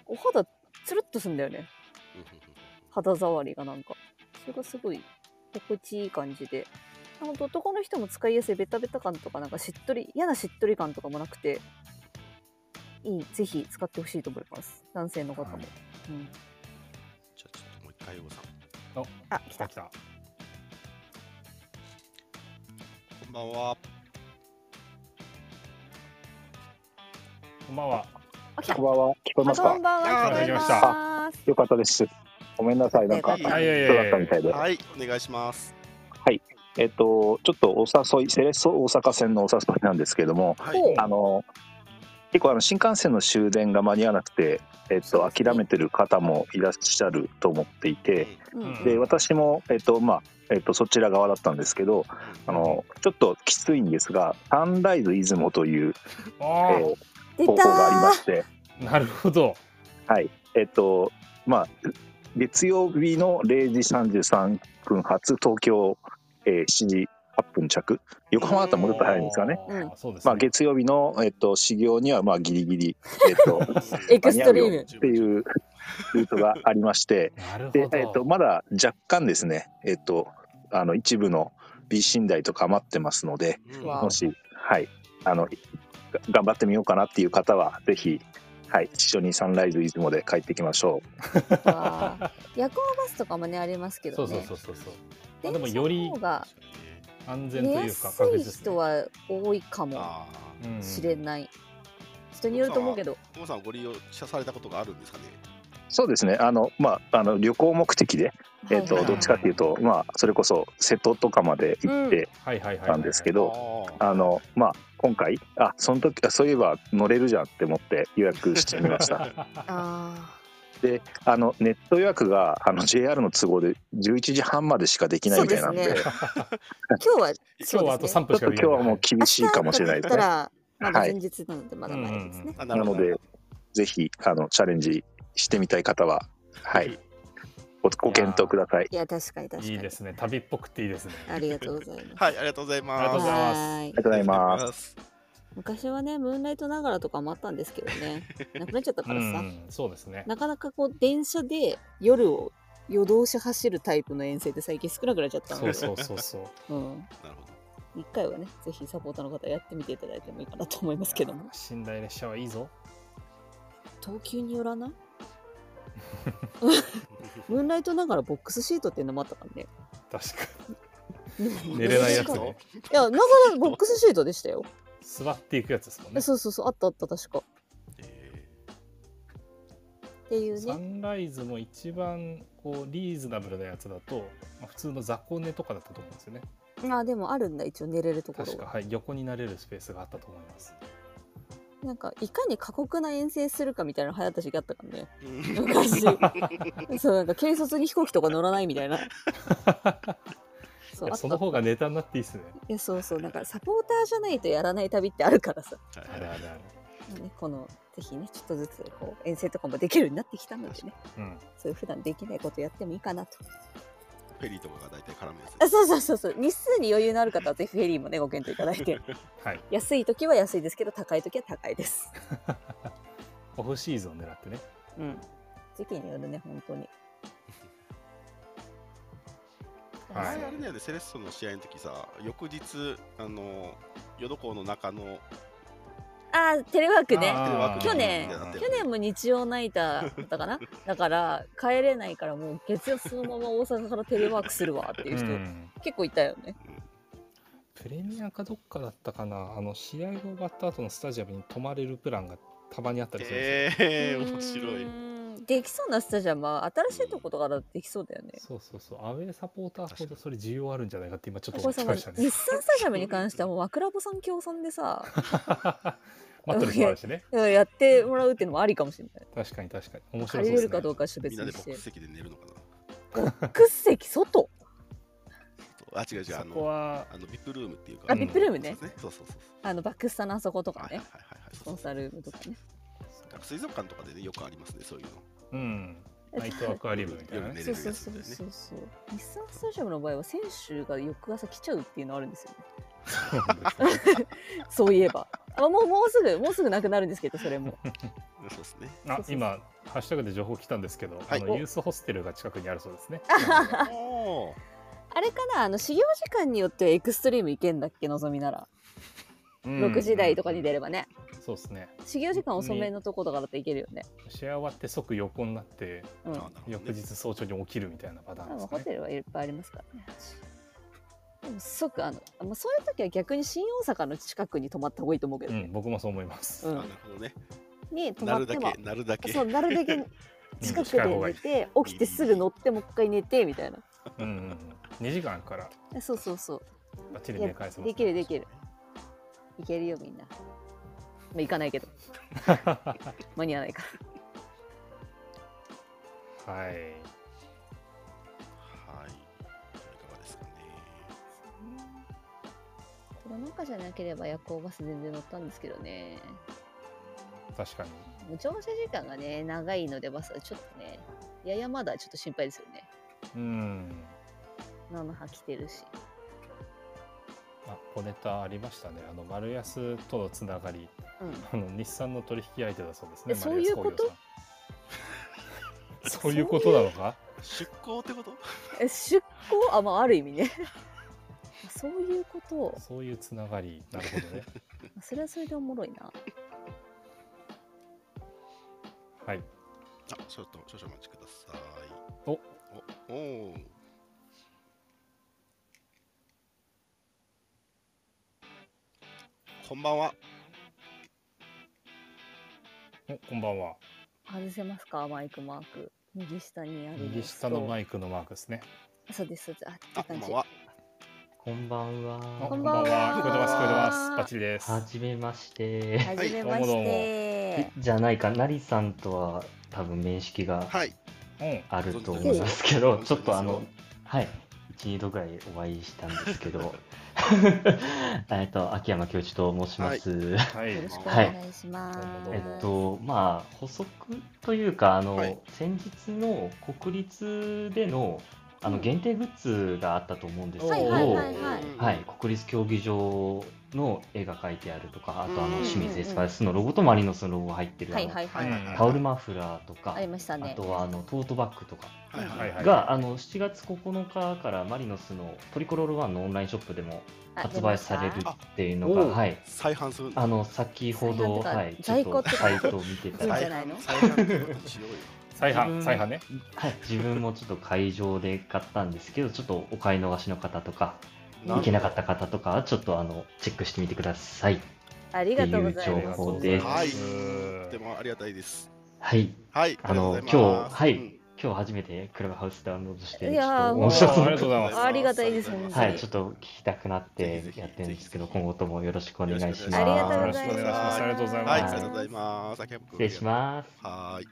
[SPEAKER 4] お肌つるっとすんだよね
[SPEAKER 1] うんうん
[SPEAKER 4] 肌触りがなんかそれがすごい心地いい感じで本当男の人も使いやすいベタベタ感とかなんかしっとり嫌なしっとり感とかもなくていいぜひ使ってほしいと思います男性の方も、
[SPEAKER 2] はい
[SPEAKER 4] うん
[SPEAKER 1] じゃあちょっともう一回、うごさん。
[SPEAKER 2] お
[SPEAKER 4] あ
[SPEAKER 2] 来た
[SPEAKER 4] 来た
[SPEAKER 2] 来た
[SPEAKER 1] こんばんは。
[SPEAKER 2] こんばんは
[SPEAKER 4] あ来た
[SPEAKER 5] こんばんは。聞こえます
[SPEAKER 4] あこ
[SPEAKER 5] か
[SPEAKER 4] ん。ばんは
[SPEAKER 1] あ
[SPEAKER 4] 聞こえ
[SPEAKER 2] 聞こ
[SPEAKER 4] ます
[SPEAKER 5] よかったです。ごめんなさい。なん
[SPEAKER 4] よ
[SPEAKER 5] か
[SPEAKER 4] かった
[SPEAKER 2] いやい
[SPEAKER 5] 人
[SPEAKER 2] や
[SPEAKER 5] だっ
[SPEAKER 2] い
[SPEAKER 5] たみ
[SPEAKER 2] や
[SPEAKER 5] たいで。
[SPEAKER 1] はい、お願いします。
[SPEAKER 5] えっとちょっとお誘いセレッソ大阪線のお誘いなんですけれども、
[SPEAKER 1] はい。
[SPEAKER 4] お
[SPEAKER 5] あの結構あの新幹線の終電が間に合わなくて、えっ
[SPEAKER 4] そう
[SPEAKER 5] と
[SPEAKER 4] ですね
[SPEAKER 5] 諦めてる方もいらっしゃると思っていて、
[SPEAKER 4] うん
[SPEAKER 2] うん
[SPEAKER 5] で私もえっとまあえっとそちら側だったんですけど、あのちょっときついんですが、サンライズ出雲という、え
[SPEAKER 2] あ
[SPEAKER 5] ー
[SPEAKER 4] 出
[SPEAKER 5] 方法
[SPEAKER 4] た
[SPEAKER 5] がありま
[SPEAKER 4] ー
[SPEAKER 5] して。
[SPEAKER 2] ーなるほど
[SPEAKER 5] えっと、まあ、月曜日の0時33分発、東京、えー7時8分着、横浜だったらもうちょっと早いんですかね。
[SPEAKER 2] あーそうですね
[SPEAKER 5] まあ、月曜日の、えっと、始業には、まあ、ギリギリ、えっ
[SPEAKER 4] (laughs)
[SPEAKER 5] と、
[SPEAKER 1] うん
[SPEAKER 4] エクストリーム
[SPEAKER 5] っていうルートがありま
[SPEAKER 4] (laughs)
[SPEAKER 5] して、
[SPEAKER 2] なるほ
[SPEAKER 5] で
[SPEAKER 2] ど、
[SPEAKER 5] えっと、まだ若干ですね、えっと、あの、一部の B 診台とか余ってますので、
[SPEAKER 1] うん
[SPEAKER 4] わあ
[SPEAKER 5] もし、はい、あの、が頑張ってみようかなっていう方は、ぜひ、はい、一緒にサンライズ出雲で帰ってきましょう。
[SPEAKER 4] わー夜行バスとかもねありますけ
[SPEAKER 2] そ
[SPEAKER 4] ど
[SPEAKER 2] うそう
[SPEAKER 4] ね
[SPEAKER 2] そうそうそう
[SPEAKER 4] 電
[SPEAKER 2] でもより
[SPEAKER 4] 車の方が
[SPEAKER 2] 安全と
[SPEAKER 4] 寝
[SPEAKER 2] い
[SPEAKER 4] や
[SPEAKER 2] うか
[SPEAKER 4] す
[SPEAKER 2] 確実
[SPEAKER 4] い
[SPEAKER 2] です
[SPEAKER 4] 人
[SPEAKER 2] ね
[SPEAKER 4] は多いかも
[SPEAKER 1] ああ。
[SPEAKER 2] うん
[SPEAKER 4] しれない人によると思うけど
[SPEAKER 1] トモさんはご利用者されたことがあるんですかね。
[SPEAKER 5] そうですね。あの、まあ、あの旅行目的で、えっ、
[SPEAKER 4] は
[SPEAKER 5] と、
[SPEAKER 4] い
[SPEAKER 5] どっちかっていうと、まあ、それこそ瀬戸とかまで行って
[SPEAKER 2] はいはいはいはい
[SPEAKER 5] たんです
[SPEAKER 2] (laughs)
[SPEAKER 5] け
[SPEAKER 2] ど
[SPEAKER 5] ど。
[SPEAKER 1] あ
[SPEAKER 5] あの、まあ、今回、あ、その時、あそういえば乗れるじゃんって思って予約してみ
[SPEAKER 4] (laughs)
[SPEAKER 5] ました。
[SPEAKER 4] あ
[SPEAKER 5] で、あの、ネット予約が、あの、JR の都合で11時半までしかできないみたいなんで、
[SPEAKER 4] そうです
[SPEAKER 5] ち
[SPEAKER 4] ー今日は
[SPEAKER 2] 今日はあと3
[SPEAKER 5] ょ
[SPEAKER 2] 分
[SPEAKER 5] っ
[SPEAKER 2] しか
[SPEAKER 5] と
[SPEAKER 2] で
[SPEAKER 5] 今
[SPEAKER 2] き
[SPEAKER 5] 日はもう
[SPEAKER 4] 明
[SPEAKER 5] 厳し
[SPEAKER 4] 日
[SPEAKER 5] いかもしれないです
[SPEAKER 4] と
[SPEAKER 5] ね。
[SPEAKER 4] かだったらまだ
[SPEAKER 5] はい
[SPEAKER 4] 前日なのでまだ前ですね。
[SPEAKER 1] あな
[SPEAKER 5] な
[SPEAKER 1] るほ
[SPEAKER 5] の
[SPEAKER 1] ど
[SPEAKER 5] で、ぜひ、あの、チャレンジしてみたい方は、はい、ごご検討ください。
[SPEAKER 4] いや確かに確か
[SPEAKER 2] い
[SPEAKER 4] に。
[SPEAKER 2] いですね旅っぽくていいですね
[SPEAKER 4] ありがとうございます。
[SPEAKER 1] はい、ありがとうございます。
[SPEAKER 2] ありがとうございます
[SPEAKER 4] はーい
[SPEAKER 5] ありがとうございます。
[SPEAKER 1] す。
[SPEAKER 4] 昔はねムーンライトながらとかもあったんですけどねなくなっちゃったからさ、
[SPEAKER 2] うんそうですね
[SPEAKER 4] なかなかこう電車で夜を夜通し走るタイプの遠征って最近少なくなっちゃったの
[SPEAKER 2] そ
[SPEAKER 4] で
[SPEAKER 2] うそうそうそう
[SPEAKER 4] うん、
[SPEAKER 1] なるほど。
[SPEAKER 4] 1回はねぜひサポーターの方やってみていただいてもいいかなと思いますけ
[SPEAKER 2] (laughs)
[SPEAKER 4] ども
[SPEAKER 2] 寝台列車はいいぞ
[SPEAKER 4] 等級によらない (laughs) ムーンライトながらボックスシートっていうのもあったからね
[SPEAKER 2] 確か
[SPEAKER 4] う
[SPEAKER 2] (laughs)
[SPEAKER 4] ん
[SPEAKER 2] 寝れないやつ
[SPEAKER 4] い
[SPEAKER 2] ね
[SPEAKER 4] やなかなかボックスシートでしたよ
[SPEAKER 2] 座っていくやつですもんね
[SPEAKER 4] そうそうそうあったあった確か
[SPEAKER 1] え
[SPEAKER 4] っていう
[SPEAKER 2] サ
[SPEAKER 4] ね
[SPEAKER 2] ンライズも一番こうリーズナブルなやつだと、まあ、普通の雑魚寝とかだったと思うんですよね
[SPEAKER 4] あでもあるんだ一応寝れるところ
[SPEAKER 2] 確
[SPEAKER 4] が
[SPEAKER 2] かはい横になれるスペースがあったと思い
[SPEAKER 4] (laughs)
[SPEAKER 2] ます
[SPEAKER 4] なんかいかに過酷な遠征するかみたいなの流行った時期あっ
[SPEAKER 2] (laughs)
[SPEAKER 4] たからね
[SPEAKER 1] ーうん
[SPEAKER 4] 昔そうなんか軽率に飛行機とか乗らないみたいなそ
[SPEAKER 2] いや
[SPEAKER 4] あ
[SPEAKER 2] その
[SPEAKER 4] った
[SPEAKER 2] 方がネタになっていいっすね
[SPEAKER 4] いやそうそうなんかサポーターじゃないとやらない旅ってあるからさ、
[SPEAKER 1] はい
[SPEAKER 2] あ
[SPEAKER 1] はい
[SPEAKER 2] れ
[SPEAKER 1] は
[SPEAKER 2] あ
[SPEAKER 1] い
[SPEAKER 2] れあれ
[SPEAKER 4] ね、このぜひねちょっとずつこう遠征とかもできるようになってきたのでね
[SPEAKER 2] うん
[SPEAKER 4] そういう普段できないことやってもいいかなと
[SPEAKER 1] ペリーとかが大体絡むやつ
[SPEAKER 4] あそうそうそうそう日数に余裕のある方はぜひフェリーもねご検討いただいて
[SPEAKER 2] はい
[SPEAKER 4] 安い時は安いですけど高い時は高いです
[SPEAKER 2] オフシーズンを狙ってね
[SPEAKER 4] うん時期によるね本当に
[SPEAKER 2] はい
[SPEAKER 1] 前あれだよねセレッソの試合の時さ翌日あの淀港の中の
[SPEAKER 4] あーテレワークね
[SPEAKER 2] あー
[SPEAKER 4] 去年
[SPEAKER 1] みたいになって
[SPEAKER 4] 去年も日曜ナイターだったかなだから帰れないからもう月曜そのまま大阪からテレワークするわっていう人、
[SPEAKER 2] うん
[SPEAKER 4] 結構いたよね
[SPEAKER 2] プレミアかどっかだったかなあの試合が終わった後のスタジアムに泊まれるプランがたまにあったりするんで
[SPEAKER 1] ええー、面白
[SPEAKER 4] う
[SPEAKER 1] い
[SPEAKER 4] ーんできそうなスタジアムは新しいとことからできそうだよね
[SPEAKER 2] す、よ、そうそうそうアウェーサポーターほどそれ需要あるんじゃないかって今ちょっと
[SPEAKER 4] こ
[SPEAKER 2] 思
[SPEAKER 4] れ
[SPEAKER 2] って
[SPEAKER 4] さ
[SPEAKER 2] き
[SPEAKER 4] もう
[SPEAKER 2] ま
[SPEAKER 4] 日
[SPEAKER 2] した
[SPEAKER 4] 産
[SPEAKER 2] ね
[SPEAKER 4] (laughs) スタジアムに関してはもう枕子さん協賛でさ
[SPEAKER 2] マットレスもあるしね
[SPEAKER 4] うんやってもらうっていうのもありかもしれない
[SPEAKER 2] 確かに確かに面白
[SPEAKER 4] 借
[SPEAKER 2] そうで
[SPEAKER 4] りれ
[SPEAKER 2] す
[SPEAKER 4] る
[SPEAKER 2] ね
[SPEAKER 4] かどうかは別
[SPEAKER 1] みんなで
[SPEAKER 4] に
[SPEAKER 1] ボ
[SPEAKER 4] し
[SPEAKER 1] ッ
[SPEAKER 4] て
[SPEAKER 1] クス席で寝るのかな
[SPEAKER 4] 屈席外
[SPEAKER 1] あ違う違うあ
[SPEAKER 2] そこ
[SPEAKER 1] の
[SPEAKER 2] は
[SPEAKER 1] あのビップルームっていうか
[SPEAKER 4] あ
[SPEAKER 2] うん
[SPEAKER 4] ビップルームね
[SPEAKER 1] そうそうそうそう
[SPEAKER 4] あのバックスタのあそこと
[SPEAKER 1] は
[SPEAKER 4] か
[SPEAKER 1] い
[SPEAKER 4] ね
[SPEAKER 1] はいはいはい
[SPEAKER 4] ス
[SPEAKER 1] そ
[SPEAKER 4] ポ
[SPEAKER 1] う
[SPEAKER 4] ン
[SPEAKER 1] そ
[SPEAKER 4] サ
[SPEAKER 1] う
[SPEAKER 4] ールームとかね
[SPEAKER 1] なんか水族館とかでねよくありますねそういうの
[SPEAKER 2] うんナイトアクアリウムみたいな
[SPEAKER 1] 夜
[SPEAKER 2] ね
[SPEAKER 1] 寝
[SPEAKER 4] そ
[SPEAKER 1] れ
[SPEAKER 4] う
[SPEAKER 1] る
[SPEAKER 4] そう
[SPEAKER 1] やつ
[SPEAKER 4] そう
[SPEAKER 1] だよね
[SPEAKER 4] そうそう。日産スタジアムの場合は選手が翌朝来ちゃうっていうのあるんですよ、ね。 (laughs) そういえば。あもうもうすぐもうすぐなくなるんですけどそれも。
[SPEAKER 1] そうです
[SPEAKER 4] (laughs)
[SPEAKER 1] ね
[SPEAKER 2] あ
[SPEAKER 4] そうそうそう
[SPEAKER 2] 今ハッシュタグで情報来たんですけど、
[SPEAKER 1] はい
[SPEAKER 2] あ
[SPEAKER 1] お
[SPEAKER 2] のユースホステルが近くにあるそうですね
[SPEAKER 1] おー
[SPEAKER 4] あれかなあの始業時間によってエクストリーム行けんだっけのぞみなら。6
[SPEAKER 2] 6
[SPEAKER 4] 時台とかに出ればね。
[SPEAKER 2] そうですね
[SPEAKER 4] 始業時間遅めのとことかだといけるよね。
[SPEAKER 2] 試合終わって即横になって
[SPEAKER 4] うん。
[SPEAKER 1] あなるほ
[SPEAKER 2] 翌
[SPEAKER 1] どね
[SPEAKER 2] 日早朝に起きるみたいなパターン
[SPEAKER 4] ま
[SPEAKER 2] で
[SPEAKER 4] あま
[SPEAKER 2] す
[SPEAKER 4] あホ
[SPEAKER 2] ね
[SPEAKER 4] テルはいっぱいありますからね。でも即あの、まあ、そういう時は逆に新大阪の近くに泊まった方がいいと思うけど
[SPEAKER 2] う
[SPEAKER 4] ね。
[SPEAKER 2] ん、僕もそう思います、
[SPEAKER 4] う
[SPEAKER 1] あ
[SPEAKER 4] ん
[SPEAKER 1] なるほどね
[SPEAKER 4] に泊
[SPEAKER 1] な
[SPEAKER 4] まっ
[SPEAKER 1] るだ
[SPEAKER 4] ても
[SPEAKER 1] けなるだけ
[SPEAKER 4] そうなるべ
[SPEAKER 2] (laughs)
[SPEAKER 4] く
[SPEAKER 2] うん
[SPEAKER 4] 近くで
[SPEAKER 2] 近い方がい
[SPEAKER 4] 寝
[SPEAKER 2] い
[SPEAKER 4] て起きてすぐ乗ってもう一回寝てみたいな
[SPEAKER 2] うんうんうん、2時間から
[SPEAKER 4] えそうそうそう
[SPEAKER 2] バッチリ
[SPEAKER 4] いや
[SPEAKER 2] 寝返せます、
[SPEAKER 4] できるできるいけるよみんなまあ行かないけど (laughs) 間に合わないか
[SPEAKER 2] はい
[SPEAKER 1] はいいかがですかね
[SPEAKER 4] らコロナ禍じゃなければ夜行バス全然乗ったんですけどね
[SPEAKER 2] 確かに
[SPEAKER 4] もう乗車時間がね長いのでバスはちょっとねややまだちょっと心配ですよね
[SPEAKER 2] うん
[SPEAKER 4] 菜の葉来てるし
[SPEAKER 2] あ小ネタありましたねあの丸安とのつながり
[SPEAKER 4] うん
[SPEAKER 2] あの日産の取引相手だそうですね
[SPEAKER 4] えそういうこと
[SPEAKER 2] 丸安工業さんそういうことなのか
[SPEAKER 1] 出向ってこと
[SPEAKER 4] え出向あまあある意味ねあ (laughs) そういうこと
[SPEAKER 2] そういうつながりなるほどね
[SPEAKER 4] それはそれでおもろいな
[SPEAKER 2] はい
[SPEAKER 1] あ、ちょっと少々お待ちください。
[SPEAKER 2] お
[SPEAKER 1] お、おーこんばんは。
[SPEAKER 2] おこんばんは
[SPEAKER 4] 外せますかマイクマーク右下にある
[SPEAKER 2] 右下のマ
[SPEAKER 4] イ
[SPEAKER 2] イクのマークですね
[SPEAKER 4] クそうですそうですあい
[SPEAKER 1] あ、
[SPEAKER 4] い
[SPEAKER 1] こ
[SPEAKER 4] 感
[SPEAKER 1] ん
[SPEAKER 4] じ
[SPEAKER 1] ばんは。
[SPEAKER 6] こんばん
[SPEAKER 2] あ
[SPEAKER 6] は。
[SPEAKER 4] こんばんは
[SPEAKER 2] 聞こえてます聞こえてますバッチリです
[SPEAKER 6] はじめまして。
[SPEAKER 4] はじめまして
[SPEAKER 6] じゃないか、なりさんとは多分面識が
[SPEAKER 1] はい。
[SPEAKER 2] うん
[SPEAKER 6] あると思いますけど、
[SPEAKER 1] お
[SPEAKER 6] ちょっとあ
[SPEAKER 1] お
[SPEAKER 6] の、はい、1、2度ぐらいお会いしたんですけど、えっと、秋山教授と申します。
[SPEAKER 2] はい
[SPEAKER 4] よろしくお
[SPEAKER 6] はい
[SPEAKER 4] 願いします、
[SPEAKER 2] どうもどうも
[SPEAKER 6] えっと、まあ、補足というか、あの、
[SPEAKER 1] はい
[SPEAKER 6] 先日の国立での、あの限定グッズがあったと思うんですけ
[SPEAKER 2] はい
[SPEAKER 6] ど、
[SPEAKER 2] はいはい
[SPEAKER 4] はい
[SPEAKER 6] はい、国立競技場の絵が描いてあるとか、あとあ
[SPEAKER 1] うんうんう
[SPEAKER 6] の
[SPEAKER 1] ん
[SPEAKER 6] 清水エスパルスのロゴとマリノスのロゴが入ってる、
[SPEAKER 4] は
[SPEAKER 6] あ
[SPEAKER 4] い
[SPEAKER 6] の
[SPEAKER 4] はいはい、
[SPEAKER 2] うん
[SPEAKER 1] はい
[SPEAKER 6] タオルマフラーとか
[SPEAKER 4] あ、りました
[SPEAKER 6] あ
[SPEAKER 4] ね
[SPEAKER 6] とはあのトートバッグとか
[SPEAKER 1] はいはい
[SPEAKER 2] はい
[SPEAKER 6] が、あの7月9日からマリノスのトリコロールワンのオンラインショップでも
[SPEAKER 4] あ
[SPEAKER 6] 発売される
[SPEAKER 4] 出まし
[SPEAKER 6] っていうの
[SPEAKER 2] あ
[SPEAKER 6] が、
[SPEAKER 2] おう
[SPEAKER 6] はい、
[SPEAKER 1] 再販するんだ
[SPEAKER 6] あの先ほ
[SPEAKER 4] 再販
[SPEAKER 6] ど、
[SPEAKER 4] とか
[SPEAKER 6] はい、ちょっ
[SPEAKER 4] 在庫
[SPEAKER 6] と
[SPEAKER 4] ってこと
[SPEAKER 6] サイトを見てた
[SPEAKER 4] ん
[SPEAKER 6] ら、
[SPEAKER 4] じゃ
[SPEAKER 6] は
[SPEAKER 4] ないの
[SPEAKER 1] 再販再販ってことにしようよ
[SPEAKER 2] 再
[SPEAKER 6] うん
[SPEAKER 2] 販再販ね
[SPEAKER 6] い、自分もちょっと会場で買ったんですけど、ちょっとお買い逃しの方とか、
[SPEAKER 1] な
[SPEAKER 6] 行けなかった方とかは、ちょっとあのチェックしてみてください。
[SPEAKER 4] ありがとうござい
[SPEAKER 6] 情
[SPEAKER 4] ます
[SPEAKER 6] 報です
[SPEAKER 1] はいう
[SPEAKER 2] ー
[SPEAKER 1] でもありがたいです
[SPEAKER 6] はい、
[SPEAKER 1] はい
[SPEAKER 6] あの
[SPEAKER 1] りがとうござます
[SPEAKER 6] 今日はい
[SPEAKER 1] うん
[SPEAKER 6] 今日初めてクラブハウスダウンロードして、
[SPEAKER 4] い
[SPEAKER 6] ちょ
[SPEAKER 4] やー
[SPEAKER 6] っと
[SPEAKER 4] もう
[SPEAKER 6] 面白そう
[SPEAKER 2] ありがとうございます
[SPEAKER 4] ありがたいです本当に
[SPEAKER 6] はい、ちょっと聞きたくなって
[SPEAKER 1] ぜひぜひ
[SPEAKER 6] やってるんですけど、今後ともよろしくお願いします。
[SPEAKER 1] よろしくお願いします
[SPEAKER 4] ありがとうご
[SPEAKER 2] よ
[SPEAKER 4] ざい
[SPEAKER 2] ろ
[SPEAKER 4] ま
[SPEAKER 1] はい、あり
[SPEAKER 2] しくお願いしますありがとうございます
[SPEAKER 4] す
[SPEAKER 1] がとうございます。秋山君
[SPEAKER 6] 失礼します。
[SPEAKER 1] はーい。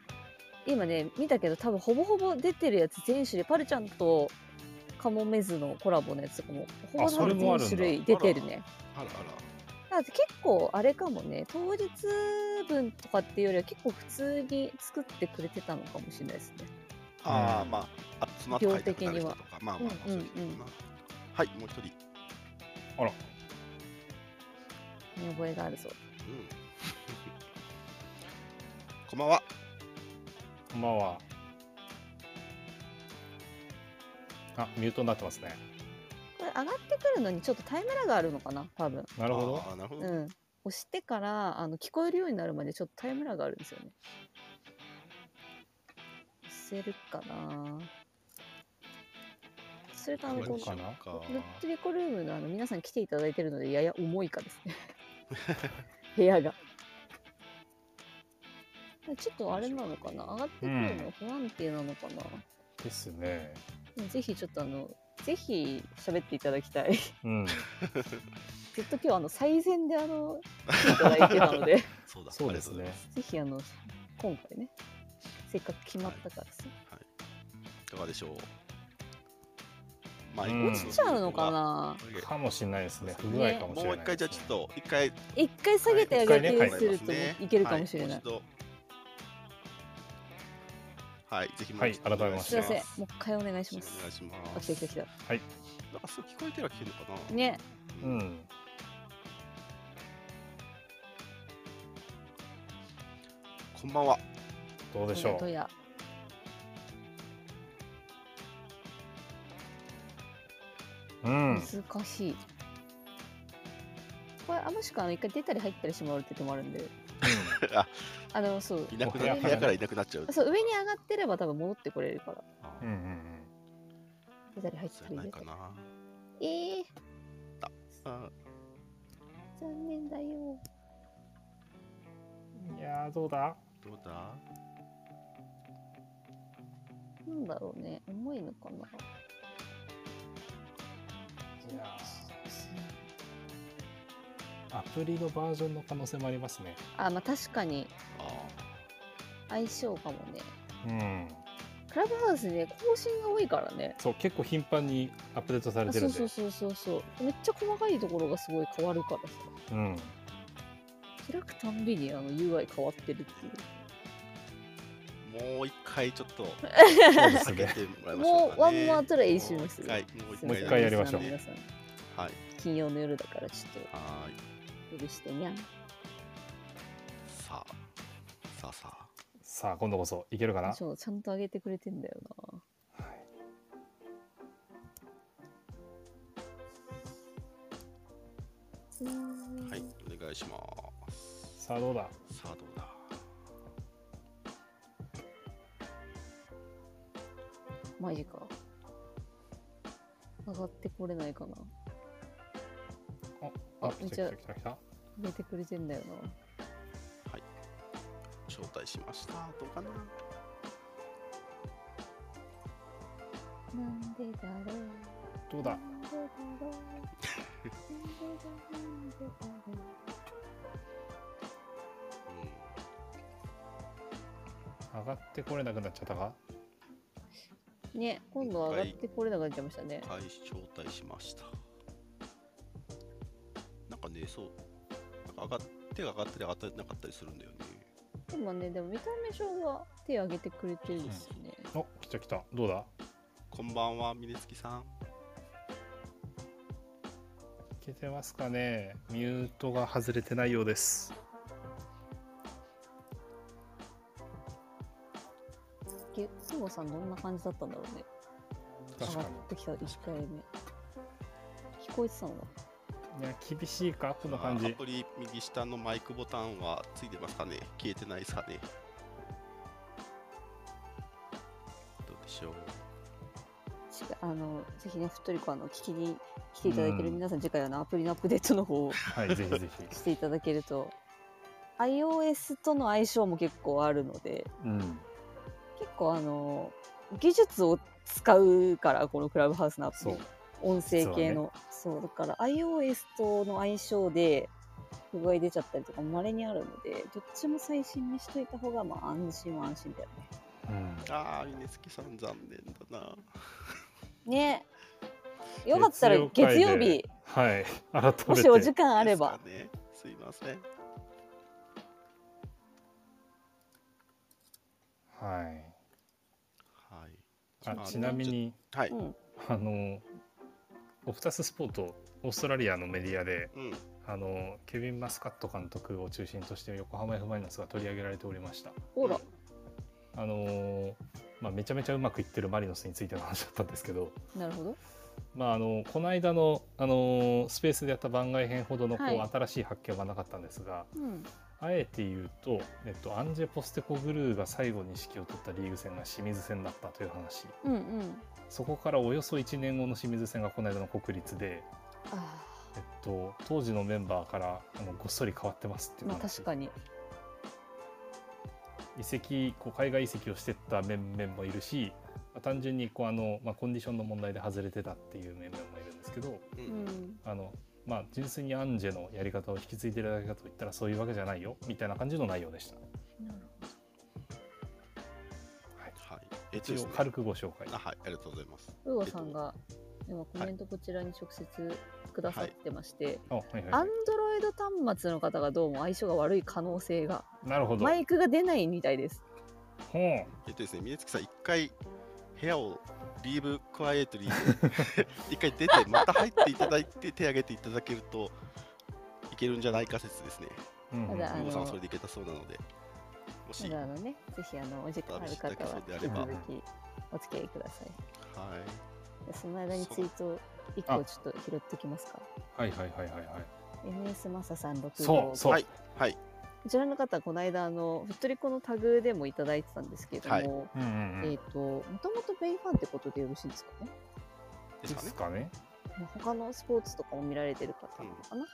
[SPEAKER 4] 今ね見たけど多分ほぼほぼ出てるやつ全種類パルちゃんとカモメズのコラボのやつとかもほぼ
[SPEAKER 2] あ
[SPEAKER 4] ほ
[SPEAKER 2] それも
[SPEAKER 4] ぼ
[SPEAKER 2] あるんだ
[SPEAKER 4] 全種類出てるね
[SPEAKER 1] あら
[SPEAKER 4] だって結構あれかもね当日分とかっていうよりは結構普通に作ってくれてたのかもしれないですね
[SPEAKER 1] あら。ああ、まあ、あその後書いてある人と
[SPEAKER 4] 量
[SPEAKER 1] か、まあまあまあ、そううんいううん人かな。はい、もう一人。
[SPEAKER 4] 見覚えがあるぞ
[SPEAKER 1] うん。 (laughs) こんばんは。
[SPEAKER 2] こんばんはあミュートになってますね
[SPEAKER 4] これ上がってくるのにちょっとタイムラグあるのかな多分
[SPEAKER 2] な
[SPEAKER 1] な
[SPEAKER 2] るほど。
[SPEAKER 1] なるほど
[SPEAKER 4] う。ん押してからあの聞こえるようになるまでちょっとタイムラグあるんですよね押せるかなそれとあの
[SPEAKER 1] これ
[SPEAKER 4] この
[SPEAKER 1] にしよう
[SPEAKER 2] こ
[SPEAKER 1] か
[SPEAKER 4] ルットリコルームのあの皆さん来ていただいてるのでやや重いかですね部屋がちょっとあれなのかな上がってくるの不安定なのかな、
[SPEAKER 2] ですね
[SPEAKER 4] ぜひちょっとあのぜひ喋っていただきたい
[SPEAKER 1] (laughs)
[SPEAKER 2] うん
[SPEAKER 4] ずっと今日あの最善であの来ていただいてたので
[SPEAKER 1] そうだ。
[SPEAKER 2] そうですね
[SPEAKER 4] ぜひあの今回ねせっかく決まったからさ、
[SPEAKER 1] いかがでしょう。まあ
[SPEAKER 2] うん
[SPEAKER 4] 落ちちゃうのかな
[SPEAKER 2] かもしれないですね不具合かもしれないですね
[SPEAKER 1] もう一回じゃあちょっと一回
[SPEAKER 4] 一回下げてあげて
[SPEAKER 2] はい
[SPEAKER 4] するとねいけるかもしれない、
[SPEAKER 1] はもう一度はい、ぜひもう
[SPEAKER 2] はい
[SPEAKER 1] 一度お願いし
[SPEAKER 4] すい
[SPEAKER 1] ま
[SPEAKER 4] ますせんもう一回お願いします
[SPEAKER 1] お願いし
[SPEAKER 4] あ
[SPEAKER 1] ま
[SPEAKER 4] 来
[SPEAKER 1] す
[SPEAKER 4] た来た来
[SPEAKER 1] なんかそう聞こえては聞けるのか
[SPEAKER 4] た
[SPEAKER 1] な
[SPEAKER 4] ね
[SPEAKER 2] うん
[SPEAKER 1] こんばんは
[SPEAKER 2] どうでしょ
[SPEAKER 4] ど
[SPEAKER 2] う
[SPEAKER 4] や
[SPEAKER 2] うん
[SPEAKER 4] 難しい、これあもしくはあの一回出たり入ったりしてもらうって手もあるんであのそう
[SPEAKER 1] いなくな
[SPEAKER 2] お部屋
[SPEAKER 1] 部
[SPEAKER 2] から
[SPEAKER 1] 屋からいなくなっちゃう
[SPEAKER 4] そう上に上がってれば多分戻ってこれるから
[SPEAKER 1] あ
[SPEAKER 2] うんうんうん
[SPEAKER 4] 出たり入っ
[SPEAKER 1] そ
[SPEAKER 4] た
[SPEAKER 1] れ
[SPEAKER 4] り
[SPEAKER 1] な
[SPEAKER 4] 出
[SPEAKER 1] い
[SPEAKER 4] た
[SPEAKER 1] か
[SPEAKER 4] り
[SPEAKER 1] な
[SPEAKER 4] えー、
[SPEAKER 1] あ
[SPEAKER 4] 残念だよ
[SPEAKER 2] いやーどうだ
[SPEAKER 1] どうだ
[SPEAKER 4] なんだろうね重いのかない
[SPEAKER 2] やーアプリのバージョンの可能性もありますね。
[SPEAKER 4] あまあ確かに
[SPEAKER 1] あ
[SPEAKER 4] 相性かもね
[SPEAKER 2] うん。
[SPEAKER 4] クラブハウスね更新が多いからね
[SPEAKER 2] そう結構頻繁にアップデートされ
[SPEAKER 4] あ
[SPEAKER 2] て
[SPEAKER 4] そ
[SPEAKER 2] る
[SPEAKER 4] うん
[SPEAKER 2] で。
[SPEAKER 4] そうそうそうそうめっちゃ細かいところがすごい変わるからさ
[SPEAKER 2] うん。
[SPEAKER 4] 開くたんびにあの UI 変わってるっていう
[SPEAKER 1] ーもう一回ちょっと
[SPEAKER 2] そうです
[SPEAKER 1] 避け
[SPEAKER 2] ね。
[SPEAKER 1] てもらいましょうかね
[SPEAKER 4] もうワンモアトライします
[SPEAKER 1] もう一回もう一
[SPEAKER 4] (laughs) す
[SPEAKER 1] 回
[SPEAKER 4] いません
[SPEAKER 2] もう一回やりましょう
[SPEAKER 4] 皆さん
[SPEAKER 1] はい
[SPEAKER 4] 金曜の夜だからちょっ
[SPEAKER 1] はーい
[SPEAKER 4] と許してにゃん
[SPEAKER 1] さあさあさあ
[SPEAKER 2] さあ今度こそいけるかな。
[SPEAKER 4] そうちゃんと上げてくれてんだよな
[SPEAKER 1] はいお願いします
[SPEAKER 2] さあどうだ。
[SPEAKER 1] さあどうだ
[SPEAKER 4] マジか上がってこれないかな
[SPEAKER 2] あ
[SPEAKER 4] あ
[SPEAKER 2] 来た来
[SPEAKER 4] じゃあ
[SPEAKER 2] た来た来た。
[SPEAKER 4] 上げてくれてんだよな
[SPEAKER 1] 招待しましたどうかな
[SPEAKER 4] なんでだろう。
[SPEAKER 2] どうだ。
[SPEAKER 4] なんでだろう。なんでだなんでだろ
[SPEAKER 2] 上がってこれなくなっちゃったか。
[SPEAKER 4] う。ね、今度は上がってこれなくなっちゃいましたね
[SPEAKER 1] うん。はい招待しましたなんかねそうなんか上がっ手が上がったり上がってなかったりするんだよね
[SPEAKER 4] 今ね、でも見た目上は手挙げてくれてるんですよね。
[SPEAKER 2] お来た来た。どうだ。
[SPEAKER 1] こんばんは、みねつきさん。
[SPEAKER 2] いけてますかねミュートが外れてないようです。
[SPEAKER 4] け慎吾さんどんな感じだったんだろうね上
[SPEAKER 2] 確
[SPEAKER 4] が
[SPEAKER 2] か
[SPEAKER 4] ってきた1回目聞こえてたんだ
[SPEAKER 2] に。いや、厳しいかこんな感
[SPEAKER 1] ア
[SPEAKER 2] じ。
[SPEAKER 1] プリ右下のマイクボタンはついてますかね消えてないですかねどうでしょう
[SPEAKER 4] しあのぜひねふっとりこあの聞きに来ていただける皆さん、次回あのアプリのアップデートの方を
[SPEAKER 2] はい、ぜひぜひ。
[SPEAKER 4] していただけると iOS との相性も結構あるので
[SPEAKER 2] うん。
[SPEAKER 4] 結構あの技術を使うからこのクラブハウスのアプ
[SPEAKER 2] そ
[SPEAKER 4] リ
[SPEAKER 2] う。
[SPEAKER 4] 音声系のそう,、だから iOS との相性で不具合出ちゃったりとかまれにあるのでどっちも最新にしといた方がまあ安心は安心だよ
[SPEAKER 2] うん。
[SPEAKER 1] あー、みねつきさん残念だな。
[SPEAKER 4] ね。ねよかったら月曜
[SPEAKER 2] 回で
[SPEAKER 4] 日。
[SPEAKER 2] はい。改
[SPEAKER 4] も
[SPEAKER 2] め
[SPEAKER 4] しお
[SPEAKER 2] て
[SPEAKER 4] 時。間あれば
[SPEAKER 1] ですかね。すいません。
[SPEAKER 2] はい。
[SPEAKER 1] はい。
[SPEAKER 2] あ
[SPEAKER 1] あ
[SPEAKER 2] ちなみに、
[SPEAKER 1] はい。
[SPEAKER 4] うん
[SPEAKER 2] あの、オプタススポート、オーストラリアのメディアで、
[SPEAKER 1] うん。
[SPEAKER 2] あの、ケビン・マスカット監督を中心として横浜 F ・マイナスが取り上げられておりました。
[SPEAKER 4] ほら、
[SPEAKER 2] あのーまあ、めちゃめちゃうまくいってるマリノスについての話だったんですけど、
[SPEAKER 4] なるほど
[SPEAKER 2] まあ、あのこの間の、あのースペースでやった番外編ほどのこう、
[SPEAKER 4] はい
[SPEAKER 2] 新しい発見はなかったんですが
[SPEAKER 4] うん
[SPEAKER 2] あえて言うと、えっと、アンジェ・ポステコグルーが最後に指揮を取ったリーグ戦が清水戦だったという話
[SPEAKER 4] うんうん
[SPEAKER 2] そこからおよそ1年後の清水戦がこの間の国立で、
[SPEAKER 4] あ
[SPEAKER 2] えっと、当時のメンバーからあのごっそり変わってますってい
[SPEAKER 4] ー
[SPEAKER 2] う
[SPEAKER 4] まあ
[SPEAKER 2] 話、
[SPEAKER 4] 確かに
[SPEAKER 2] 移籍こう海外移籍をしてった面々もいるしまあ単純にこうあの、まあ、コンディションの問題で外れてたっていう面々もいるんですけど
[SPEAKER 1] う。
[SPEAKER 4] うんん
[SPEAKER 2] あの、まあ、純粋にアンジェのやり方を引き継いでるだけかといったらそういうわけじゃないよみたいな感じの内容でした、はい、
[SPEAKER 1] はい。えっと
[SPEAKER 2] 一
[SPEAKER 1] です
[SPEAKER 2] 応
[SPEAKER 1] ね、
[SPEAKER 2] 軽くご紹介
[SPEAKER 1] あはい。ありがとうございます。
[SPEAKER 4] ウーゴさんが今コメントこちらに直接くださってまして、
[SPEAKER 2] あはいはい
[SPEAKER 4] ア
[SPEAKER 2] は
[SPEAKER 4] ンドロイド端末の方がどうも相性が悪い可能性が
[SPEAKER 2] いなるほど
[SPEAKER 4] マイクが出ないみたいです
[SPEAKER 2] ほう
[SPEAKER 1] えっとですね、みねつきさん、一回部屋をリーブクワイエットリーで (laughs) 一回出て、また入っていただいて、手挙げていただけるといけるんじゃないか説ですね。
[SPEAKER 2] うんうん
[SPEAKER 4] ただあ
[SPEAKER 1] 皆
[SPEAKER 4] の
[SPEAKER 1] さんはそれでいけたそうなので、もし、
[SPEAKER 4] な
[SPEAKER 1] は
[SPEAKER 4] のでねぜひあのお時間ある方は引き
[SPEAKER 2] まあ
[SPEAKER 4] 続きお付き合いください
[SPEAKER 1] い。
[SPEAKER 4] その間にツイート1個ちょっと拾ってきますか
[SPEAKER 2] はいはいはいはいはい
[SPEAKER 4] MS マサさん6
[SPEAKER 2] そうそう、
[SPEAKER 1] はいはい。
[SPEAKER 4] こちらの方この間あのふっとりこのタグでもいただいてたんですけども、
[SPEAKER 1] はい
[SPEAKER 2] うんうんう
[SPEAKER 4] え
[SPEAKER 2] ん
[SPEAKER 4] っ、ともともとベイファンってことでよろしいですかね
[SPEAKER 1] で
[SPEAKER 2] です
[SPEAKER 1] かね
[SPEAKER 2] す。かね
[SPEAKER 4] まあ他のスポーツとかも見られてる方なのかな、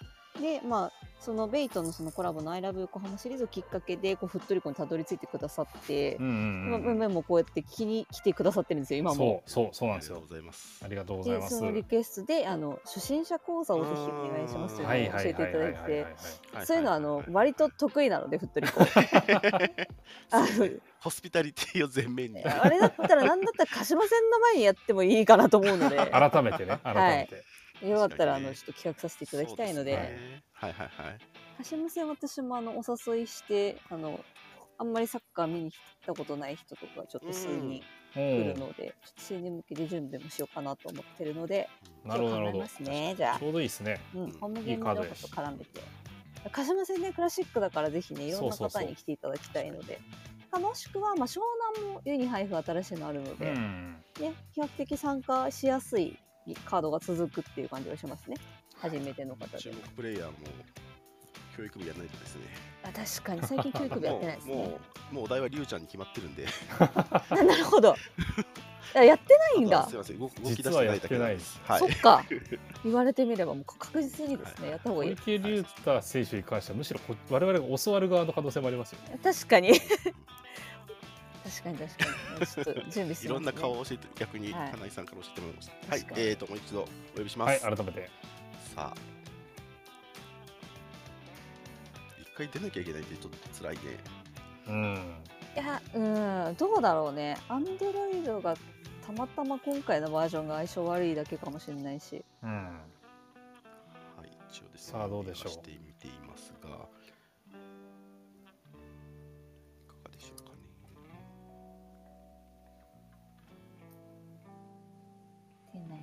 [SPEAKER 4] でまあそのベイとのそのコラボの「アイラブ横浜」シリーズをきっかけでこうふっとりこにたどり着いてくださって
[SPEAKER 2] う、んうん
[SPEAKER 4] まあ
[SPEAKER 2] うんうん
[SPEAKER 4] メもこうやって聞きに来てくださってるんですよ今も
[SPEAKER 2] そうそうそうな
[SPEAKER 1] あ
[SPEAKER 2] ん
[SPEAKER 1] り
[SPEAKER 2] です
[SPEAKER 1] がとう
[SPEAKER 2] よ
[SPEAKER 1] ございます
[SPEAKER 2] あ。りがとうござい
[SPEAKER 4] で
[SPEAKER 2] ます
[SPEAKER 4] そのリクエストであの初心者講座をぜひお願いしますと
[SPEAKER 2] はいいう
[SPEAKER 4] のを
[SPEAKER 2] は
[SPEAKER 4] 教えて
[SPEAKER 2] い
[SPEAKER 4] いた
[SPEAKER 2] はいはい
[SPEAKER 4] だ
[SPEAKER 2] はいいはい
[SPEAKER 4] て
[SPEAKER 2] はい
[SPEAKER 1] はい
[SPEAKER 4] そういうのはあの割
[SPEAKER 1] (laughs)
[SPEAKER 4] と得意なのでふっとりこ
[SPEAKER 1] そう
[SPEAKER 4] あの
[SPEAKER 1] ですねホスピタリティを前面に。
[SPEAKER 4] あれだったら何だったら鹿島戦の前にやってもいいかなと思うのでよ
[SPEAKER 2] 改めてね改めて、
[SPEAKER 4] かったら
[SPEAKER 1] 確か
[SPEAKER 4] あ
[SPEAKER 1] にね
[SPEAKER 4] のちょっと企画させていただきたいので
[SPEAKER 1] そうすねはいはいはい。
[SPEAKER 4] 鹿島戦私もあのお誘いしてあのあんまりサッカー見に来たことない人とかちょっと数人来るので、ちょっと数人向けで準備もしようかなと思ってるので
[SPEAKER 2] うんなるほどなる
[SPEAKER 4] 考え
[SPEAKER 2] ほ
[SPEAKER 4] ます
[SPEAKER 2] ど、
[SPEAKER 4] ねじゃあ
[SPEAKER 2] ちょうどいいですね
[SPEAKER 4] うん、ホームゲ
[SPEAKER 2] い
[SPEAKER 4] ー
[SPEAKER 2] い
[SPEAKER 4] ム
[SPEAKER 2] カードで
[SPEAKER 4] 情報
[SPEAKER 2] す
[SPEAKER 4] と絡めて鹿島戦ねクラシックだからぜひねいろんな
[SPEAKER 2] そうそう
[SPEAKER 4] 方
[SPEAKER 2] そう
[SPEAKER 4] に来ていただきたいのでまあもしくは、まあ、湘南もユニハイフ新しいのあるの
[SPEAKER 2] う
[SPEAKER 4] で、
[SPEAKER 2] ん
[SPEAKER 4] ね、比較的参加しやすいカードが続くっていう感じがしますね初めての方
[SPEAKER 1] 注
[SPEAKER 4] で
[SPEAKER 1] 目プレイヤーも教育部やらないとですね。
[SPEAKER 4] あ確かに最近教育部やってないです
[SPEAKER 2] (laughs)
[SPEAKER 1] もう
[SPEAKER 4] ね
[SPEAKER 1] もうもうお題はリュウちゃんに決まってるんで。
[SPEAKER 4] な (laughs) なるほどあやってないん
[SPEAKER 1] あと
[SPEAKER 4] だ
[SPEAKER 1] はすいません動き動き出してないだけなんです。は
[SPEAKER 4] そ
[SPEAKER 1] い
[SPEAKER 4] っ。か言われてみればもう確実にですねやった方がい
[SPEAKER 2] 小
[SPEAKER 4] い
[SPEAKER 2] 池龍太選手に関してはむしろこ我々が教わる側の可能性もありますよね。
[SPEAKER 4] 確かに確かに確かにちょっと準備してます、ね、
[SPEAKER 1] (laughs) いろんな顔を教えて逆に
[SPEAKER 4] はい
[SPEAKER 1] 金井さんから教えてもらいました。はい
[SPEAKER 4] 確。かに
[SPEAKER 1] えーともう一度お呼びしま
[SPEAKER 2] はい、
[SPEAKER 1] す。
[SPEAKER 2] 改めて。
[SPEAKER 1] さあ。一回出なきゃいけないってちょっと辛いね。
[SPEAKER 2] うん。
[SPEAKER 4] いやうんどうだろうねアンドロイドがたまたま今回のバージョンが相性悪いだけかもしれないし
[SPEAKER 2] うん。
[SPEAKER 1] はい、一応ですね。
[SPEAKER 2] さあどうでしょう
[SPEAKER 1] してみていますが、いかがでしょうかね。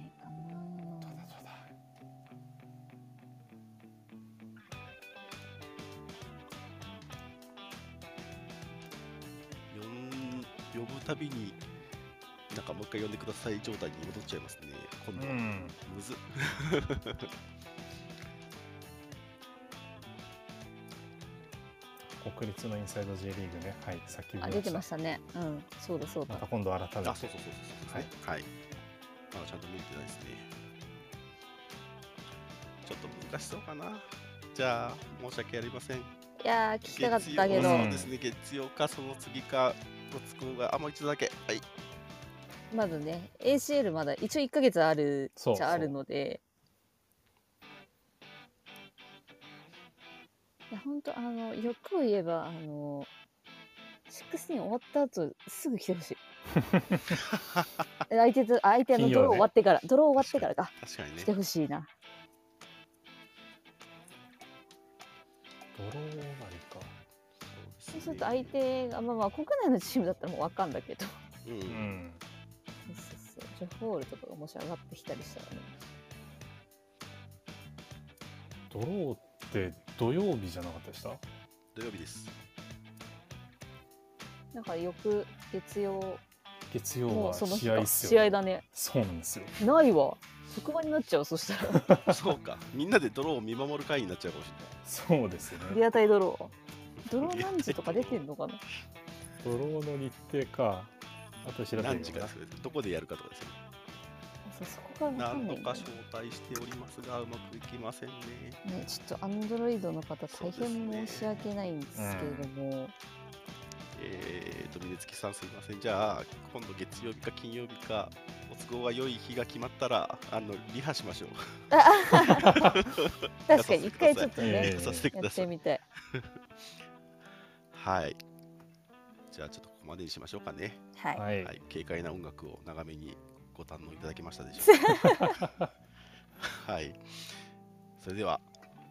[SPEAKER 1] 呼ぶたびに、なんかもう一回呼んでください状態に戻っちゃいますね、今度は。
[SPEAKER 2] ん。
[SPEAKER 1] むずっ
[SPEAKER 2] 国立のインサイド J リーグね。はい。さっき見
[SPEAKER 4] あ出てましたねうんそうだそう
[SPEAKER 2] ま
[SPEAKER 4] だ
[SPEAKER 2] た今度改めて
[SPEAKER 1] あ、そうそうそうそうそうですね。はい。まだちゃんと見れてないですね。ちょっと難しそうかな。じゃあ、申し訳ありません。
[SPEAKER 4] いやー聞きたかったけ
[SPEAKER 1] 月
[SPEAKER 4] ど
[SPEAKER 1] 曜そうですね、月曜かその次か、ごつくんが、あ、もう一度だけ。はい。
[SPEAKER 4] まだね ACL まだ一応1ヶ月ある
[SPEAKER 2] そう
[SPEAKER 4] じゃあるのでいや本当あの欲を言えばあの16終わった後すぐ来て
[SPEAKER 2] (laughs)
[SPEAKER 4] ほしい相手と相手の
[SPEAKER 2] 金曜ね
[SPEAKER 4] ドロー終わってから、ドロー終わってからか
[SPEAKER 1] 確かにね
[SPEAKER 4] 来て。ほしいな
[SPEAKER 2] ドロー終わりか。
[SPEAKER 4] そうすると相手がまあまあ国内のチームだったらもう分かんだけど
[SPEAKER 1] うん。う
[SPEAKER 2] うんん。
[SPEAKER 4] そうそうそうジョホールとかがもし上がってきたりしたらね
[SPEAKER 2] ドローって土曜日じゃなかったでした
[SPEAKER 1] 土曜日です。 (laughs)
[SPEAKER 4] なんか翌月曜
[SPEAKER 2] 月曜
[SPEAKER 4] も
[SPEAKER 2] は
[SPEAKER 4] うその日
[SPEAKER 2] 試
[SPEAKER 4] か
[SPEAKER 2] 合っすよ、ね。
[SPEAKER 4] 試合だね
[SPEAKER 2] そうなんですよ。
[SPEAKER 4] ないわ職場になっちゃうそしたら
[SPEAKER 1] そうか。みんなでドローを見守る会になっちゃうかもしれない。
[SPEAKER 2] そうですよ
[SPEAKER 4] リ
[SPEAKER 2] ね。
[SPEAKER 4] アタイドロードロー何時とか出てんのかな
[SPEAKER 2] ドローの日程か。あと調べ
[SPEAKER 1] 何時か
[SPEAKER 2] か
[SPEAKER 1] ですよねどこでやるかとかですよね。
[SPEAKER 4] そうそこがわかん
[SPEAKER 1] 何
[SPEAKER 4] な
[SPEAKER 1] 度
[SPEAKER 4] いんだ
[SPEAKER 1] か
[SPEAKER 4] よ
[SPEAKER 1] 招
[SPEAKER 4] ね
[SPEAKER 1] 待しておりますが、うまくいきませんね。
[SPEAKER 4] ねちょっとアンドロイドの方大変申し訳ないんですけれども、
[SPEAKER 1] えーと、峰月さんすいません。じゃあ、今度月曜日か金曜日か、お都合が良い日が決まったら、あの、リハしましょう。
[SPEAKER 4] (laughs) 確かに一回ちょっと
[SPEAKER 2] え
[SPEAKER 4] ね
[SPEAKER 1] (laughs)
[SPEAKER 2] え
[SPEAKER 1] させてく
[SPEAKER 4] や
[SPEAKER 1] だ
[SPEAKER 4] っ
[SPEAKER 1] さ
[SPEAKER 4] て
[SPEAKER 1] い。
[SPEAKER 4] みたい
[SPEAKER 1] はい。じゃあ、ちょっとここまでにしましょうかね。
[SPEAKER 4] はい、
[SPEAKER 2] はい。
[SPEAKER 1] はい。軽快な音楽を長めにご堪能いただけましたでしょう
[SPEAKER 4] (laughs)
[SPEAKER 1] か。はい。それでは、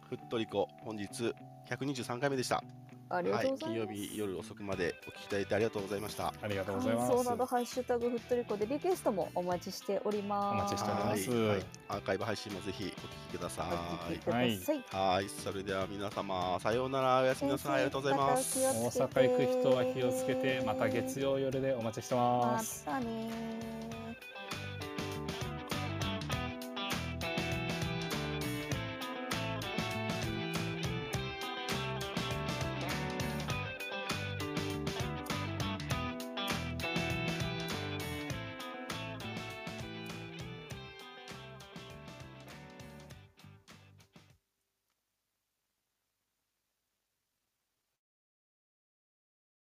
[SPEAKER 1] ふっとりこ、本日123回目でした。
[SPEAKER 4] ありが
[SPEAKER 1] は
[SPEAKER 4] と
[SPEAKER 1] い
[SPEAKER 4] うご。ざ
[SPEAKER 1] 金
[SPEAKER 4] いま
[SPEAKER 1] 曜
[SPEAKER 4] す、
[SPEAKER 1] 日夜遅くまでお聞きいただいてありがとうございました。
[SPEAKER 2] ありがとうございま
[SPEAKER 4] 感
[SPEAKER 2] す。
[SPEAKER 4] 想などハッシュタグふっとりこでリクエストもお待ちしており
[SPEAKER 2] お
[SPEAKER 4] ます
[SPEAKER 2] 待ちしております。
[SPEAKER 1] はいはいアーカイブ配信もぜひお聞きくださ
[SPEAKER 4] お聞き
[SPEAKER 1] い
[SPEAKER 4] く。ださい
[SPEAKER 1] はい、それでは皆様、さようなら、おやすみなさい、ありがとうございます。
[SPEAKER 4] 先生
[SPEAKER 2] 大阪行く人は気をつけて、また月曜夜でお待ちして
[SPEAKER 4] ま
[SPEAKER 2] ます。
[SPEAKER 4] たねー